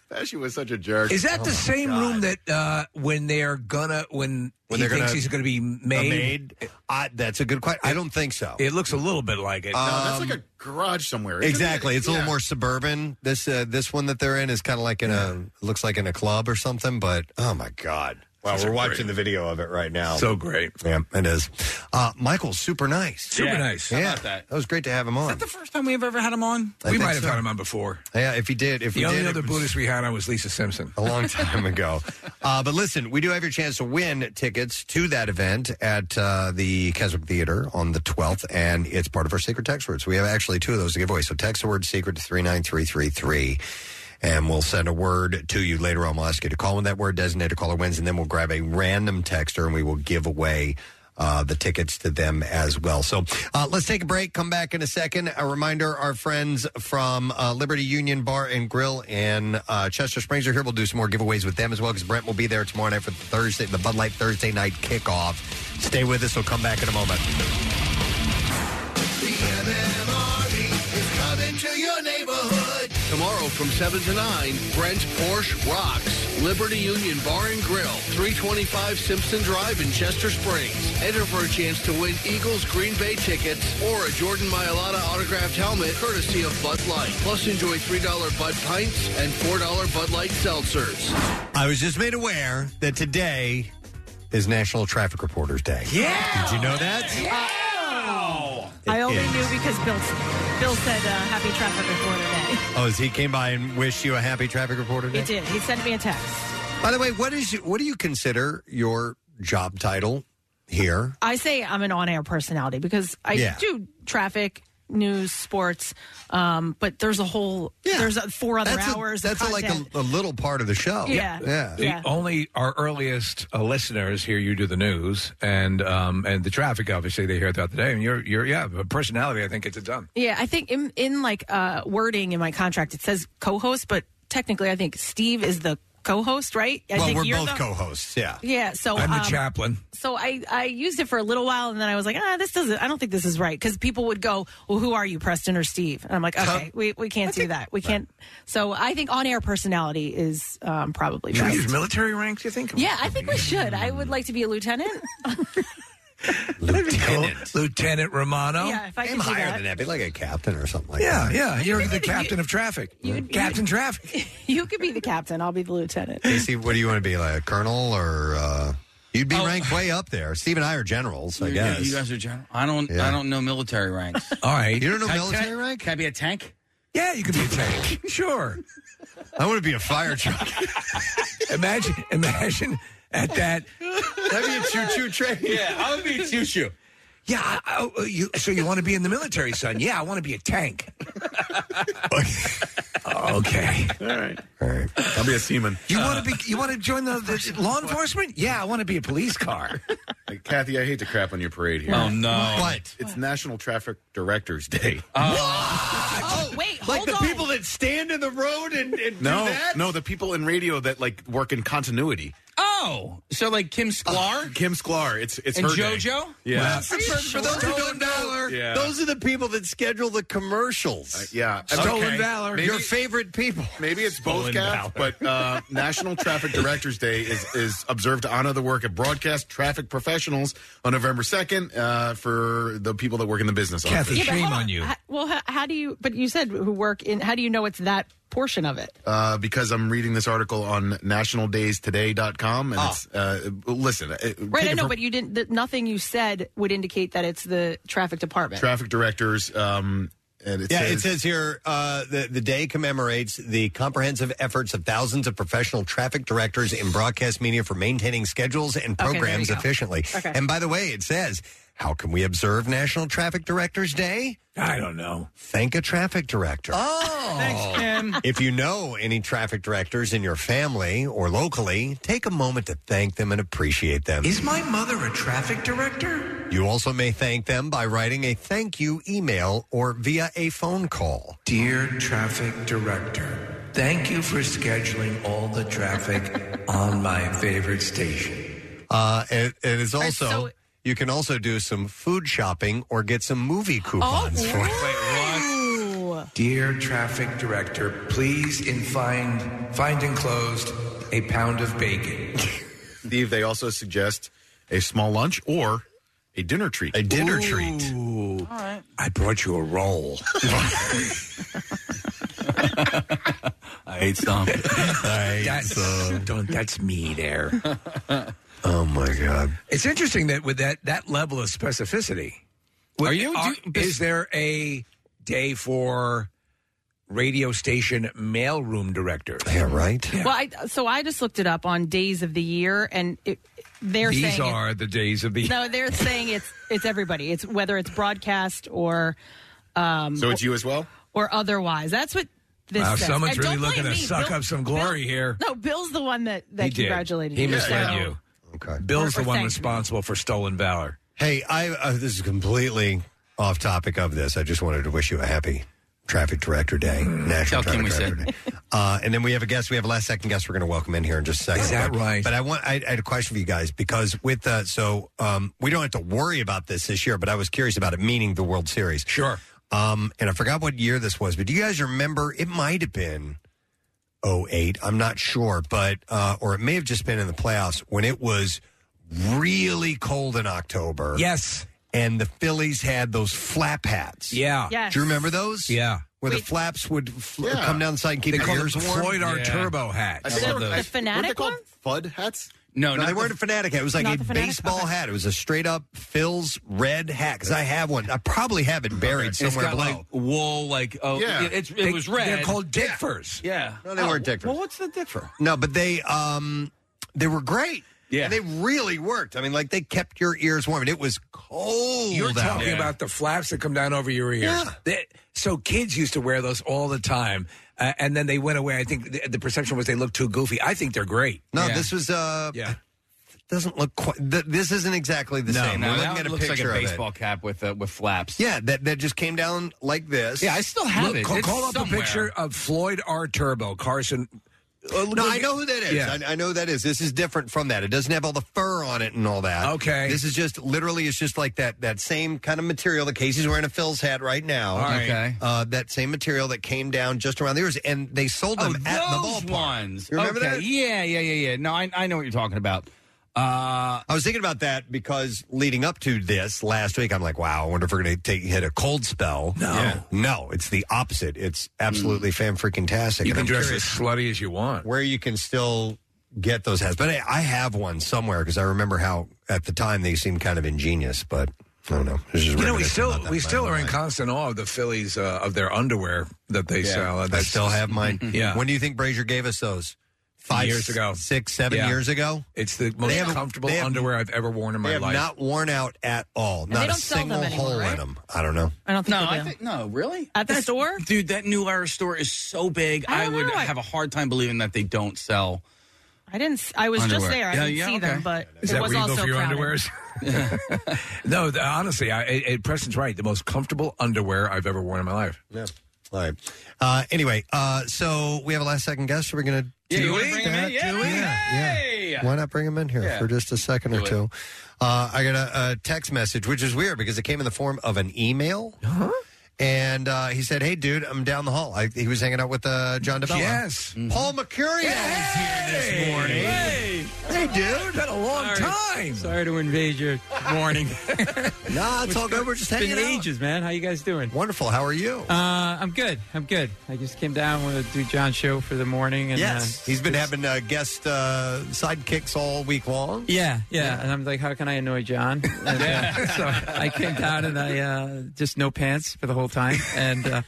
Pesci was such a jerk.
Is that
Oh
the
my
same
God.
room that uh, when they're gonna when,
When
he
they're
thinks
gonna-
he's gonna be
A
made?
maid? I, that's a good question. I don't think so.
It looks a little bit like it.
No, that's like a garage somewhere. isn't
Exactly.
it?
It's a little
Yeah.
more suburban. This uh, this one that they're in is kind of like in a looks like in a club or something. But oh my god, Wow,
Those
we're
are
watching the video of it right now.
So great.
Yeah, it is. Uh, Michael's super nice.
Super Yeah. nice. How
Yeah.
about
that? was great to have him on.
the
first time we've ever had him on?
I
we
think
might have
so.
had him on before.
Yeah, if he did. If
the
he
only
did,
other Buddhist we had on was Lisa Simpson.
a long time ago. Uh, but listen, we do have your chance to win tickets to that event at uh, the Keswick Theater on the 12th, and it's part of our secret text words. We have actually two of those to give away. So text the word secret to 39333. And we'll send a word to you later on. We'll ask you to call when that word designated caller wins, and then we'll grab a random texter and we will give away uh, the tickets to them as well. So uh, let's take a break. Come back in a second. A reminder our friends from uh, Liberty Union Bar and Grill in uh, Chester Springs are here. We'll do some more giveaways with them as well because Brent will be there tomorrow night for the Thursday, the Bud Light Thursday night kickoff. Stay with us. We'll come back in a moment.
Coming to your neighborhood. Tomorrow from 7 to 9, Brent's Porsche Rocks. Liberty Union Bar and Grill, 325 Simpson Drive in Chester Springs. Enter for a chance to win Eagles Green Bay tickets or a Jordan Mailata autographed helmet courtesy of Bud Light. Plus enjoy $3 Bud Pints and $4 Bud Light Seltzers.
I was just made aware that today is National Traffic Reporters Day. Yeah. Did you know that?
Wow! I only
is.
knew because Bill, Bill said uh, happy traffic report
Oh, is he came by and wished you a happy traffic reporter
today.
day?
He did. He sent me a text.
By the way, what is what do you consider your job title here?
I say I'm an on-air personality because I
Yeah.
do traffic, news, sports, um, but there's a whole there's a, four other
that's a-
hours.
that's
of
a- like
content.
a, a little part of the show.
Yeah.
yeah.
The
Yeah.
only our earliest uh, listeners hear you do the news and um, and the traffic. Obviously, they hear it throughout the day. And you're you're yeah, but personality. I think it's a done.
Yeah, I think in in like uh, wording in my contract it says co-host, but technically I think Steve is the co-host, right? I
well,
think
we're
you're
both
the-
co-hosts. Yeah.
Yeah, so
I'm the
um,
chaplain.
So I I used it for a little while, and then I was like, ah, this doesn't. I don't think this is right because people would go, well, who are you, Preston or Steve? And I'm like, okay, we, we can't do that. We can't. So I think on air personality is um, probably
Should we
best.
use military ranks? You think?
Yeah, I think we should. I would like to be a lieutenant.
Lieutenant Lieutenant Romano.
Yeah, if I
I'm
could do
higher
that.
than that. Be like a captain or something like
Yeah,
that.
yeah. You're the captain of traffic. captain traffic.
you could be the captain. I'll be the lieutenant.
Casey, what do you want to be like, a colonel or? Uh, you'd be ranked way up there. Steve and I are generals, I
Oh. You-
guess.
You guys are general. I don't.
Yeah.
I don't know military ranks.
All right.
You don't know
Can I-
military
can I, rank? Can I be a tank?
Yeah, you could be a tank. Sure.
I want to be a fire truck.
imagine, imagine at that.
That'd be a choo-choo train.
Yeah, I would be a choo-choo.
Yeah, I, I, you, so you want to be in the military, son? Yeah, I want to be a tank. okay.
All right. All right. I'll be a seaman.
You want to be? You want to join the, the law enforcement? Yeah, I want to be a police car.
Like, Kathy, I hate to crap on your parade here.
Oh, no.
What?
It's National Traffic Directors Day.
Oh wait,
like
hold
the
on.
people that stand in the road and, and
no,
do that.
no, the people in radio that like work in continuity.
Oh, so like Kim Sklar?
Kim Sklar, it's it's
And
her day.
JoJo?
Yeah,
For, for those who don't know,
Yeah.
those are the people that schedule the commercials.
yeah.
Stolen valor. Your
favorite people. Maybe it's both,
Stolen
Gav, but uh, National Traffic Directors Day is, is observed to honor the work of broadcast traffic professionals on November 2nd uh, for the people that work in the business office.
Yeah, but hold How, well, how, how do you? But you said who work in? How do you know it's that portion of it?
uh, because I'm reading this article on nationaldaystoday.com. And it's, uh, listen, uh,
Oh. Right,
take
I
it
know,
from
but you didn't. The, nothing you said would indicate that it's the traffic department.
traffic directors. Um, and it
yeah,
says,
it says here uh, the the day commemorates the comprehensive efforts of thousands of professional traffic directors in broadcast media for maintaining schedules and
Okay, there you
programs
go.
efficiently.
Okay.
And by the way, it says, "How can we observe National Traffic Directors Day?"
I don't know.
Thank a traffic director.
Oh,
Thanks,
Kim.
If you know any traffic directors in your family or locally, take a moment to thank them and appreciate them.
Is my mother a traffic director?
You also may thank them by writing a thank you email or via a phone call.
Dear traffic director, thank you for scheduling all the traffic on my favorite station.
Uh, and, and it's
Are
also,
so-
you can also do some food shopping or get some movie coupons
Oh,
for it.
Dear traffic director, please in find find enclosed a pound of bacon.
Steve, they also suggest a small lunch or a dinner treat. A
dinner
treat. I brought you a roll.
I ate some.
that's, don't, that's me there. oh my god! It's interesting that with that that level of specificity, are you? is there a day for radio station mailroom director?
Yeah, right.
Well, I, so I just looked it up on days of the year, and it, they're
These
saying it-
are the days of the.
no, they're saying it's it's everybody. It's whether it's broadcast or um,
So it's you as well?
or otherwise. That's what this.
Wow,
says.
someone's
And
really
don't
looking
blame
to
me.
suck
Bill-
up some glory here.
No, Bill's the one that that
He did.
congratulated.
He
you.
misled
So-
you.
Okay.
Bill's the
Or
one
thanked me.
responsible for stolen valor.
Hey, I uh, this is completely off topic of this. I just wanted to wish you a happy Traffic Director Day,
Mm.
National
How can we
Traffic Director Day. Uh, and then we have a guest. We have a last second guest. We're going to welcome in here in just a second.
Is that
But-
right?
But I want I, I had a question for you guys because with uh, so um, we don't have to worry about this this year. But I was curious about it, meaning the World Series.
Sure.
Um, and I forgot what year this was, but do you guys remember? It might have been 08. I'm not sure, but uh, or it may have just been in the playoffs when it was really cold in October.
Yes.
And the Phillies had those flap hats.
Yeah.
Yes. Do you remember those?
Yeah.
Where the flaps would fl-
Yeah.
come down the side and keep
They
your
called
ears
them
warm.
Floyd R. Yeah. Turbo hats. I love those. The
fanatic
one? Fud hats?
No, they weren't a fanatic hat. It was like a baseball hat. It was a straight up Phil's red hat because I have one. I probably have it buried
It's
somewhere
got,
below.
like, wool, like oh,
Yeah.
yeah. it's, it
They-
was red.
they're called
differs.
Yeah.
No, they weren't differs.
Oh, Well, what's the differ?
No, but they um they were great.
Yeah.
And they really worked. I mean, like they kept your ears warm. And it was cold.
You're
out.
talking about the flaps that come down over your ears.
Yeah.
They- so kids used to wear those all the time, uh, and then they went away. I think the, the perception was they looked too goofy. I think they're great.
No, this was uh
yeah.
Doesn't look quite. Th- this isn't exactly the
No,
same.
no,
We're
that
looking at a
looks like a
picture
baseball
of
cap with uh, with flaps.
it. Yeah, that that just came down like this.
Yeah, I still have
Look,
it.
Call,
It's
call up
somewhere.
a picture of Floyd R. Turbo Carson. Uh,
No,
look-
I know who that is.
Yeah.
I, I know who that is. This is different from that. It doesn't have all the fur on it and all that.
Okay.
This is just literally. It's just like that that same kind of material that Casey's wearing a Phil's hat right now.
All right. Okay.
Uh, that same material that came down just around the ears, and they sold them at the
Those
ballpark.
ones.
You remember
okay.
that?
Yeah, yeah, yeah, yeah. No, I, I know what you're talking about. Uh,
I was thinking about that because leading up to this last week, I'm like, wow, I wonder if we're going to take hit a cold spell. No, no, it's the opposite. It's absolutely fan freaking tastic.
Mm. You can
I'm
dress
curious
as slutty as you want.
where you can still get those hats, but I, I have one somewhere because I remember how at the time they seemed kind of ingenious, but I don't know. This is
You know, we
reminiscent
still
about that
we
time.
still are in constant awe of the Phillies uh, of their underwear that they
Yeah.
sell. Uh,
I still have mine.
Yeah,
When do you think Brazier gave us those? Five
years ago,
six, seven
Yeah.
years ago.
It's the most
They have-
comfortable
they have-
underwear I've ever worn in
They
my
have
life.
not worn out at all.
And
not
they
a
don't sell them
single
anymore,
hole in
right?
them. I don't know.
I don't think
no,
they
I
do.
think no, really.
At the store?
dude, that new era store is so big. I, would
know. I-
have a hard time believing that they don't sell.
I didn't. s- I was just
Underwear.
there. I
Yeah,
didn't
yeah,
see
okay.
them, but
Is
it
that
was
where you
also
go for your
crowded.
underwears? no, th- honestly, I, it, it- Preston's right. The most comfortable underwear I've ever worn in my life.
Yeah. All right. Uh, anyway, uh, so we have a last second guest. Are we going to
Yeah, you wanna
bring him in? Yeah, bring him in. Hey!
Why not bring him in here
Yeah.
for just a second or
Do it.
two? Uh, I got a, a text message, which is weird because it came in the form of an email. And uh, he said, "Hey, dude, I'm down the hall. I, he was hanging out with uh, John DeBella.
Yes.
Paul Mercurio is here this morning.
Hey!
Mm-hmm. Hey, dude, been a long
time. Sorry to invade your morning.
nah, it's all good. We're just hanging
been
out.
ages, man. How you guys doing?
Wonderful. How are you?
Uh, I'm good. I'm good. I just came down with to do John's show for the morning. And,
yes,
uh,
he's been
just-
having uh, guest uh, sidekicks all week long.
Yeah, yeah, And I'm like, how can I annoy John? And, uh, so I came down and I uh, just no pants for the whole time. And uh,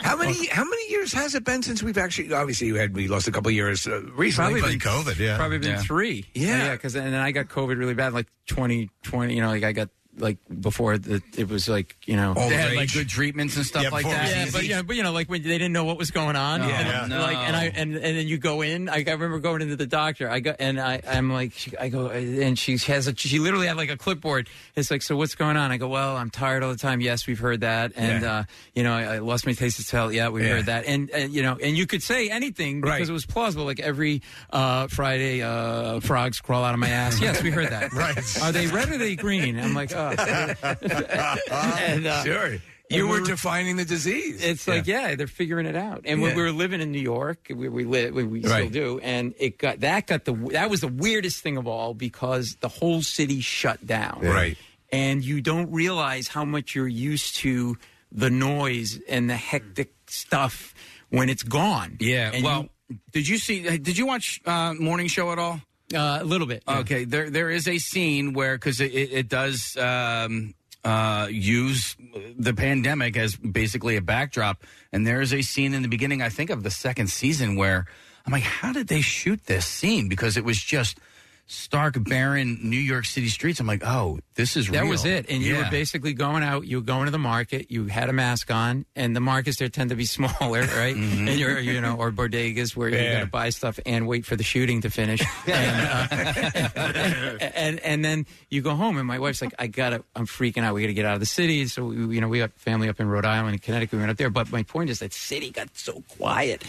How many how many years has it been since we've actually? Obviously, you had we lost a couple years uh, recently.
Probably
but-
been COVID, yeah.
probably been three.
Yeah.
yeah. Because and then I got COVID really bad, like 2020. You know, like I got like before the, it was like you know
they had like good treatments and stuff like that.
Yeah, but yeah, but you know, like when they didn't know what was going on,
No.
and,
Yeah.
like, and I and, and then you go in. I, I remember going into the doctor. I go and I I'm like she- I go and she has a she literally had like a clipboard. It's like so what's going on? I go well I'm tired all the time. Yes, we've heard that, and
Yeah.
uh, you know I, I lost my taste of smell. Yeah, we
Yeah.
heard that, and, and you know and you could say anything because
Right.
it was plausible. Like every uh, Friday, uh, frogs crawl out of my ass. Yes, we heard that. right? Are they red or are they green? I'm like oh. And, uh,
sure.
and
You
we
were
were-
defining the disease.
It's like, yeah, they're figuring it out. And when
Yeah.
we were living in New York, we, we live, we, we still
Right.
do, and it got that got the that was the weirdest thing of all because the whole city shut down.
Right.
And you don't realize how much you're used to the noise and the hectic stuff when it's gone.
Yeah.
And
well, did you see? Did you watch uh, morning show at all?
Uh, a little bit.
Okay. There there is a scene where because it, it, it does um, uh, use the pandemic as basically a backdrop, and there is a scene in the beginning, I think, of the second season where I'm like, how did they shoot this scene? Because it was just stark, barren New York City streets. I'm like, oh, this is
that
real.
was it. And you
Yeah.
were basically going out. You were going to the market. You had a mask on, and the markets there tend to be smaller, right?
Mhm.
And you're, you know, or bodegas where you're
Yeah.
going to buy stuff and wait for the shooting to finish. and, uh, and and then you go home, and my wife's like, "I gotta, I'm freaking out. We gotta get out of the city." So we, you know, we got family up in Rhode Island and Connecticut. We went up there, but my point is that city got so quiet,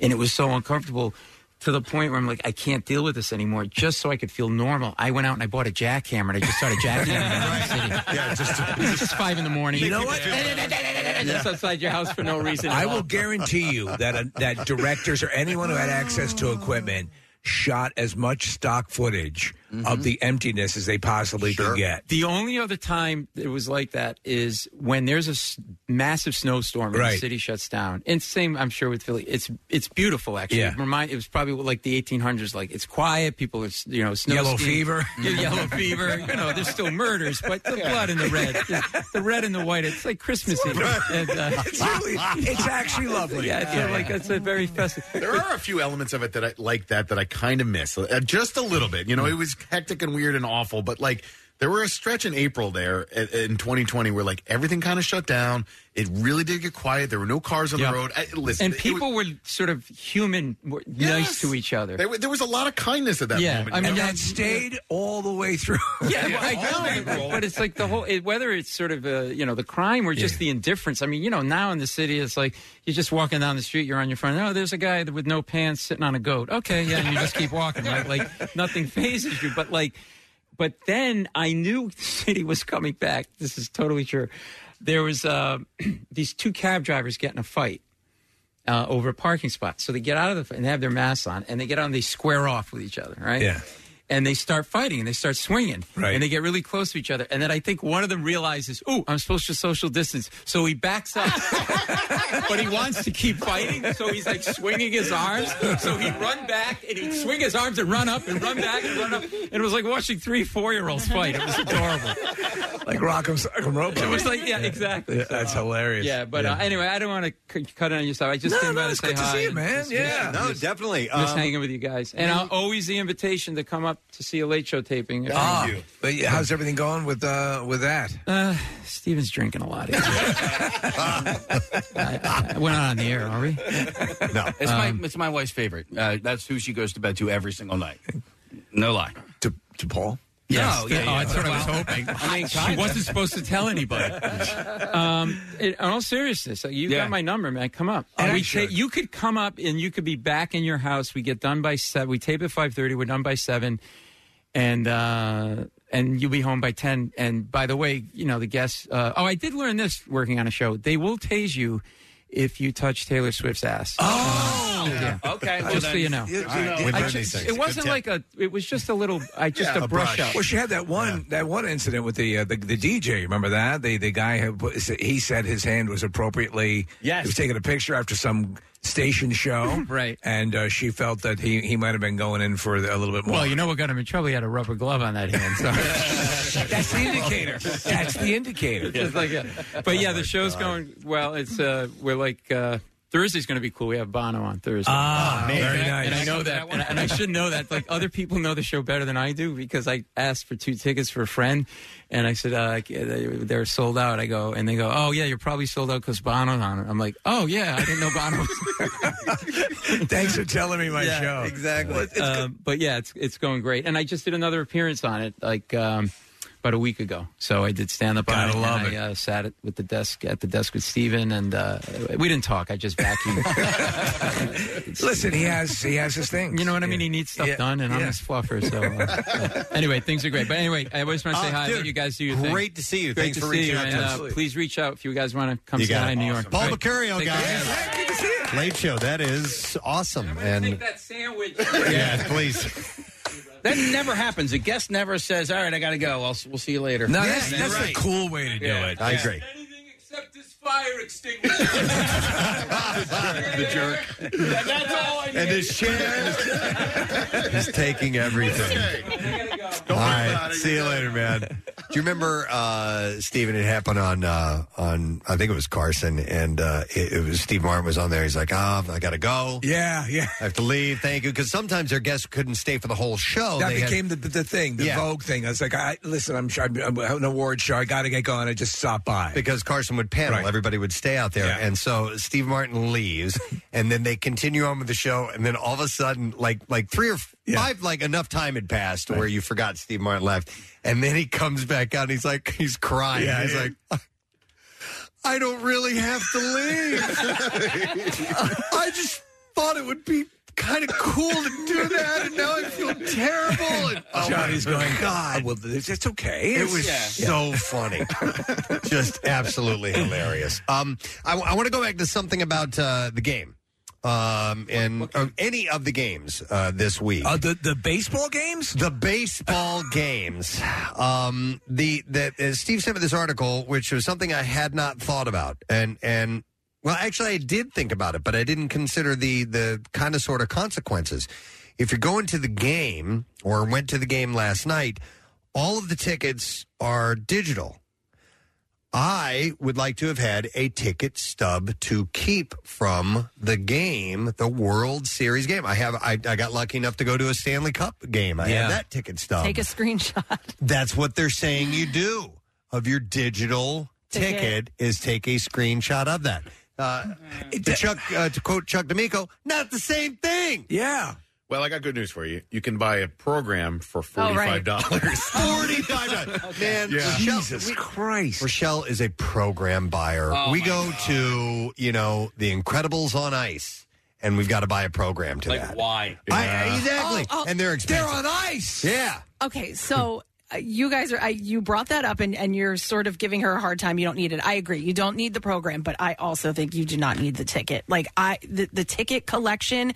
and it was so uncomfortable. To the point where I'm like, I can't deal with this anymore. Just so I could feel normal, I went out and I bought a jackhammer and I just started jackhammering.
Yeah, just
it's five in the morning.
You know what?
Just outside your house for no reason.
I will guarantee you that uh, that directors or anyone who had access to equipment shot as much stock footage
Mm-hmm.
of the emptiness as they possibly could get.
The only other time it was like that is when there's a s- massive snowstorm and the
Right.
city shuts down. And same, I'm sure with Philly, it's it's beautiful actually.
Yeah.
It, remind, it was probably like the 1800s. Like it's quiet. People are you know snow
Yellow
skiing.
fever.
Yeah, yellow fever. You know, there's still murders, but the
Yeah.
blood and the red, the, the red and the white. It's like Christmas Eve. And, uh,
It's really- it's actually lovely.
Yeah, I feel like it's a very festive.
There are a few elements of it that I like that that I kind of miss uh, just a little bit. You know, it was hectic and weird and awful, but like there were a stretch in April there i- in 2020 where like everything kind of shut down. It really did get quiet. There were no cars on
Yeah.
the road. I, listen,
and
it
people were sort of human, were nice to each other.
There, wa- there was a lot of kindness at that
yeah,
moment.
I mean
Everyone-
that stayed all the way through. Yeah,
Yeah, all
well, I know,
April.
but, but it's like the whole. It, whether it's sort of uh, you know the crime or just the indifference. I mean, you know, now in the city, it's like you're just walking down the street, you're on your phone. Oh, there's a guy with no pants sitting on a goat. Okay, yeah, and you just keep walking, right? Like nothing phases you, but like. But then I knew the city was coming back. This is totally true. There was uh, these two cab drivers get in a fight uh, over a parking spot. So they get out of the and they have their masks on, and they get on, and they square off with each other, right?
Yeah.
And they start fighting, and they start swinging, right? And they get really close to each other, and then I think one of them realizes, "Ooh, I'm supposed to social distance," so he backs up, but he wants to keep fighting, so he's like swinging his arms. So he run back and he'd swing his arms and run up and run back and run up. And it was like watching three four year olds fight. It was adorable.
Like Rock'em Sock'em Robo.
It was like, yeah, exactly.
Yeah, that's hilarious.
Yeah, but Uh, anyway, I don't want to c- cut in on you, so I just
No,
came
no,
by to
it's
say
good to
hi
see you,
and
man.
just-
Yeah.
No,
just-
definitely.
Just
Um,
hanging with you guys, and I'll, always the invitation to come up to see a late show taping. if-
Ah, but yeah, how's everything going with uh, with that?
Uh, Steven's drinking a lot. I, I, we're not on the air, are we?
No,
it's my it's my wife's favorite. Uh, that's who she goes to bed to every single night. No lie.
To to Paul.
Yes.
Oh, that's what I was hoping. I mean, she wasn't supposed to tell anybody. Um, in in all seriousness, you
Yeah.
got my number, man. Come up. And Oh, we ta- you could come up, and you could be back in your house. We get done by seven. We tape at five thirty. We're done by seven, and uh, and you'll be home by ten. And by the way, you know the guests. Uh, oh, I did learn this working on a show. They will tase you if you touch Taylor Swift's ass.
Oh, okay. well
just so
then-
you know,
Yeah,
I
yeah.
ju- it wasn't like a. It was just a little. I just a brush, up.
Well, she had that one that one incident with the uh, the, the DJ. Remember that the the guy who put- he said his hand was appropriately. Yes, he was taking a picture after some station show,
right?
And uh, she felt that he he might have been going in for the, a little bit more.
Well, you know what got him in trouble? He had a rubber glove on that hand. So.
that's the indicator. That's the indicator. Oh
Just like a- but yeah, the show's going well. It's uh, we're like uh, Thursday's going to be cool. We have Bono on Thursday.
Ah, man. Very
And I- And I
nice.
know that, and, I- and I should know that. Like other people know the show better than I do because I asked for two tickets for a friend, and I said uh, they, they're sold out. I go, and they go, oh yeah, you're probably sold out because Bono's on it. I'm like, oh yeah, I didn't know Bono. was
Thanks for telling me my show.
Exactly.
um, but yeah, it's it's going great. And I just did another appearance on it like um, about a week ago. So I did stand up on
Gotta
it.
love
and I, uh, sat at, with the desk at the desk with Steven, and uh, we didn't talk. I just vacuumed.
Listen, he has he has his thing.
you know what I mean? He needs stuff
Yeah.
done, and I'm
Yeah.
his fluffer. So uh, anyway, things are great. But anyway, I always want to say
Oh,
hi.
dude,
Let you guys do your thing.
great to see you.
Great
Thanks
to
for
see
reaching
you,
out to
And,
us.
uh, please reach out if you guys want to come
You
say
got
hi
it.
in New
Awesome.
York.
Paul
All right.
Mercurio,
Take
guys.
care.
Late show. That is awesome. And
that sandwich.
yeah, please.
That never happens. A guest never says, "All right, I got to go. I'll, s- we'll see you later."
No, that's, that's a cool way to do
Yeah.
it.
I agree.
Just-
Except this fire
fire extinguisher.
the jerk.
and that's all I need.
And his chair. He's taking everything. All right. See you later, man. Do you remember, uh, Steven, it happened on, uh, on I think it was Carson, and uh, it, it was Steve Martin was on there. He's like, ah, I got to go.
Yeah, yeah.
I have to leave. Thank you. Because sometimes their guests couldn't stay for the whole show.
that
They had-
became the, the thing, the
Yeah.
Vogue thing. I was like, I listen, I'm, sure- I'm, I'm an award show. I got to get going. I just stopped by
because Carson would panel. Everybody would stay out there. And so Steve Martin leaves, and then they continue on with the show. And then all of a sudden, like like three or f- five, like enough time had passed where you forgot Steve Martin left. And then he comes back out and he's like, he's crying.
Yeah,
he's
yeah.
like, I don't really have to leave. I just thought it would be kind of cool to do that, and now I feel terrible. And, oh,
Johnny's
my
going,
God.
God, well, it's, it's okay.
It
It's-
was so funny. Just absolutely hilarious. Um, I, want to go back to something about uh, the game. Um, and or any of the games uh, this week.
Uh, the the baseball games.
The baseball games. Um, the that uh, Steve sent me this article, which was something I had not thought about, and and well, actually, I did think about it, but I didn't consider the the kind of sort of consequences. If you're going to the game or went to the game last night, all of the tickets are digital. I would like to have had a ticket stub to keep from the game, the World Series game. I have. I, I got lucky enough to go to a Stanley Cup game. I
Yeah.
had that ticket stub.
Take a screenshot.
That's what they're saying you do of your digital
Ticket.
ticket, is take a screenshot of that. Uh, to Chuck, uh, to quote Chuck D'Amico, not the same thing.
Yeah.
Well, I got good news for you. You can buy a program for
Oh,
forty-five
right.
dollars.
$45. Man,
Yeah.
Rochelle-
Jesus
we-
Christ.
Rochelle is a program buyer.
Oh,
we
my
go to, you know, The Incredibles on Ice, and we've got to buy a program to
Like,
that.
why?
I, exactly.
Oh, oh,
and they're expensive. They're on
ice.
Yeah.
Okay, so uh, you guys are I, you brought that up and and you're sort of giving her a hard time. You don't need it. I agree. You don't need the program, but I also think you do not need the ticket. Like I the, the ticket collection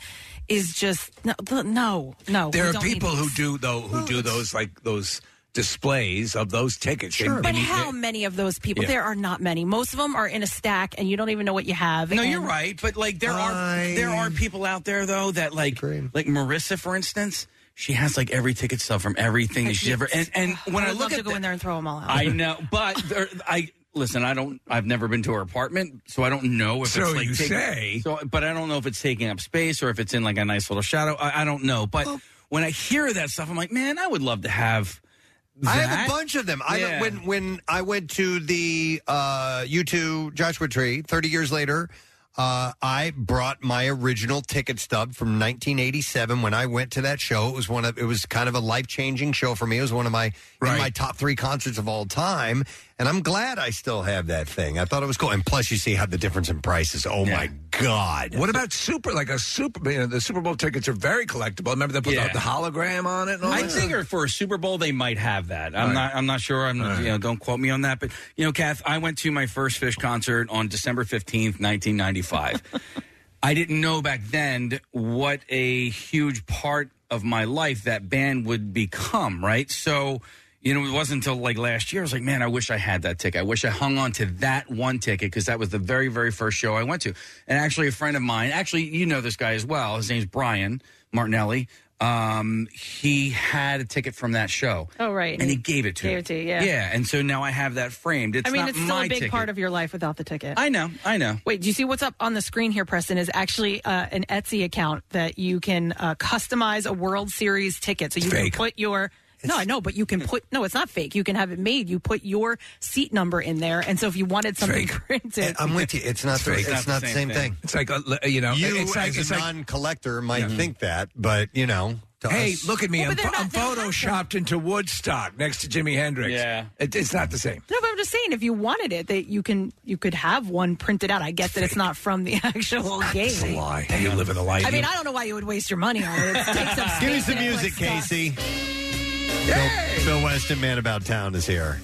is just no no. no
There
Oh, we
are
don't need
people
it.
who do though who do those like those displays of those tickets. They- they
But
need-
how many of those people?
Yeah.
There are not many. Most of them are in a stack, and you don't even know what you have.
No,
and-
you're right, but like there are there are people out there though that like like Marissa for instance, she has like every ticket stub from everything that she's ever and, and when
I
I,
would
look
love
at
to go
that-
in there and throw them all out.
I know, but there, I listen. I don't. I've never been to her apartment, so I don't know if
So
it's like
you say.
So, but I don't know if it's taking up space or if it's in like a nice little shadow. I, I don't know. But when I hear that stuff, I'm like, man, I would love to have.
I have
that.
a bunch of them. I
Yeah.
when when I went to the uh, U2 Joshua Tree 30 years later, uh, I brought my original ticket stub from 1987 when I went to that show. It was one of it was kind of a life changing show for me. It was one of my in my top three concerts of all time, and I'm glad I still have that thing. I thought it was cool, and plus you see how the difference in prices. Oh my god!
What about super like a super? You know, the Super Bowl tickets are very collectible. Remember they put
Yeah.
the, the hologram on it. And all
I
that?
figure for a Super Bowl they might have that. I'm
Right.
not. I'm not sure. I'm. You know, don't quote me on that. But you know, Kath, I went to my first Fish concert on December 15th, 1995. I didn't know back then what a huge part of my life that band would become. Right, so. You know, it wasn't until like last year. I was like, man, I wish I had that ticket. I wish I hung on to that one ticket because that was the very, very first show I went to. And actually, a friend of mine, actually, you know this guy as well. His name's Brian Martinelli. Um, he had a ticket from that show.
Oh right,
And he gave it to
Gave
me.
it to you, yeah.
Yeah, and so now I have that framed. It's
I mean,
not
it's still
my
a big
ticket.
part of your life without the ticket.
I know, I know.
Wait, do you see what's up on the screen here, Preston? Is actually uh, an Etsy account that you can uh, customize a World Series ticket. So you
fake.
can put your. No, I know, but you can put. No, it's not fake. You can have it made. You put your seat number in there, and so if you wanted something printed,
I'm with you. It's not. the,
fake.
it's, not the same, thing.
It's like a, you know,
you
it's like,
as
it's
a
like-
non-collector might think that, but you know. to
hey,
us-
look at me! I'm, I'm photoshopped into Woodstock next to Jimi Hendrix. Yeah, it, it's not the same.
No, but I'm just saying, if you wanted it, that you can you could have one printed out. I get that it's not from the actual game.
Why? You live in the life.
I mean, I don't know why you would waste your money on it. It takes up
Give me
space
some
and it
music,
looks, uh,
Casey. Phil, Phil Weston, Man About Town, is here.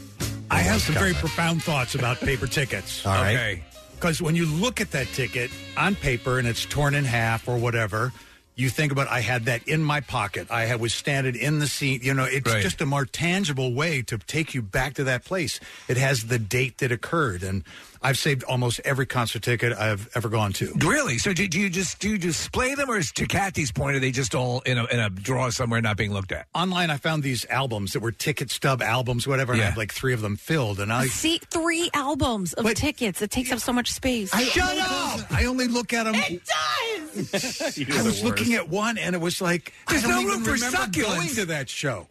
I have some very
Comment.
profound thoughts about paper tickets.
All right.
Because when you look at that ticket on paper and it's torn in half or whatever, you think about I had that in my pocket. I had, was standing in the scene. You know, it's
Right.
just a more tangible way to take you back to that place. It has the date that occurred, and I've saved almost every concert ticket I've ever gone to.
Really? So do, do you just do you display them, or is to Kathy's point, are they just all in a in a drawer somewhere not being looked at?
Online, I found these albums that were ticket stub albums, whatever, and I
Yeah.
had like three of them filled. And I
See, three albums of tickets. It takes up so much space.
Shut up! I only look at them. It
does.
I was looking at one, and it was like
There's
I don't
no
even
room for
remember
succulents.
Going to that show,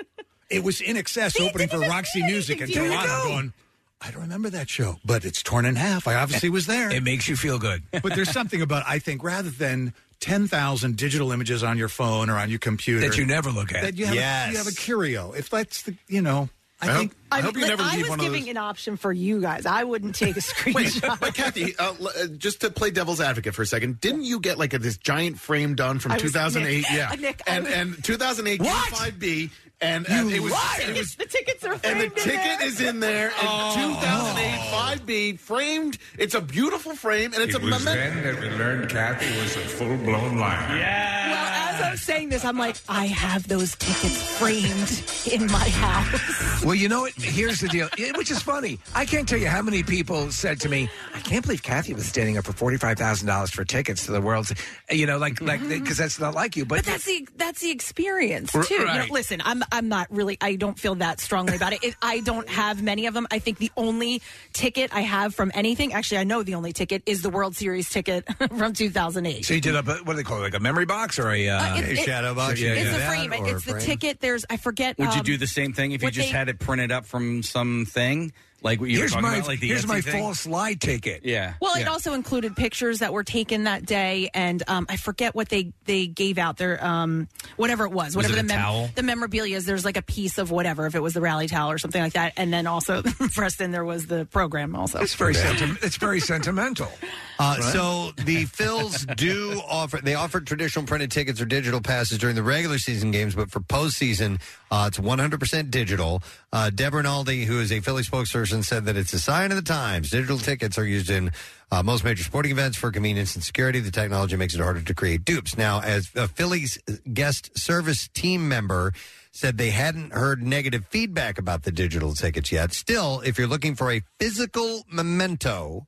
it was in excess opening for Roxy Music in
There you
Toronto.
go.
Going, I don't remember that show, but it's torn in half. I obviously was there.
It makes you feel good.
but there's something about I think rather than. 10,000 digital images on your phone or on your computer
That you never look at.
That you have,
Yes.
a, you have a curio. If that's the, you know, I,
I
think
hope- I I hope you
But
never
I
leave
was
one of
giving an option for you guys. I wouldn't take a
Wait,
screenshot.
but Kathy, uh, l- uh, just to play devil's advocate for a second, didn't you get like a, this giant frame done from
I was-
2008?
Nick, Uh,
yeah,
Nick, I
and
was-
and 2008
What?
five B, and, and it was it was
the tickets are
and the
framed in
ticket
there. Oh.
is in there. And 2008 5B framed. It's a beautiful frame, and it's a memento.
that we learned Kathy was a full blown liar. Yeah.
Well, as I'm saying this, I'm like, I have those tickets framed in my house.
Well, you know what? Here's the deal, Yeah, which is funny. I can't tell you how many people said to me, "I can't believe Kathy was standing up for forty five thousand dollars for tickets to the world." You know, like like because that's not like you. But,
Mm-hmm. But that's the that's the experience
R-
too. You know,
right.
listen, I'm I'm not really I don't feel that strongly about it. it. I don't have many of them. I think the only ticket I have from anything, actually, I know the only ticket is the World Series ticket from 2008.
so you did a what do they call it? Like a memory box or a, uh,
Uh, it- it-
Yeah,
it's
yeah.
a frame.
or
It's
a
the
frame?
ticket. There's I forget.
Would you
um,
do the same thing if you
what
just
they-
had it printed up from something like what you
Here's
were talking
my-
about? Like the
here's
Etsy
my
thing?
false lie ticket.
Yeah.
Well,
yeah.
it also included pictures that were taken that day, and um, I forget what they they gave out. Their um, whatever it was,
Was
whatever
it a
the
towel?
the memorabilia is. There's like a piece of whatever, if it was the rally towel or something like that, and then also Preston, there was the program also.
It's very senti- it's very sentimental.
Uh,
Right?
So the Phils do offer they offer traditional printed tickets or digital passes during the regular season games, but for postseason, uh, it's 100% digital. Uh, Deborah Naldi, who is a Philly spokesperson, said that it's a sign of the times. Digital tickets are used in uh, most major sporting events for convenience and security. The technology makes it harder to create dupes. Now, as a Phillies guest service team member said they hadn't heard negative feedback about the digital tickets yet. Still, if you're looking for a physical memento,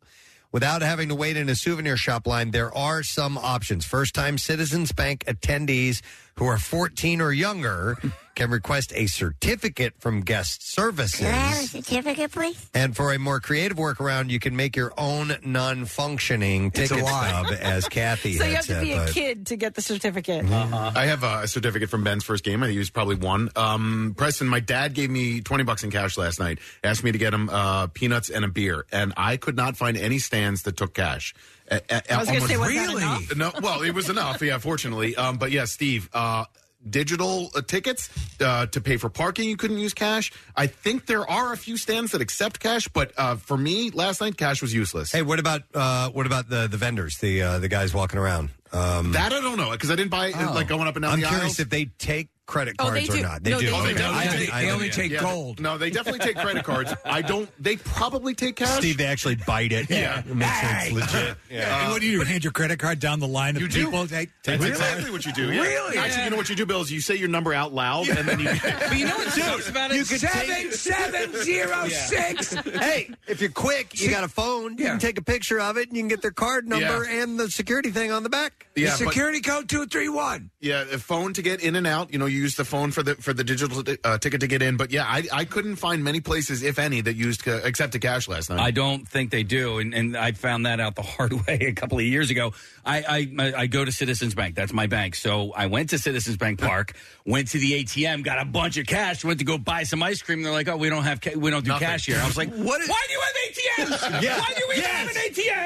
Without having to wait in a souvenir shop line, there are some options. First time Citizens Bank attendees who are 14 or younger can request a certificate from guest services.
certificate, please?
And for a more creative workaround, you can make your own non functioning
It's a
ticket
lie.
stub, as Kathy
so
had
you have to
said,
be a
but-
kid to get the certificate.
I have uh, a certificate from Ben's first game. I think he was probably one. Um, Preston, my dad gave me 20 bucks in cash last night, asked me to get him uh, peanuts and a beer, and I could not find any stands that took cash. I
was gonna say, was that Really? enough?
No, well, it was enough, yeah, fortunately. Um, but yeah, Steve, uh, digital uh, tickets uh, to pay for parking, you couldn't use cash. I think there are a few stands that accept cash, but uh, for me, last night, cash was useless.
Hey, what about uh, what about the the vendors, the uh, the guys walking around? Um,
That I don't know because I didn't buy
Oh.
like going up and down.
I'm
the
curious
aisles.
if they take credit
Oh,
cards
they
or
do.
not. They
No,
do.
they do. Oh,
okay.
They
I-
definitely
I-
do. They only
yeah.
take Yeah. gold. No, they definitely take credit cards. I don't. They probably take cash.
Steve, they actually bite it.
Yeah. Uh,
it makes sense.
Hey.
Legit.
Yeah. And what do you do? Hand your credit card down the line of people? Hey, take
That's
my
exactly
card.
what you do. yeah.
Really?
Actually, you know what you do, Bill? Is you say your number out loud, and then you.
but you know what sucks about it?
Seven seven zero six.
Hey, if you're quick, you got a phone. You can take a picture of it, and you can get their card number and the security thing on the back.
Yeah, but-
code two three one.
Yeah, a phone to get in and out. You know, you use the phone for the for the digital t- uh, ticket to get in. But yeah, I, I couldn't find many places, if any, that used ca- accepted cash last night.
I don't think they do, and, and I found that out the hard way a couple of years ago. I, I I go to Citizens Bank. That's my bank. So I went to Citizens Bank Park, went to the ATM, got a bunch of cash, went to go buy some ice cream. They're like, "Oh, we don't have ca- we don't do cash here." I was like, "What? Why do you have ATMs?
Yeah.
Why do we have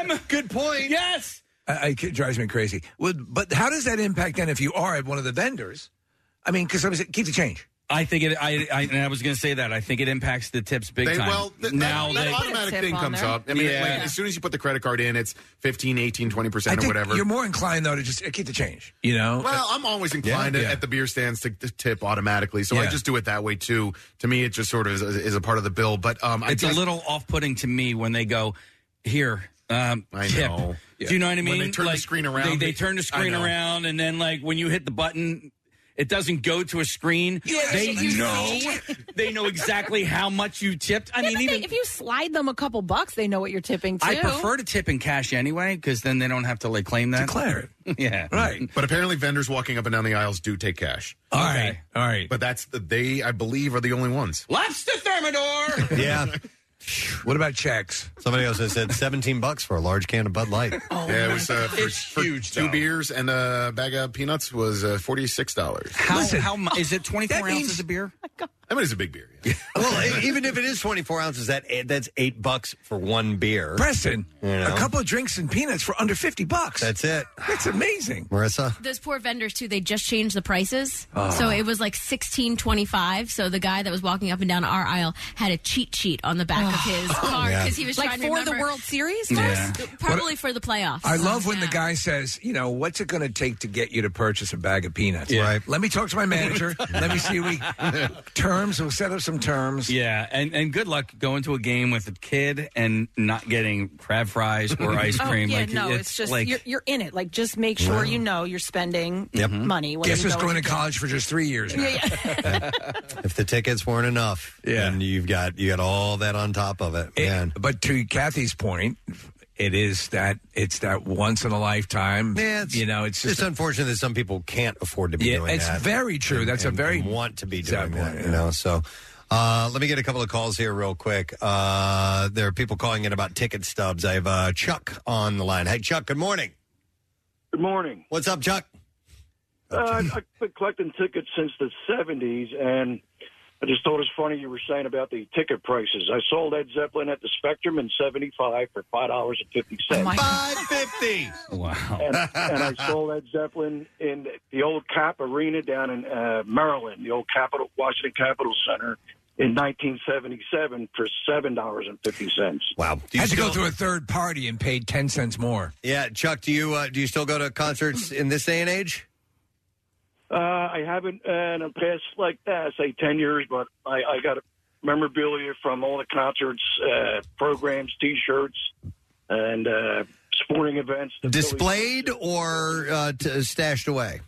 an ATM?"
Good point.
Yes.
I, I- it drives me crazy. Well, but how does that impact then if you are at one of the vendors? I mean, because I'm saying, keep the change.
I think it. I, I and I was going to say that. I think it impacts the tips big
They-
time.
well, th-
now
that,
they-
that automatic thing comes up. I mean,
yeah.
like, as soon as you put the credit card in, it's 15, 18, 20%
I
or
think
whatever.
You're more inclined though to just uh, keep the change. You know.
Well, I'm always inclined
Yeah,
at-
yeah.
at the beer stands to to tip automatically, so I
Yeah.
just do it that way too. To me, it just sort of is, is a part of the bill. But um, I
it's a
guess-
little off-putting to me when they go here. Um,
I
tip.
know.
Do you know what I mean?
When they turn the
Like,
screen around,
They, they
it-
turn the
I
screen
know.
around, and then like when you hit the button, it doesn't go to a screen.
Yeah,
they
you
know. they know exactly how much you tipped. I
Yeah,
mean,
but
even
they- if you slide them a couple bucks, they know what you're tipping too.
I prefer to tip in cash anyway because then they don't have to like claim that. Declare it. yeah.
Right. But apparently, vendors walking up and down the aisles do take cash.
All right.
All right. But that's the, they, I believe, are the only ones.
Lobster Thermidor.
Yeah.
What about checks? Oh,
Somebody else has said 17 bucks for a large can of Bud Light.
Oh
yeah, it was uh, for, for two
though.
beers and a bag of peanuts was uh, forty six dollars.
How, how mu- is it? Twenty four ounces of beer.
I mean, it's a big beer.
well, e- even if it is 24 ounces, that that's eight bucks for one beer.
Preston,
You know?
a couple of drinks and peanuts for under 50 bucks.
That's it.
That's amazing.
Marissa?
Those poor vendors too. They just changed the prices,
Oh.
so it was like sixteen twenty five. So the guy that was walking up and down our aisle had a cheat sheet on the back of his car
Yeah.
because he was
Like
trying
for
to
the
remember-
World Series
Yeah.
first? probably for the playoffs.
I love when the guy says, you know, what's it going to take to get you to purchase a bag of peanuts? Right. Let me talk to my manager. Let me see we terms. We'll set up some terms.
Yeah, and, and good luck going to a game with a kid and not getting crab fries or ice
Oh,
cream.
yeah,
like,
no, it's, just
like
you're, you're in it. Like, just make sure
Wow.
you know you're spending Mm-hmm. money. When
Guess
you
who's
go
going
into
to college
College for just three years.
Yeah, yeah.
If the tickets weren't enough, yeah. then you've got you got all that on top of it.
It-
Man.
Eh, But to Kathy's point, it is that it's that once in a lifetime.
Yeah, it's-
you know, it's
It's
just
just unfortunate that some people can't afford to be
Yeah,
doing
it's
that.
very true.
And-
That's a
and
very
want to be doing
sad
that.
point,
You know, so uh, let me get a couple of calls here real quick. Uh, there are people calling in about ticket stubs. I have uh, Chuck on the line. Hey, Chuck. Good morning.
Good morning.
What's up, Chuck?
Uh, I've been collecting tickets since the 70s, and I just thought it was funny you were saying about the ticket prices. I sold Ed Zeppelin at the Spectrum in 75 for $5.50.
Five fifty.
Wow.
And, and I sold Ed Zeppelin in the old Cap Arena down in uh, Maryland, the old Capital Washington Capitol Center, in 1977 for $7.50.
Wow.
had to go through a third party and paid ten cents more.
Yeah, Chuck. Do you uh, do you still go to concerts in this day and age?
Uh, I haven't uh, in the past like that, say ten years, but I, I got memorabilia from all the concerts, uh, programs, T-shirts, and uh, sporting events. The
Displayed or uh, t- stashed away?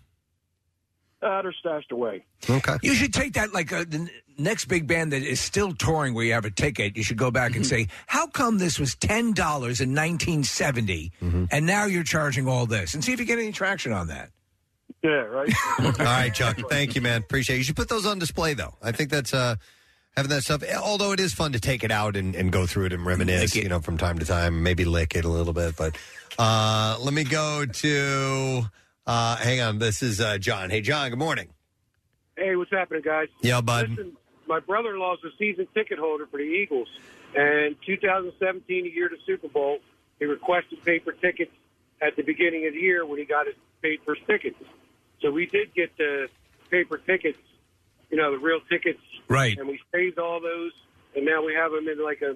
Phillies, uh, they're stashed away.
Okay.
You should take that like uh, the n- next big band that is still touring where you have a ticket. You should go back and
Mm-hmm.
say, how come this was $10 in 1970
Mm-hmm.
and now you're charging all this? And see if you get any traction on that.
Yeah, right.
All right, Chuck. Thank you, man. Appreciate it. You should put those on display, though. I think that's uh, having that stuff. Although it is fun to take it out and, and go through it and reminisce, you know, from time to time. Maybe lick it a little bit. But uh, let me go to. Uh, hang on. This is uh, John. Hey, John. Good morning.
Hey, what's happening, guys?
Yeah, bud.
Listen, my brother-in-law is a season ticket holder for the Eagles, and 2017, the year of the Super Bowl, he requested paper tickets at the beginning of the year when he got his paid for tickets. So we did get the paper tickets, you know, the real tickets,
Right.
and we saved all those, and now we have them in like a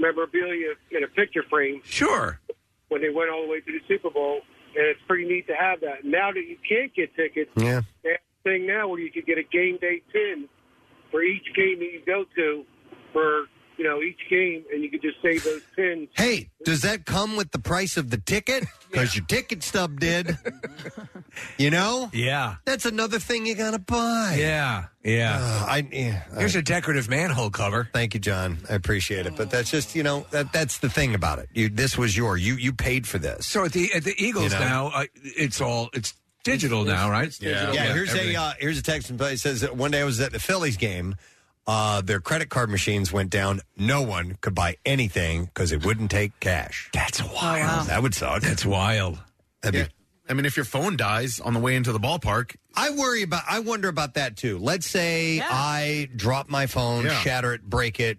memorabilia in a picture frame
Sure.
when they went all the way to the Super Bowl, and it's pretty neat to have that. Now that you can't get tickets,
Yeah.
they have a thing now where you could get a game day pin for each game that you go to for you know each game, and you could just save those pins.
Hey, does that come with the price of the ticket? Because your ticket stub did. you know?
Yeah.
That's another thing you got to buy.
Yeah. Yeah.
Uh, I, yeah
Here's a decorative manhole cover.
Thank you, John. I appreciate it. But that's just, you know, that that's the thing about it. You, this was your, you you paid for this.
So at the at the Eagles
You know?
now, uh, it's all it's digital now, right?
Yeah, here's
everything.
a uh, here's a text. It says that one day I was at the Phillies game. Uh, their credit card machines went down. No one could buy anything because it wouldn't take cash.
That's wild.
That would suck.
That's wild.
Yeah. I mean, if your phone dies on the way into the ballpark,
I worry about. I wonder about that too. Let's say
Yeah.
I drop my phone,
Yeah.
shatter it, break it.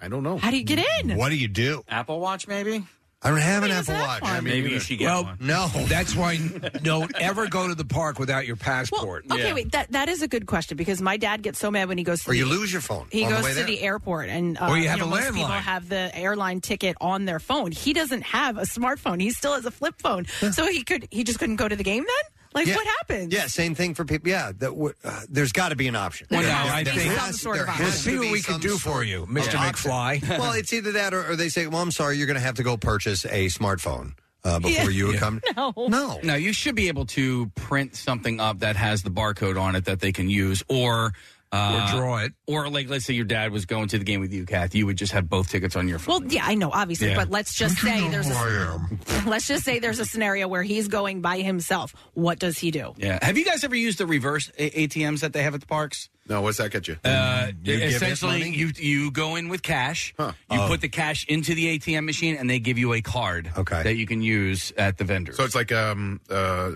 I don't know.
How do you get in? What do you do?
Apple Watch, maybe.
I don't have an Apple Watch.
I mean, Maybe you should get
well,
one.
No,
that's why don't ever go to the park without your passport.
Okay, wait. That that is a good question because my dad gets so mad when he goes. To
Or
the,
you lose your phone
He
on the
goes
way
to
there.
the airport, and uh,
Or you have
know,
a
most people
landline.
have the airline ticket on their phone. He doesn't have a smartphone. He still has a flip phone, so he could he just couldn't go to the game then.
Like, what happens?
Yeah, same thing for people. Yeah, that w- uh, there's got to be an option.
Well, no,
There-
I
there
think-
has-
Some sort
there
of
has
option. We'll see
to
what
be
we can
some
do for you,
sort of
Mr.
option.
McFly.
well, it's either that or, or they say, well, I'm sorry, you're going to have to go purchase a smartphone uh, before you would come.
No.
No.
No, you should be able to print something up that has the barcode on it that they can use or. Uh,
Or draw it.
Or, like, let's say your dad was going to the game with you, Kath. You would just have both tickets on your phone.
Well, yeah, I know, obviously,
Yeah.
but let's just say there's a,
Oh,
let's just say there's a scenario where he's going by himself. What does he do?
Yeah. Have you guys ever used the reverse a- ATMs that they have at the parks?
No, what's that get you?
Uh,
You give it
essentially,
money?
you you go in with cash. You
Oh.
put the cash into the ATM machine, and they give you a card that you can use at the vendor.
So it's like um uh,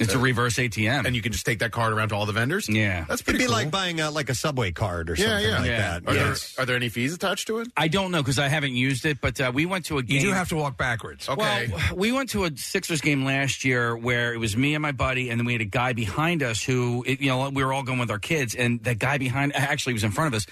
It's a reverse ATM,
and you can just take that card around to all the vendors.
Yeah,
that's
It'd
pretty
be
cool.
like buying uh, like a subway card or
yeah,
something
yeah.
like
Yeah.
that.
Are,
Yeah.
there, are there any fees attached to it?
I don't know because I haven't used it, but uh, we went to a game.
You do have to walk backwards.
Well, we went to a Sixers game last year where it was me and my buddy, and then we had a guy behind us who, it, you know, we were all going with our kids, and that guy behind actually he was in front of us.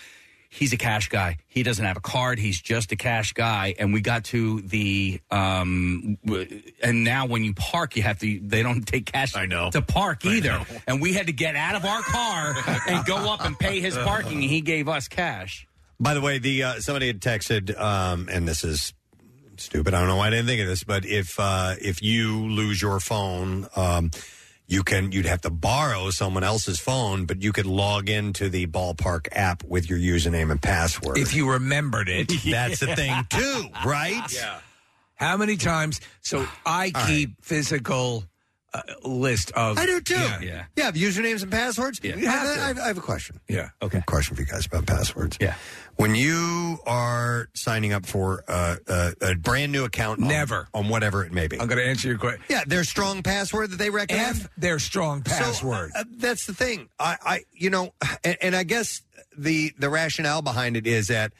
He's a cash guy. He doesn't have a card. He's just a cash guy. And we got to the um, w- and now when you park, you have to. They don't take cash. I know to park either. And we had to get out of our car and go up and pay his parking. And he gave us cash.
By the way, the uh, somebody had texted, um, and this is stupid. I don't know why I didn't think of this, but if uh, if you lose your phone, um, you can you'd have to borrow someone else's phone, but you could log into the ballpark app with your username and password.
If you remembered it,
That's the thing, too, right?
Yeah. How many times? So
Ah,
I keep physical uh, list of.
I do too.
Yeah.
yeah usernames and passwords.
Yeah.
I,
Have to.
I- I have a question.
Yeah.
Okay. Question for you guys about passwords.
Yeah.
When you are signing up for uh, a, a brand new account, on-
Never.
on whatever it may be,
I'm going to answer your question.
Yeah, their strong password that they recommend.
F their strong
So,
password.
uh, that's the thing. I, I you know, and, and I guess the the rationale behind it is that.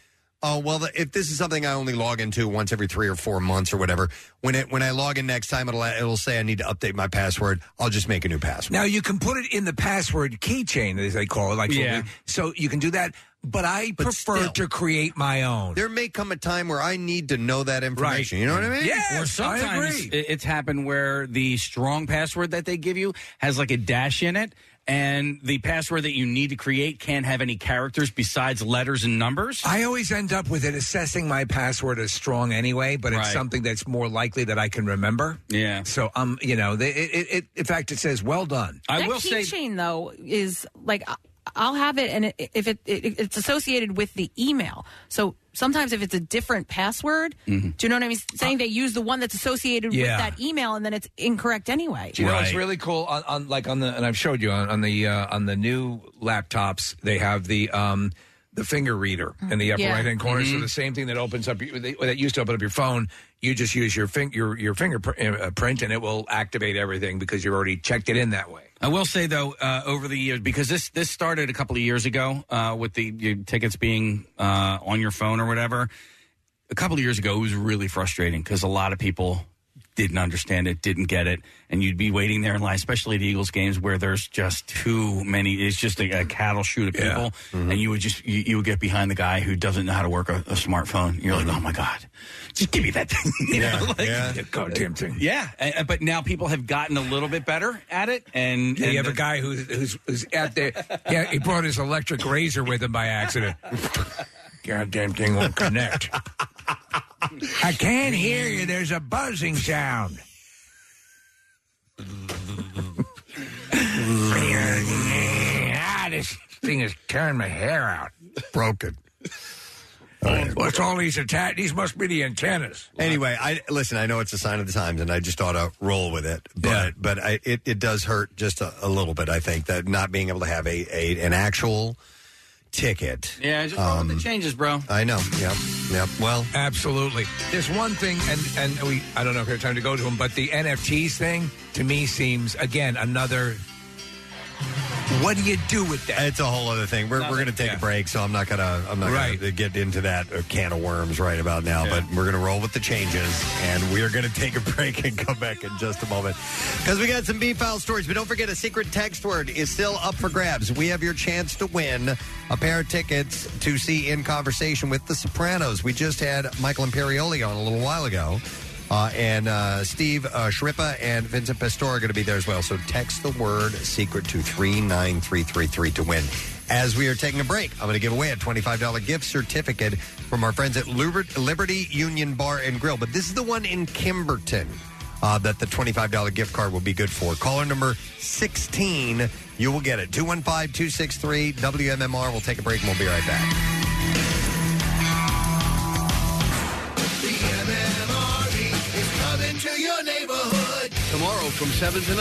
Oh well, the, if this is something I only log into once every three or four months or whatever, when it when I log in next time, it'll it'll say I need to update my password. I'll just make a new password.
Now you can put it in the password keychain, as they call it. Like
Yeah.
so, you can do that. But I prefer
still.
to create my own.
There may come a time where I need to know that information. You know what I mean?
Yes,
or sometimes it- it's happened where the strong password that they give you has like a dash in it, and the password that you need to create can't have any characters besides letters and numbers.
I always end up with it assessing my password as strong anyway, but it's
Right.
something that's more likely that I can remember.
Yeah.
So um, you know, they, it, it, it, in fact, it says well done.
that keychain though is like I- I'll have it, and it, if it, it it's associated with the email, so sometimes if it's a different password, do you know what I mean? Saying they use the one that's associated
Mm-hmm. Yeah.
with that email, and then it's incorrect anyway.
Do you know what's really cool on, on like on the and I've showed you on, on the uh, on the new laptops they have the um the finger reader in the upper
Yeah.
right hand corner so
Mm-hmm.
Mhm.
the same thing that opens up your- that used to open up your phone you just use your fing- your your fingerprint uh, and it will activate everything because you've already checked it in that way.
I will say though, uh, over the years, because this this started a couple of years ago uh, with the your tickets being uh, on your phone or whatever. A couple of years ago, it was really frustrating because a lot of people didn't understand it, didn't get it, and you'd be waiting there in line, especially at Eagles games where there's just too many. It's just a, a cattle shoot of people, and you would just you, you would get behind the guy who doesn't know how to work a, a smartphone. And you're like, oh my god, just give me that thing. you know, like-
goddamn thing.
yeah, a- a- but now people have gotten a little bit better at it, and,
Yeah,
and
you have a guy who's who's, who's out there. Yeah, he brought his electric razor with him by accident. Goddamn thing won't connect. I can't hear you. There's a buzzing sound. ah, this thing is tearing my hair out.
Broken.
What's all these attacks? These must be the antennas.
Anyway, I listen. I know it's a sign of the times, and I just ought to roll with it. But but I, it it does hurt just a, a little bit. I think that not being able to have a, a an actual ticket. Um,
Yeah, just roll with the changes, bro.
I know. Yep. Yep. Well,
Absolutely. There's one thing, and and we I don't know if we have time to go to them, but the NFTs thing to me seems again another. What do you do with that?
It's a whole other thing. We're, we're going to take a break, so I'm not going to I'm not going to get into that uh, can of worms right about now. But we're going to roll with the changes, and we're going to take a break and come back in just a moment because we got some B file stories. But don't forget, a secret text word is still up for grabs. We have your chance to win a pair of tickets to see In Conversation with The Sopranos. We just had Michael Imperioli on a little while ago. Uh, and uh, Steve uh, Shrippa and Vincent Pastore are going to be there as well. So text the word secret to 39333 to win. As we are taking a break, I'm going to give away a $25 gift certificate from our friends at Luber- Liberty Union Bar and Grill. But this is the one in Kimberton uh, that the $25 gift card will be good for. Caller number 16, you will get it. 215 263 WMMR. We'll take a break and we'll be right back.
MMRE is coming to your neighborhood. Tomorrow from 7 to 9,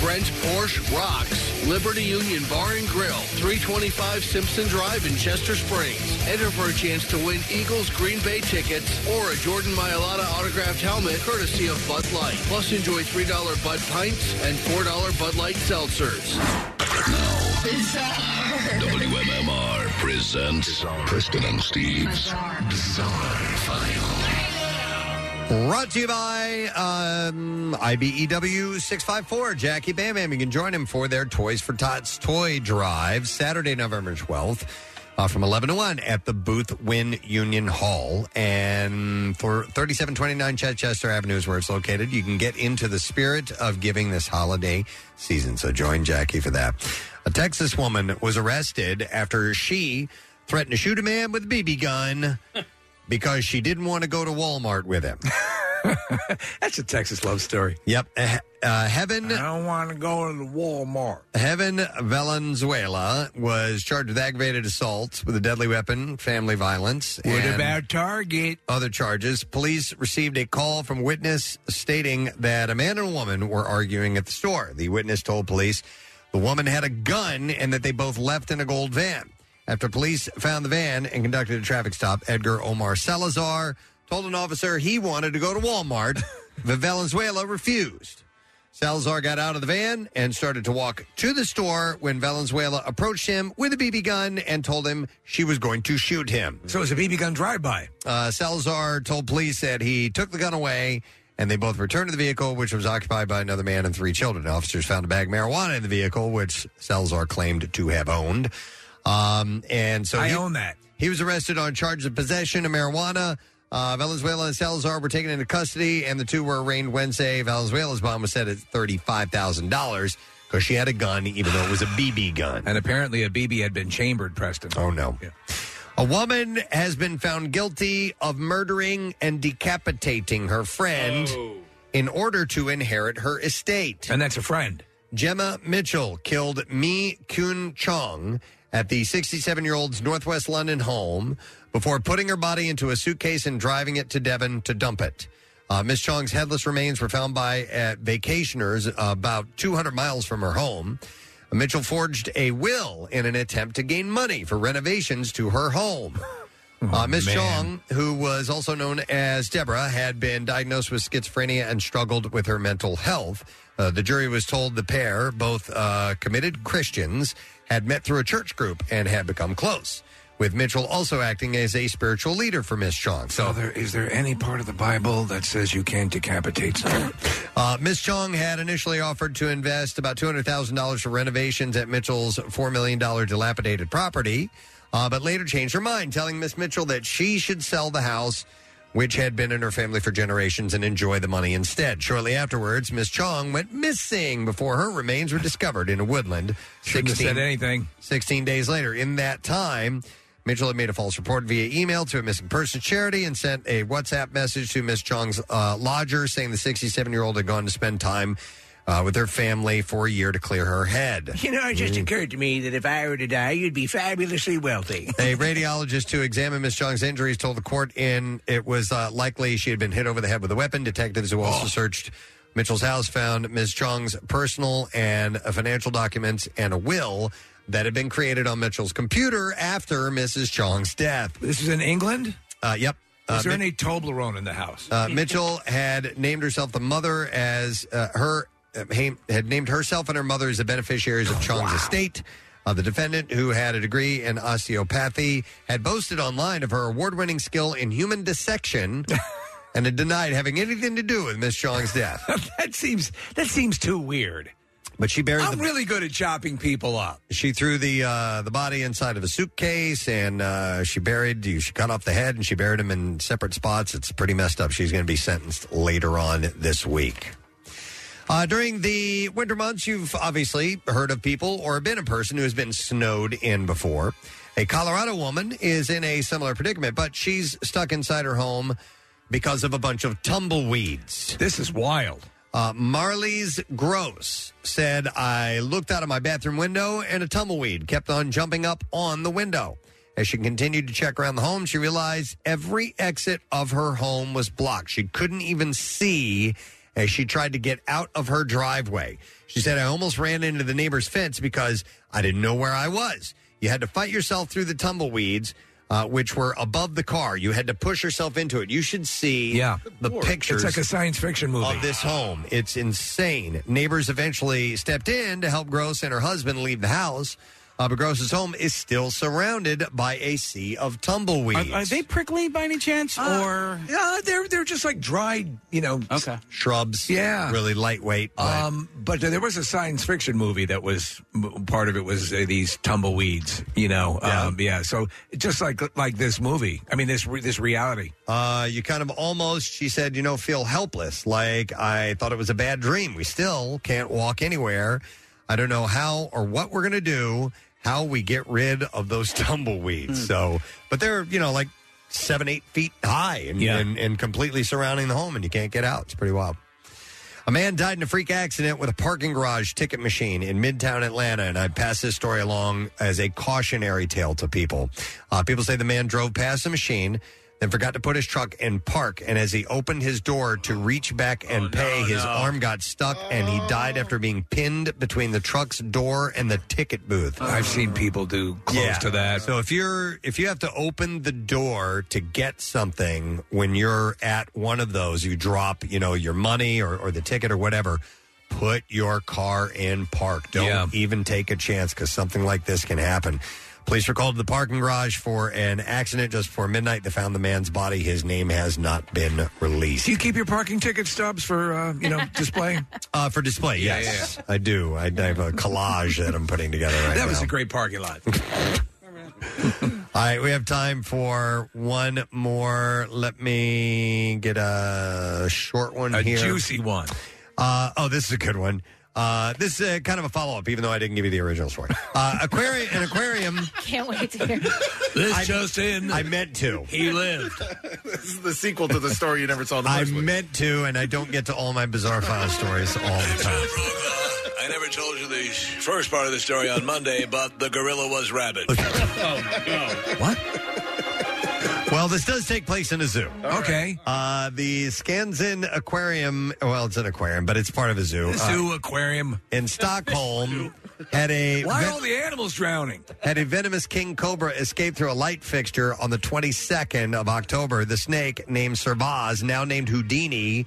Brent Porsche rocks. Liberty Union Bar and Grill, 325 Simpson Drive in Chester Springs. Enter for a chance to win Eagles Green Bay tickets or a Jordan Mailata autographed helmet courtesy of Bud Light. Plus enjoy $3 Bud Pints and $4 Bud Light Seltzers.
WMMR presents Preston and Steve's Bizarre, File.
Brought to you by um, IBEW 654, Jackie Bam Bam. You can join him for their Toys for Tots Toy Drive Saturday, November 12th. uh, from 11 to 1 at the Booth Win Union Hall. And for 3729 Chichester Avenue is where it's located. You can get into the spirit of giving this holiday season. So join Jackie for that. A Texas woman was arrested after she threatened to shoot a man with a BB gun because she didn't want to go to Walmart with him.
That's a Texas love story.
Yep. Uh, uh, Heaven.
I don't want to go to the Walmart.
Heaven Valenzuela was charged with aggravated assault with a deadly weapon, family violence.
What
and
about Target?
Other charges. Police received a call from witness stating that a man and a woman were arguing at the store. The witness told police the woman had a gun and that they both left in a gold van. After police found the van and conducted a traffic stop, Edgar Omar Salazar told an officer he wanted to go to Walmart. but Valenzuela refused. Salazar got out of the van and started to walk to the store when Valenzuela approached him with a BB gun and told him she was going to shoot him.
So it was a BB gun drive-by.
Uh, Salazar told police that he took the gun away and they both returned to the vehicle, which was occupied by another man and three children. Officers found a bag of marijuana in the vehicle, which Salazar claimed to have owned. Um, and so
I
he,
own that.
He was arrested on charges of possession of marijuana. Uh, Valenzuela and Salazar were taken into custody, and the two were arraigned Wednesday. Valenzuela's bond was set at thirty-five thousand dollars because she had a gun, even though it was a BB gun.
And apparently a BB had been chambered, Preston.
Oh, no. A woman has been found guilty of murdering and decapitating her friend in order to inherit her estate.
And that's a friend.
Gemma Mitchell killed Mi Kun Chong at the 67 year old's Northwest London home before putting her body into a suitcase and driving it to Devon to dump it. Uh, Miss Chong's headless remains were found by uh, vacationers about 200 miles from her home. Mitchell forged a will in an attempt to gain money for renovations to her home. Uh, Miss Chong, who was also known as Deborah, had been diagnosed with schizophrenia and struggled with her mental health. Uh, the jury was told the pair, both uh, committed Christians, had met through a church group and had become close. With Mitchell also acting as a spiritual leader for Miss Chong.
So there, is there any part of the Bible that says you can't decapitate someone?
Uh, Ms. Chung had initially offered to invest about $200,000 for renovations at Mitchell's $4 million dilapidated property, uh, but later changed her mind, telling Miss Mitchell that she should sell the house, which had been in her family for generations, and enjoy the money instead. Shortly afterwards, Miss Chong went missing before her remains were discovered in a woodland.
Shouldn't have said anything.
16 days later. In that time, Mitchell had made a false report via email to a missing person charity and sent a WhatsApp message to Miss Chong's uh, lodger saying the 67 year old had gone to spend time uh, with her family for a year to clear her head. Mm.
You know, it just occurred to me that if I were to die, you'd be fabulously wealthy.
A radiologist who examined Miss Chong's injuries told the court in it was uh, likely she had been hit over the head with a weapon. Detectives who
Oh.
also searched Mitchell's house found Miss Chong's personal and uh, financial documents and a will that had been created on Mitchell's computer after Mrs. Chong's death.
This is in England.
Uh, yep.
Is
Uh,
there
Mi-
any Toblerone in the house?
uh, Mitchell had named herself the mother as uh, her uh, ha- had named herself and her mother as the beneficiaries of Chong's estate. Uh, the defendant, who had a degree in osteopathy, had boasted online of her award-winning skill in human dissection. And had denied having anything to do with Miss Chong's death.
that seems that seems too weird.
But she buried
I'm
the
really good at chopping people up.
She threw the uh, the body inside of a suitcase, and uh, she buried. She cut off the head, and she buried him in separate spots. It's pretty messed up. She's going to be sentenced later on this week. Uh, during the winter months, you've obviously heard of people or been a person who has been snowed in before. A Colorado woman is in a similar predicament, but she's stuck inside her home because of a bunch of tumbleweeds.
This is wild.
Uh, Marley's Gross said, I looked out of my bathroom window and a tumbleweed kept on jumping up on the window. As she continued to check around the home, she realized every exit of her home was blocked. She couldn't even see as she tried to get out of her driveway. She said, I almost ran into the neighbor's fence because I didn't know where I was. You had to fight yourself through the tumbleweeds, uh, which were above the car. You had to push yourself into it. You should see
Yeah.
the pictures.
It's like a science fiction movie.
Of this home. It's insane. Neighbors eventually stepped in to help Gross and her husband leave the house. Uh, but Gross's home is still surrounded by a sea of tumbleweeds.
they
prickly by any chance,
or Uh, yeah, they're they're just like dried, you know, okay.
shrubs.
Yeah,
really lightweight.
But... Um, but there was a science fiction movie that was m- part of it was uh, these tumbleweeds, you know. Yeah. Um, yeah, so just like like this movie, I mean this re- this reality.
Uh, you kind of almost, she said, you know, feel helpless. Like, I thought it was a bad dream. We still can't walk anywhere. I don't know how or what we're going to do, how we get rid of those tumbleweeds. So, but they're, you know, like seven, eight feet high and,
Yeah.
and, and completely surrounding the home, and you can't get out. It's pretty wild. A man died in a freak accident with a parking garage ticket machine in Midtown Atlanta, and I pass this story along as a cautionary tale to people. Uh, people say the man drove past the machine, then forgot to put his truck in park, and as he opened his door to reach back and pay, his arm got stuck, and he died after being pinned between the truck's door and the ticket booth.
I've seen people do close
Yeah.
to that.
So if you're if you have to open the door to get something when you're at one of those, you drop, you know, your money or, or the ticket or whatever, put your car in park. Don't even take a chance because something like this can happen. Police were called to the parking garage for an accident just before midnight. They found the man's body. His name has not been released.
Do you keep your parking ticket stubs for uh, you know display?
Uh, for display,
Yeah,
yes,
yeah,
I do. I, I have a collage that I'm putting together right now.
that was a great parking lot.
All right, we have time for one more. Let me get a short one
A
here.
juicy one.
Uh, oh, this is a good one. Uh, this is a, kind of a follow up, even though I didn't give you the original story. Uh, aquarium, an aquarium.
Can't wait to hear.
This just in.
I meant to.
He lived.
this is the sequel to the story you never saw. in The
I
first one.
meant to, and I don't get to all my bizarre file stories all the time.
I never told you the first part of the story on Monday, but the gorilla was rabid.
Oh,
Well, this does take place in a zoo.
Okay.
Uh, the Skansen Aquarium, well, it's an aquarium, but it's part of a zoo. Uh,
Zoo aquarium.
in Stockholm had a
Why are
ven-
all the animals drowning?
had a venomous king cobra escape through a light fixture on the 22nd of October. The snake named Servaz, now named Houdini,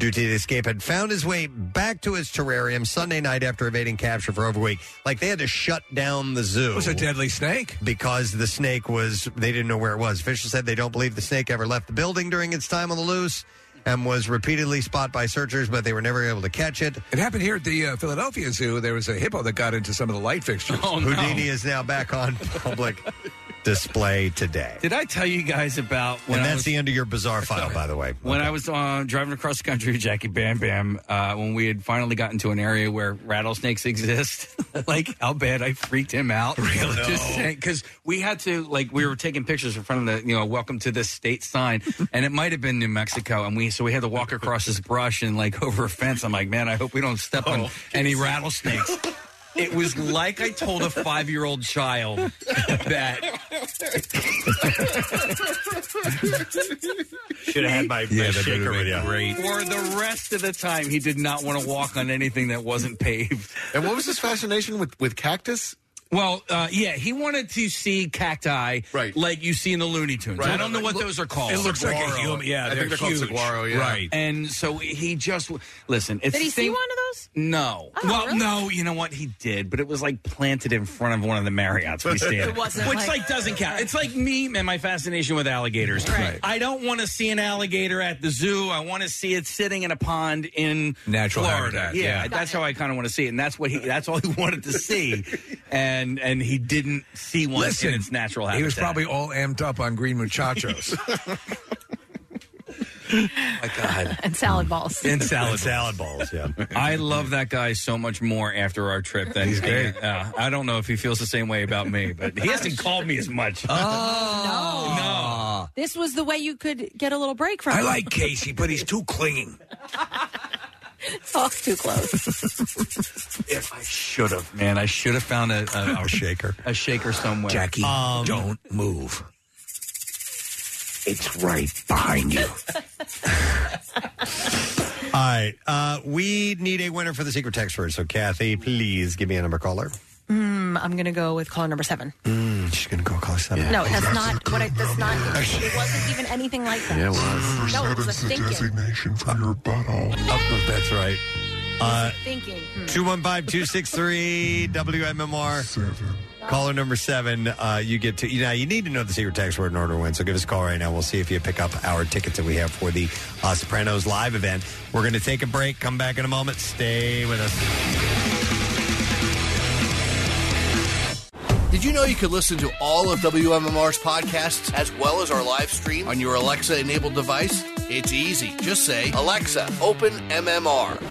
due to the escape, had found his way back to his terrarium Sunday night after evading capture for over a week. Like they had to shut down the zoo. It was a
deadly snake
because the snake was they didn't know where it was. Officials said they don't believe the snake ever left the building during its time on the loose. And was repeatedly spotted by searchers, but they were never able to catch it.
It happened here at the uh, Philadelphia Zoo. There was a hippo that got into some of the light fixtures.
Oh, Houdini is now back on public display today.
Did I tell you guys about when
and
I
that's
was-
the end of your bizarre file, by the way.
When I was uh, driving across the country with Jackie Bam Bam, uh, when we had finally gotten to an area where rattlesnakes exist, like how bad I freaked him out. Really? Just saying, because we had to, like, we were taking pictures in front of the, you know, welcome to this state sign, and it might have been New Mexico, and we, so we had to walk across this brush and, like, over a fence. I'm like, man, I hope we don't step on any rattlesnakes. It was like I told a five year old child that
Should have had my,
Yeah, that'd
shaker video.
For the rest of the time, he did not want to walk on anything that wasn't paved.
And what was his fascination with, with cactus?
Well, uh, yeah, he wanted to see cacti, right. Like you see in the Looney Tunes.
Right.
I don't know what those are called.
It looks like a Saguaro. human- yeah, I they're think they're called huge. saguaro, yeah.
Right. And so he just listen. It's
Did he
the
see
thing-
one of those? those?
No.
Oh,
well,
really?
no, you know what? He did, but it was like planted in front of one of the Marriotts we stayed at.
It wasn't
Which,
like-
like, doesn't count. It's like me and my fascination with alligators.
Right.
I don't want to see an alligator at the zoo. I want to see it sitting in a pond in
Natural
Florida.
habitat,
Yeah,
yeah.
that's how I kind of want to see it. And that's what he, that's all he wanted to see. And, and he didn't see one in its natural habitat.
He was probably all amped up on green muchachos.
my God.
And salad balls.
In salad
And salad balls, yeah.
I love that guy so much more after our trip than
He's great.
Uh, I don't know if he feels the same way about me, but he hasn't called me as much.
Oh.
no.
This was the way you could get a little break from.
I
it.
like Casey, but he's too clinging.
Talks too close.
If I should have, man, I should have found a, a, shaker, a shaker somewhere. Um,
Jackie, don't move. It's right behind you.
All right. Uh, we need a winner for the secret text word. So, Kathy, please give me a number caller.
Mm, I'm gonna go with caller number seven.
Mm, she's going to go call seven.
No, that's not what I. That's not. It wasn't even anything like that.
Yeah, it was.
No, it was a thinking.
designation from your butthole. Oh, that's right. Uh,
Thinking. Hmm.
215-263 WMMR. Caller number seven, uh, you get to. You know, you need to know the secret text word in order to win. So give us a call right now. We'll see if you pick up our tickets that we have for the uh, Sopranos live event. We're going to take a break. Come back in a moment. Stay with us.
Did you know you could listen to all of WMMR's podcasts as well as our live stream on your Alexa enabled device? It's easy. Just say, Alexa, open MMR.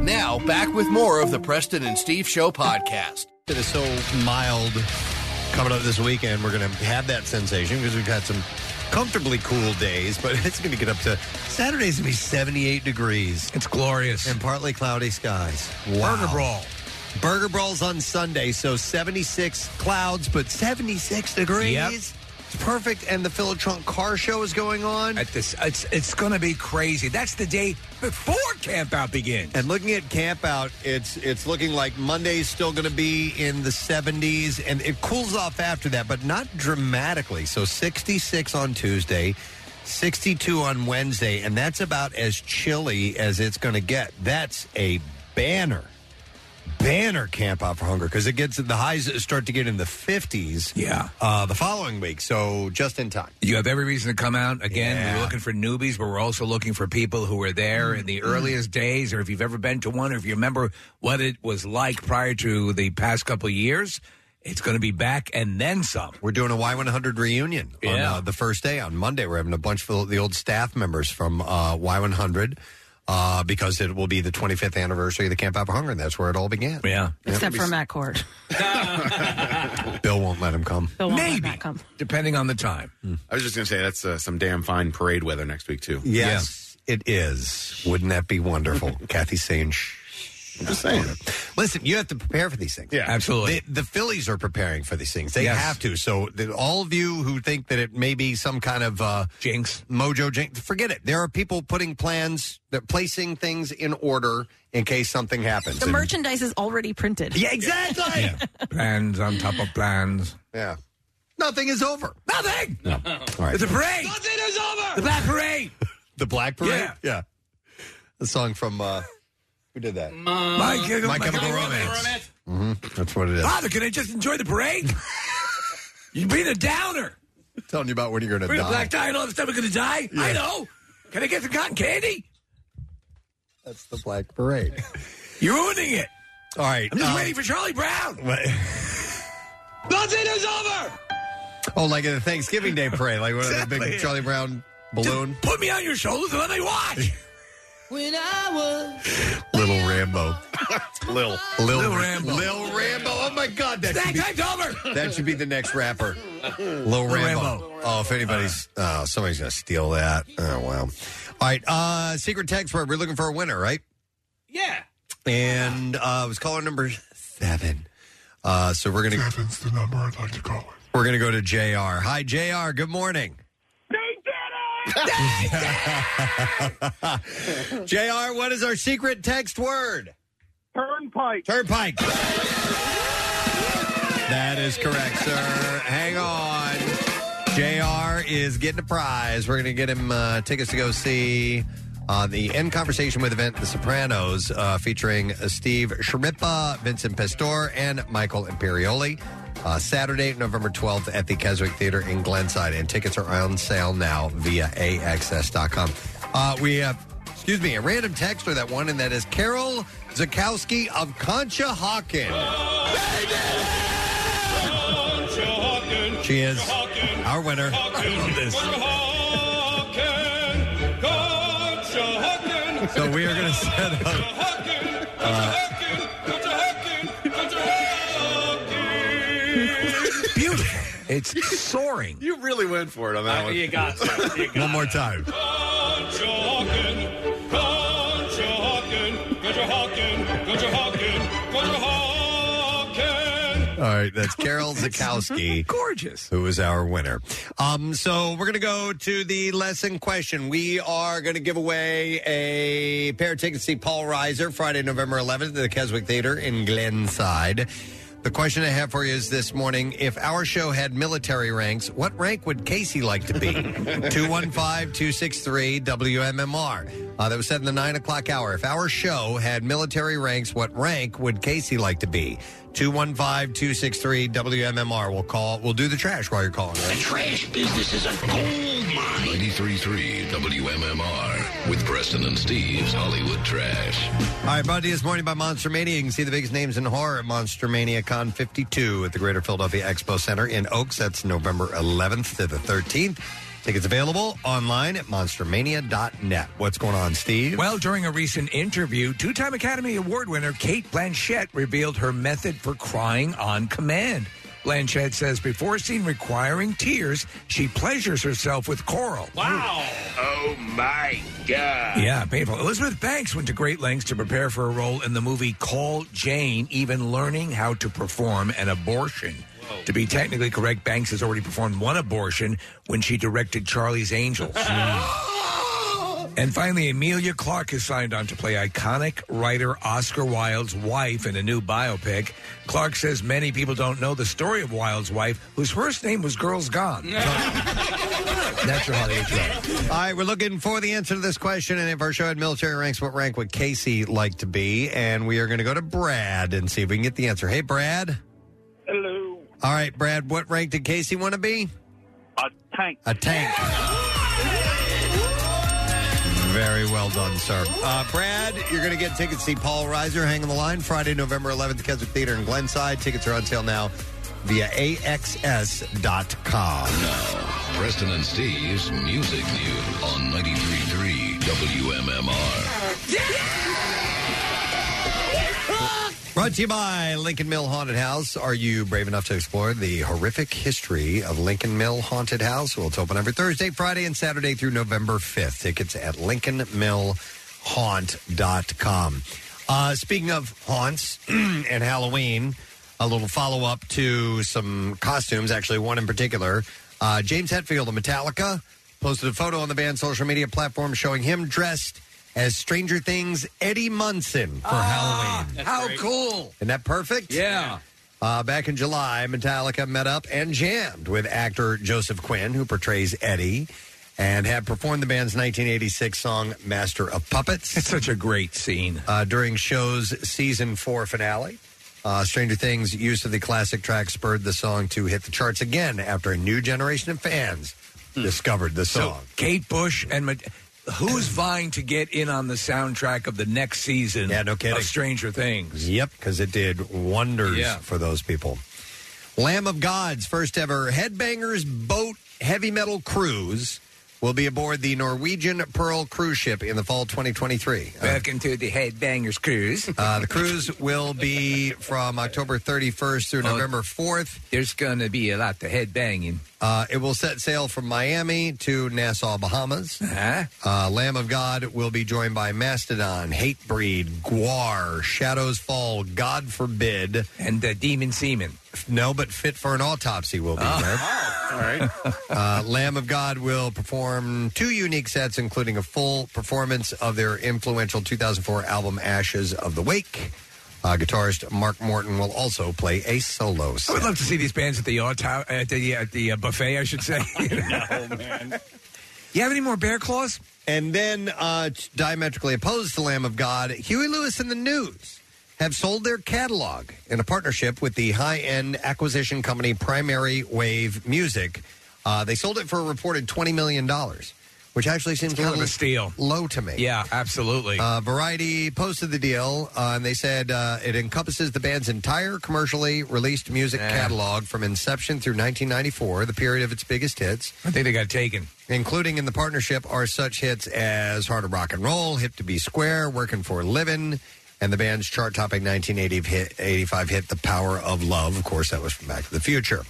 Now, back with more of the Preston and Steve Show podcast.
It is so mild coming up this weekend. We're going to have that sensation because we've had some comfortably cool days, but it's going to get up to Saturday's going to be 78 degrees.
It's glorious.
And partly cloudy skies.
Burger Brawl.
Burger Brawl's on Sunday, so 76 clouds, but 76 degrees.
Yep.
It's perfect. And the Philotrunk car show is going on.
At this, it's it's going to be crazy. That's the day before camp out begins.
And looking at camp out, it's it's looking like Monday's still going to be in the 70s, and it cools off after that, but not dramatically. So 66 on Tuesday, 62 on Wednesday, and that's about as chilly as it's going to get. That's a banner, banner camp out for hunger because it gets the highs start to get in the 50s. Yeah, uh, the following week, so just in time.
You have every reason to come out. Again, we're looking for newbies, but we're also looking for people who were there in the earliest days, or if you've ever been to one, or if you remember what it was like prior to the past couple of years. It's going to be back and then some.
We're doing a Y100 reunion on
Yeah.
uh, the first day on Monday. We're having a bunch of the old staff members from uh, Y100 uh, because it will be the 25th anniversary of the Camp Out for Hunger, and that's where it all began.
Yeah,
Except for Matt Cord.
Bill won't let him come.
Bill won't let Matt come.
depending on the time.
I was just going to say that's uh, some damn fine parade weather next week too.
Yes, it is. Wouldn't that be wonderful? Kathy's saying, shh. I'm just saying. Listen, you have to prepare for these things.
Yeah. Absolutely.
The, the Phillies are preparing for these things. They
Yes.
have to. So, the, all of you who think that it may be some kind of uh,
jinx,
mojo jinx, forget it. There are people putting plans, they're placing things in order in case something happens.
The
And-
merchandise is already printed.
Yeah, exactly.
Plans on top of plans.
Yeah. Nothing is over.
Nothing.
No. All right.
It's a parade.
Nothing is over.
The Black Parade.
The Black Parade? Yeah. The song from, uh, who did that?
My Chemical- My
My Chemical
Chemical
Romance.
Romance.
Mhm, That's what it is.
Father, can I just enjoy the parade? You'd be the downer.
telling you about when you're going to
We're
die.
gonna black tie and all this stuff. We're gonna die. I know. Can I get some cotton candy?
That's the Black Parade.
You're ruining it.
All right.
I'm just
uh,
waiting for Charlie Brown.
what-
Nothing is over.
oh, like at the Thanksgiving Day parade, like one of the
Exactly.
big Charlie Brown balloon.
Put me on your shoulders and let me watch.
When I was
Little Rambo.
Lil.
Lil,
Lil
Rambo.
Rambo.
Lil Rambo. Oh my God, that should
Snack
be
time's over.
That should be the next rapper. Lil
Lil
Rambo.
Rambo.
Oh, if anybody's, oh, somebody's gonna steal that. Oh wow. All right, uh, secret text word. We're looking for a winner, right?
Yeah.
And uh, it was caller number seven. Uh, so we're gonna
Seven's the number I'd like to call.
we're gonna go to Jr. Hi, Jr. Good morning. JR, what is our secret text word?
Turnpike.
Turnpike. That is correct, sir. Hang on. JR is getting a prize. We're going to get him uh, tickets to go see uh, the End Conversation with event, The Sopranos, uh, featuring uh, Steve Shrippa, Vincent Pastore, and Michael Imperioli. Uh, Saturday, November 12th at the Keswick Theater in Glenside. And tickets are on sale now via AXS.com. Uh, we have, excuse me, a random texter that one, and that is Carol Zakowski of Conshohocken. She is our winner. So we are going to set up. uh,
Beautiful. It's soaring.
You really went for it on that
Uh,
one.
you got it. You got
One more time. All right, that's Carol Zakowski.
Gorgeous.
Who is our winner. Um, so we're going to go to the lesson question. We are going to give away a pair of tickets to see Paul Reiser Friday, November 11th at the Keswick Theater in Glenside. The question I have for you is this morning if our show had military ranks, what rank would Casey like to be? 215 263 WMMR. Uh, that was said in the 9 o'clock hour. If our show had military ranks, what rank would Casey like to be? 215 263 WMMR. We'll call, we'll do the trash while you're calling. Right?
Trash business is a gold mine. 93.3 WMMR with Preston and Steve's Hollywood Trash.
All right, Brought to you this morning by Monster Mania. You can see the biggest names in horror at Monster Mania Con 52 at the Greater Philadelphia Expo Center in Oaks. That's November 11th to the 13th. Tickets available online at monstermania.net. What's going on, Steve?
Well, during a recent interview, two time Academy Award winner Kate Blanchett revealed her method for crying on command. Blanchett says before a scene requiring tears, she pleasures herself with coral.
Wow. Oh my God.
Yeah, painful. Elizabeth Banks went to great lengths to prepare for a role in the movie Call Jane, even learning how to perform an abortion. To be technically correct, Banks has already performed one abortion when she directed Charlie's Angels. And finally, Amelia Clark has signed on to play iconic writer Oscar Wilde's wife in a new biopic. Clark says many people don't know the story of Wilde's wife, whose first name was Girls Gone.
That's your Hollywood All right, we're looking for the answer to this question. And if our show had military ranks, what rank would Casey like to be? And we are going to go to Brad and see if we can get the answer. Hey, Brad.
Hello.
All right, Brad, what rank did Casey want to be?
A tank.
A tank. Very well done, sir. Uh, Brad, you're going to get tickets to see Paul Reiser hang on the line Friday, November 11th, Keswick Theater in Glenside. Tickets are on sale now via AXS.com.
Now, Preston and Steve's Music News on 93.3 WMMR.
Brought to you by Lincoln Mill Haunted House. Are you brave enough to explore the horrific history of Lincoln Mill Haunted House? Well, it's open every Thursday, Friday, and Saturday through November 5th. Tickets at lincolnmillhaunt.com. Uh, speaking of haunts and Halloween, a little follow up to some costumes, actually, one in particular. Uh, James Hetfield of Metallica posted a photo on the band's social media platform showing him dressed as Stranger Things Eddie Munson for Halloween.
How cool.
Isn't that perfect? Yeah. Uh, back in July, Metallica met up and jammed with actor Joseph Quinn, who portrays Eddie, and had performed the band's 1986 song "Master of Puppets." It's
such a great scene
uh, during show's season four finale. Uh, Stranger Things' use of the classic track spurred the song to hit the charts again after a new generation of fans discovered the
Hmm. So
song.
Kate Bush and Mad- who's vying to get in on the soundtrack of the next season? Yeah, no
kidding.
Of Stranger Things.
Yep, because it did wonders
Yeah.
for those people. Lamb of God's first ever Headbangers Boat Heavy Metal Cruise will be aboard the Norwegian Pearl cruise ship in the fall 2023.
Welcome to the Headbangers Cruise.
Uh, the cruise will be from October 31st through November 4th.
Oh, There's going to be a lot of headbanging.
Uh, it will set sail from Miami to Nassau, Bahamas.
Uh-huh.
Uh, Lamb of God will be joined by Mastodon, Hatebreed, Guar, Shadows Fall, God Forbid.
And the Demon Oh. Seaman.
No, but Fit for an Autopsy will be there.
All right.
Uh, Lamb of God will perform two unique sets, including a full performance of their influential 2004 album Ashes of the Wake. Uh, guitarist Mark Morton will also play a solo
I
set.
would love to see these bands at the auto, at the at the uh, buffet, I should say. no, man. You have any more bear claws?
And then, uh, t- diametrically opposed to Lamb of God, Huey Lewis and the News have sold their catalog in a partnership with the high end acquisition company Primary Wave Music. Uh, they sold it for a reported $20 million, which actually seems
kind
a
of
little
a steal.
low to me.
Yeah, absolutely.
Uh, Variety posted the deal, uh, and they said uh, it encompasses the band's entire commercially released music catalog from inception through 1994, the period of its biggest hits.
I think they got taken.
Including in the partnership are such hits as Harder Rock and Roll, Hip to Be Square, Working for a Living, and the band's chart topping 1985 hit, The Power of Love. Of course, that was from Back to the Future.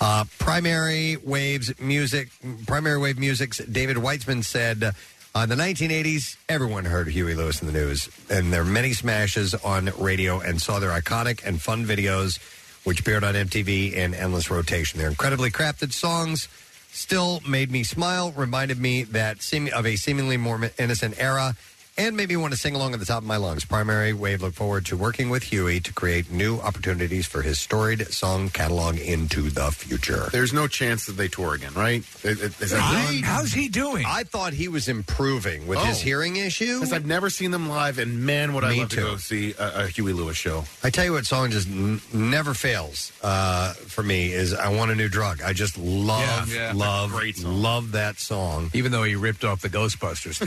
Uh, primary waves music. Primary wave music's David Weitzman said, uh, "On the 1980s, everyone heard Huey Lewis in the news, and their many smashes on radio, and saw their iconic and fun videos, which appeared on MTV in endless rotation. Their incredibly crafted songs." Still made me smile, reminded me that seem- of a seemingly more innocent era, and made me want to sing along at the top of my lungs. Primary Wave look forward to working with Huey to create new opportunities for his storied song catalog into the future.
There's no chance that they tour again, right? Is- is- is that done?
how's he doing?
I thought he was improving with his
Oh.
hearing issue.
Because I've never seen them live, and man, would I
Me
love
too.
to go see a, a Huey Lewis show.
I tell you what song just n- never fails uh, for me is "I Want a New Drug." I just love,
Yeah, yeah.
love, love that song.
Even though he ripped off the Ghostbusters,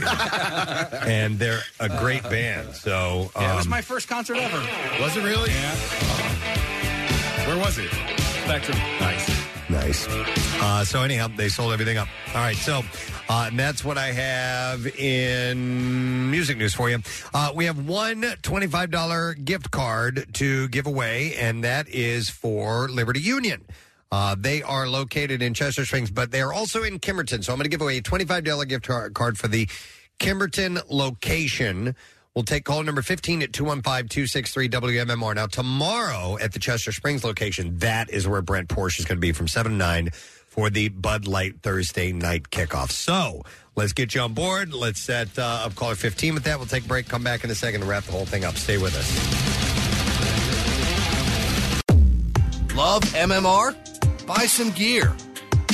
and they're a great band. So um,
Yeah, it was my first concert ever.
Was it really?
Yeah.
Where was it?
Spectrum.
Nice.
Nice. Uh, so anyhow, they sold everything up. All right, so uh, and that's what I have in music news for you. Uh, we have one $25 gift card to give away, and that is for Liberty Union. Uh, they are located in Chester Springs, but they are also in Kimberton. So I'm going to give away a $25 gift car- card for the Kimberton location. We'll take call number 15 at 215 263 WMMR. Now, tomorrow at the Chester Springs location, that is where Brent Porsche is going to be from 7 to 9 for the Bud Light Thursday night kickoff. So let's get you on board. Let's set uh, up caller 15 with that. We'll take a break, come back in a second to wrap the whole thing up. Stay with us.
Love MMR? Buy some gear.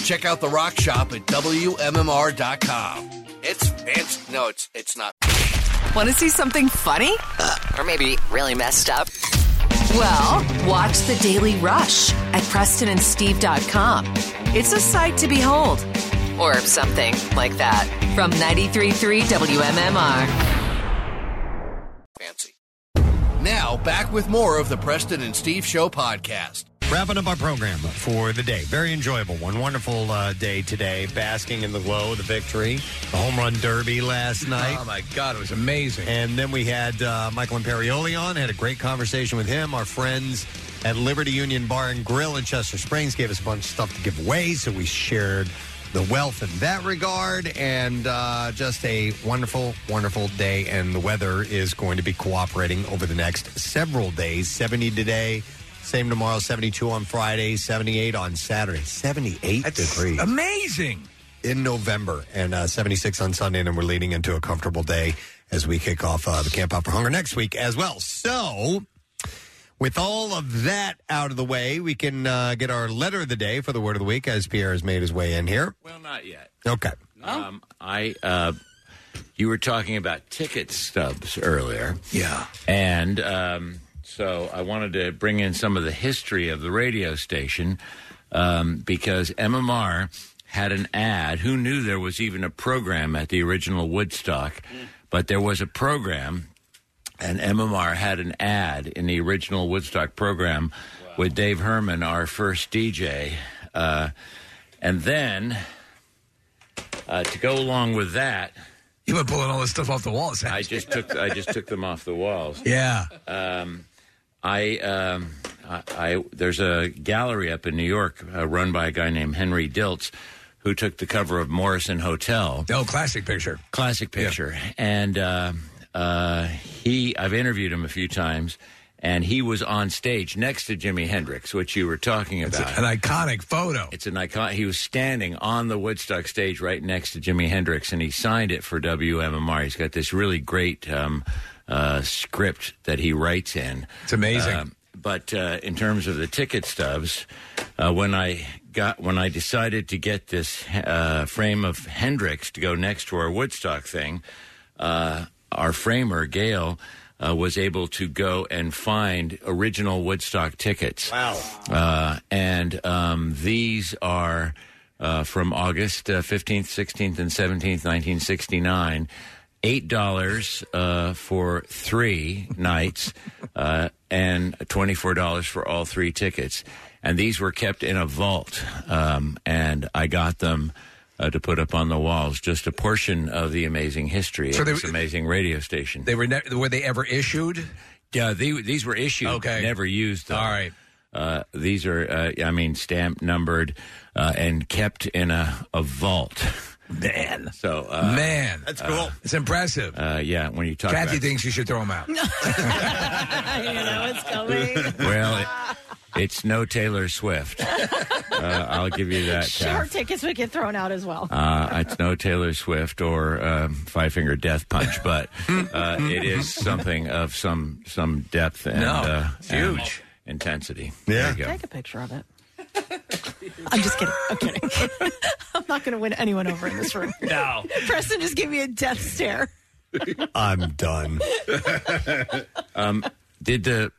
Check out the rock shop at WMMR.com. It's fancy. No, it's it's not.
Want to see something funny? Uh, or maybe really messed up? Well, watch The Daily Rush at PrestonandSteve.com. It's a sight to behold, or something like that, from 93.3 WMMR.
Fancy. Now, back with more of the Preston and Steve Show podcast.
Wrapping up our program for the day. Very enjoyable one. Wonderful uh, day today. Basking in the glow of the victory. The home run derby last night.
Oh my God, it was amazing.
And then we had uh, Michael Imperioli on, had a great conversation with him. Our friends at Liberty Union Bar and Grill in Chester Springs gave us a bunch of stuff to give away, so we shared the wealth in that regard. And uh, just a wonderful, wonderful day. And the weather is going to be cooperating over the next several days 70 today. Same tomorrow, 72 on Friday, 78 on Saturday, 78 degrees.
Amazing.
In November, and uh, 76 on Sunday, and then we're leading into a comfortable day as we kick off uh, the Camp Out for Hunger next week as well. So, with all of that out of the way, we can uh, get our letter of the day for the word of the week as Pierre has made his way in here.
Well, not yet.
Okay.
Um, I, uh, you were talking about ticket stubs earlier.
Yeah.
And um, so I wanted to bring in some of the history of the radio station um, because MMR had an ad. Who knew there was even a program at the original Woodstock? But there was a program, and MMR had an ad in the original Woodstock program with Dave Herman, our first DJ. Uh, and then Uh, to go along with that,
You've been pulling all this stuff off the walls.
I just took I just took them off the walls.
Yeah.
Um, I, um, I, I there's a gallery up in New York uh, run by a guy named Henry Diltz, who took the cover of Morrison Hotel.
Oh, classic picture.
Classic picture. And uh, uh, he, I've interviewed him a few times, and he was on stage next to Jimi Hendrix, which you were talking about.
An iconic photo.
It's an icon. He was standing on the Woodstock stage right next to Jimi Hendrix, and he signed it for WMMR. He's got this really great um, uh, script that he writes in.
It's amazing.
Um, but uh, in terms of the ticket stubs, uh, when I got when I decided to get this uh, frame of Hendrix to go next to our Woodstock thing, uh, our framer Gail. Uh, was able to go and find original Woodstock tickets. Wow! Uh, and um, these are uh, from August fifteenth, sixteenth, and seventeenth, nineteen sixty nine. Eight dollars uh, for three nights, uh, and twenty four dollars for all three tickets. And these were kept in a vault, um, and I got them. Uh, to put up on the walls, just a portion of the amazing history
So
of
they
this
were-
amazing radio station.
They were ne- were they ever issued?
Yeah, they, these were issued.
Okay,
Never used them.
All right.
Uh, these are, uh, I mean, stamped, numbered, uh, and kept in a, a vault.
Man.
So, uh,
Man,
uh,
it's impressive.
uh, yeah, when you talk
Kathy
about
thinks you should throw them out.
you know it's coming.
well, it, it's no Taylor Swift. Uh, I'll give you that.
Sure,
Kath.
tickets would get thrown out as well.
Uh, it's no Taylor Swift or um, Five Finger Death Punch, but uh, it is something of some some depth and
No,
uh,
it's
and
huge.
intensity.
Yeah.
There you go.
Take a picture of it. I'm just kidding. I'm kidding. I'm not going to win anyone over in this room.
No.
Preston just gave me a death stare.
I'm done. um, did the?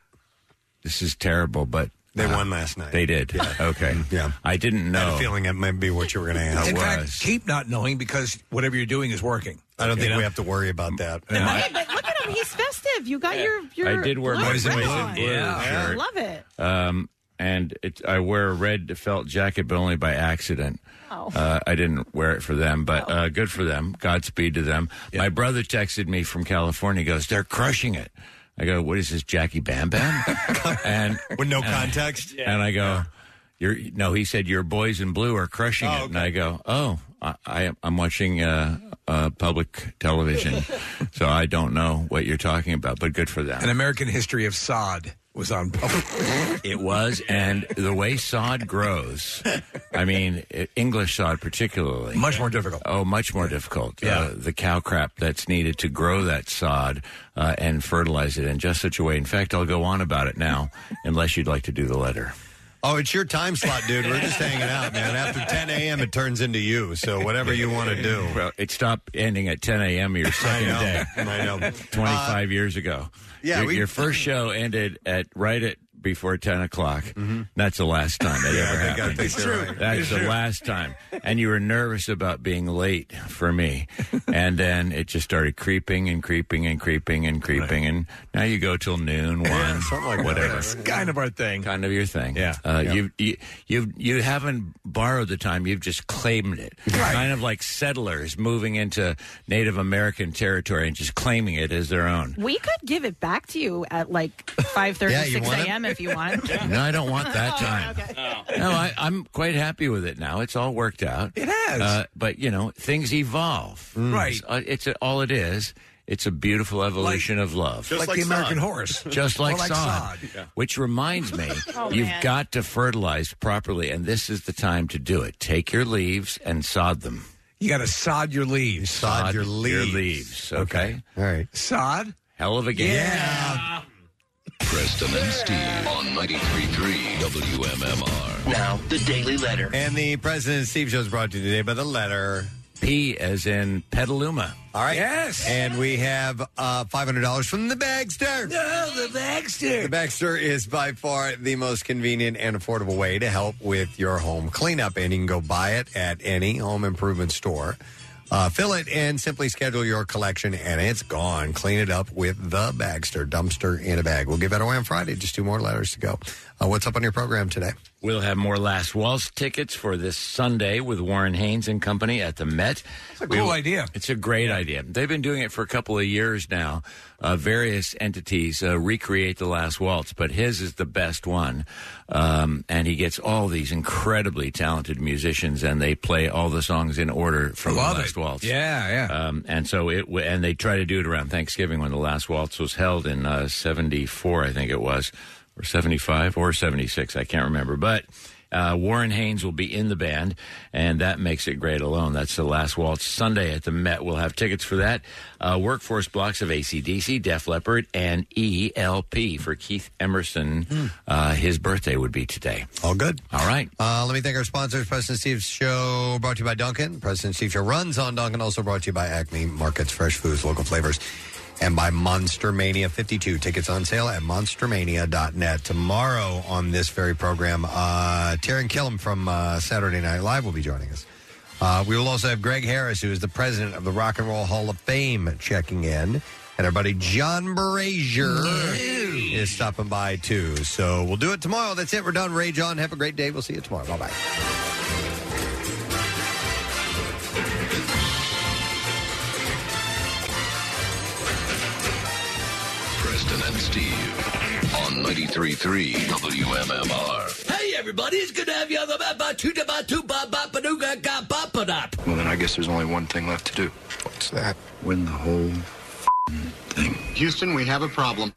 This is terrible, but uh,
They won last night. Mm-hmm.
They did. Okay. Yeah. I didn't know.
I had a feeling that might be what you were going to ask.
I
In fact,
was.
keep not knowing because whatever you're doing is working.
I don't
You
think
know?
we have to worry about that.
Hey, but look at him. He's festive. You got your, your.
I did wear
blood
my
red
Boys in
on.
Blue
Oh,
Yeah.
shirt.
Love it.
Um, and it, I wear a red felt jacket, but only by accident.
Oh.
Uh, I didn't wear it for them, but uh, good for them. Godspeed to them. My brother texted me from California. He goes, "They're crushing it." I go, "What is this, Jackie Bam Bam?" and
with no context.
And I go, "You're no." He said, "Your boys in blue are crushing it," and I go, "Oh." I, I, I'm watching uh, uh, public television, so I don't know what you're talking about, but good for them.
An American History of Sod was on
It was, and the way sod grows, I mean, i- English sod particularly.
Much more difficult.
Oh, much more difficult.
Yeah.
Uh, the cow crap that's needed to grow that sod uh, and fertilize it in just such a way. In fact, I'll go on about it now, unless you'd like to do the letter.
Oh, it's your time slot, dude. We're just hanging out, man. After 10 a.m., it turns into you. So whatever you want to do.
Well, it stopped ending at 10 a.m. your second
know.
day.
I know. Uh,
25 years ago.
yeah,
Your,
we-
your first show ended at right at before 10 o'clock. That's the last time that
Mm-hmm. Yeah,
ever
I think- I
happened.
think It's they're true. right.
That's
It's
the
true.
last time. And you were nervous about being late for me. and then it just started creeping and creeping and creeping and creeping. And now you go till noon, one, something like whatever. It's
kind of our thing.
Kind of your thing. Yeah. Uh,
Yeah.
You've, you, you've, you haven't borrowed the time, you've just claimed it. Kind of like settlers moving into Native American territory and just claiming it as their own.
We could give it back to you at like 5.30,
Yeah, you
6
want it?
a.m. if you want. Oh,
No, I don't want that time.
okay.
Oh.
No, I, I'm quite happy with it now. It's all worked out. It
has. Mm.
Uh, but, you know, things evolve.
Right.
It's, uh, it's a, all it is. It's a beautiful evolution of love.
Just Like like the American sod. horse.
Just like,
Or like
sod.
sod. Yeah.
Which reminds me,
Oh,
you've
man.
got to fertilize properly, and this is the time to do it. Take your leaves and sod them.
You got to sod your leaves.
Sod, your leaves. okay?
All right.
Sod?
Hell of a game.
Preston and Steve on 93.3 WMMR.
Now,
the Daily Letter.
And the President and Steve show is brought to you today by the letter
P as in Petaluma.
All right. Yes. And we have uh, $500 from the Bagster.
the Baxter.
The Baxter is by far the most convenient and affordable way to help with your home cleanup, and you can go buy it at any home improvement store. Uh, fill it and simply schedule your collection, and it's gone. Clean it up with the Bagster dumpster in a bag. We'll give that away on Friday. Just two more letters to go. Uh, what's up on your program today?
We'll have more Last Waltz tickets for this Sunday with Warren Haynes and company at the Met. That's a
cool idea.
It's a great idea. They've been doing it for a couple of years now. Uh, various entities uh, recreate the Last Waltz, but his is the best one. Um, and he gets all these incredibly talented musicians, and they play all the songs in order from
Love
the Last
it.
Waltz.
Yeah,
yeah. Um, and so it w- and they try to do it around Thanksgiving when the Last Waltz was held in uh, '74, I think it was, or '75 or '76, I can't remember, but. Uh, Warren Haynes will be in the band, and that makes it great alone. That's the last waltz Sunday at the Met. We'll have tickets for that. Uh, workforce blocks of ACDC, Def Leppard, and ELP for Keith Emerson. Uh, his birthday would be today.
All good.
All right.
Uh, let me thank our sponsors. President Steve's show brought to you by Duncan. President Steve's show runs on Duncan. Also brought to you by Acme Markets, fresh foods, local flavors, and by Monster Mania 52. Tickets on sale at monstermania.net. Tomorrow on this very program, uh, Taryn Killam from uh, Saturday Night Live will be joining us. Uh, we will also have Greg Harris, who is the president of the Rock and Roll Hall of Fame, checking in. And our buddy John Brazier is stopping by too. So we'll do it tomorrow. That's it. We're done. Ray John, have a great day. We'll see you tomorrow. Bye bye.
Preston and Steve on 93.3 WMMR.
Hey everybody, it's good to have you on the map. Ba two da ba two ba ba ba doo ga ga ba ba da.
Well, then I guess there's only one thing left to do. What's that? Win the whole thing. Houston, we have a problem.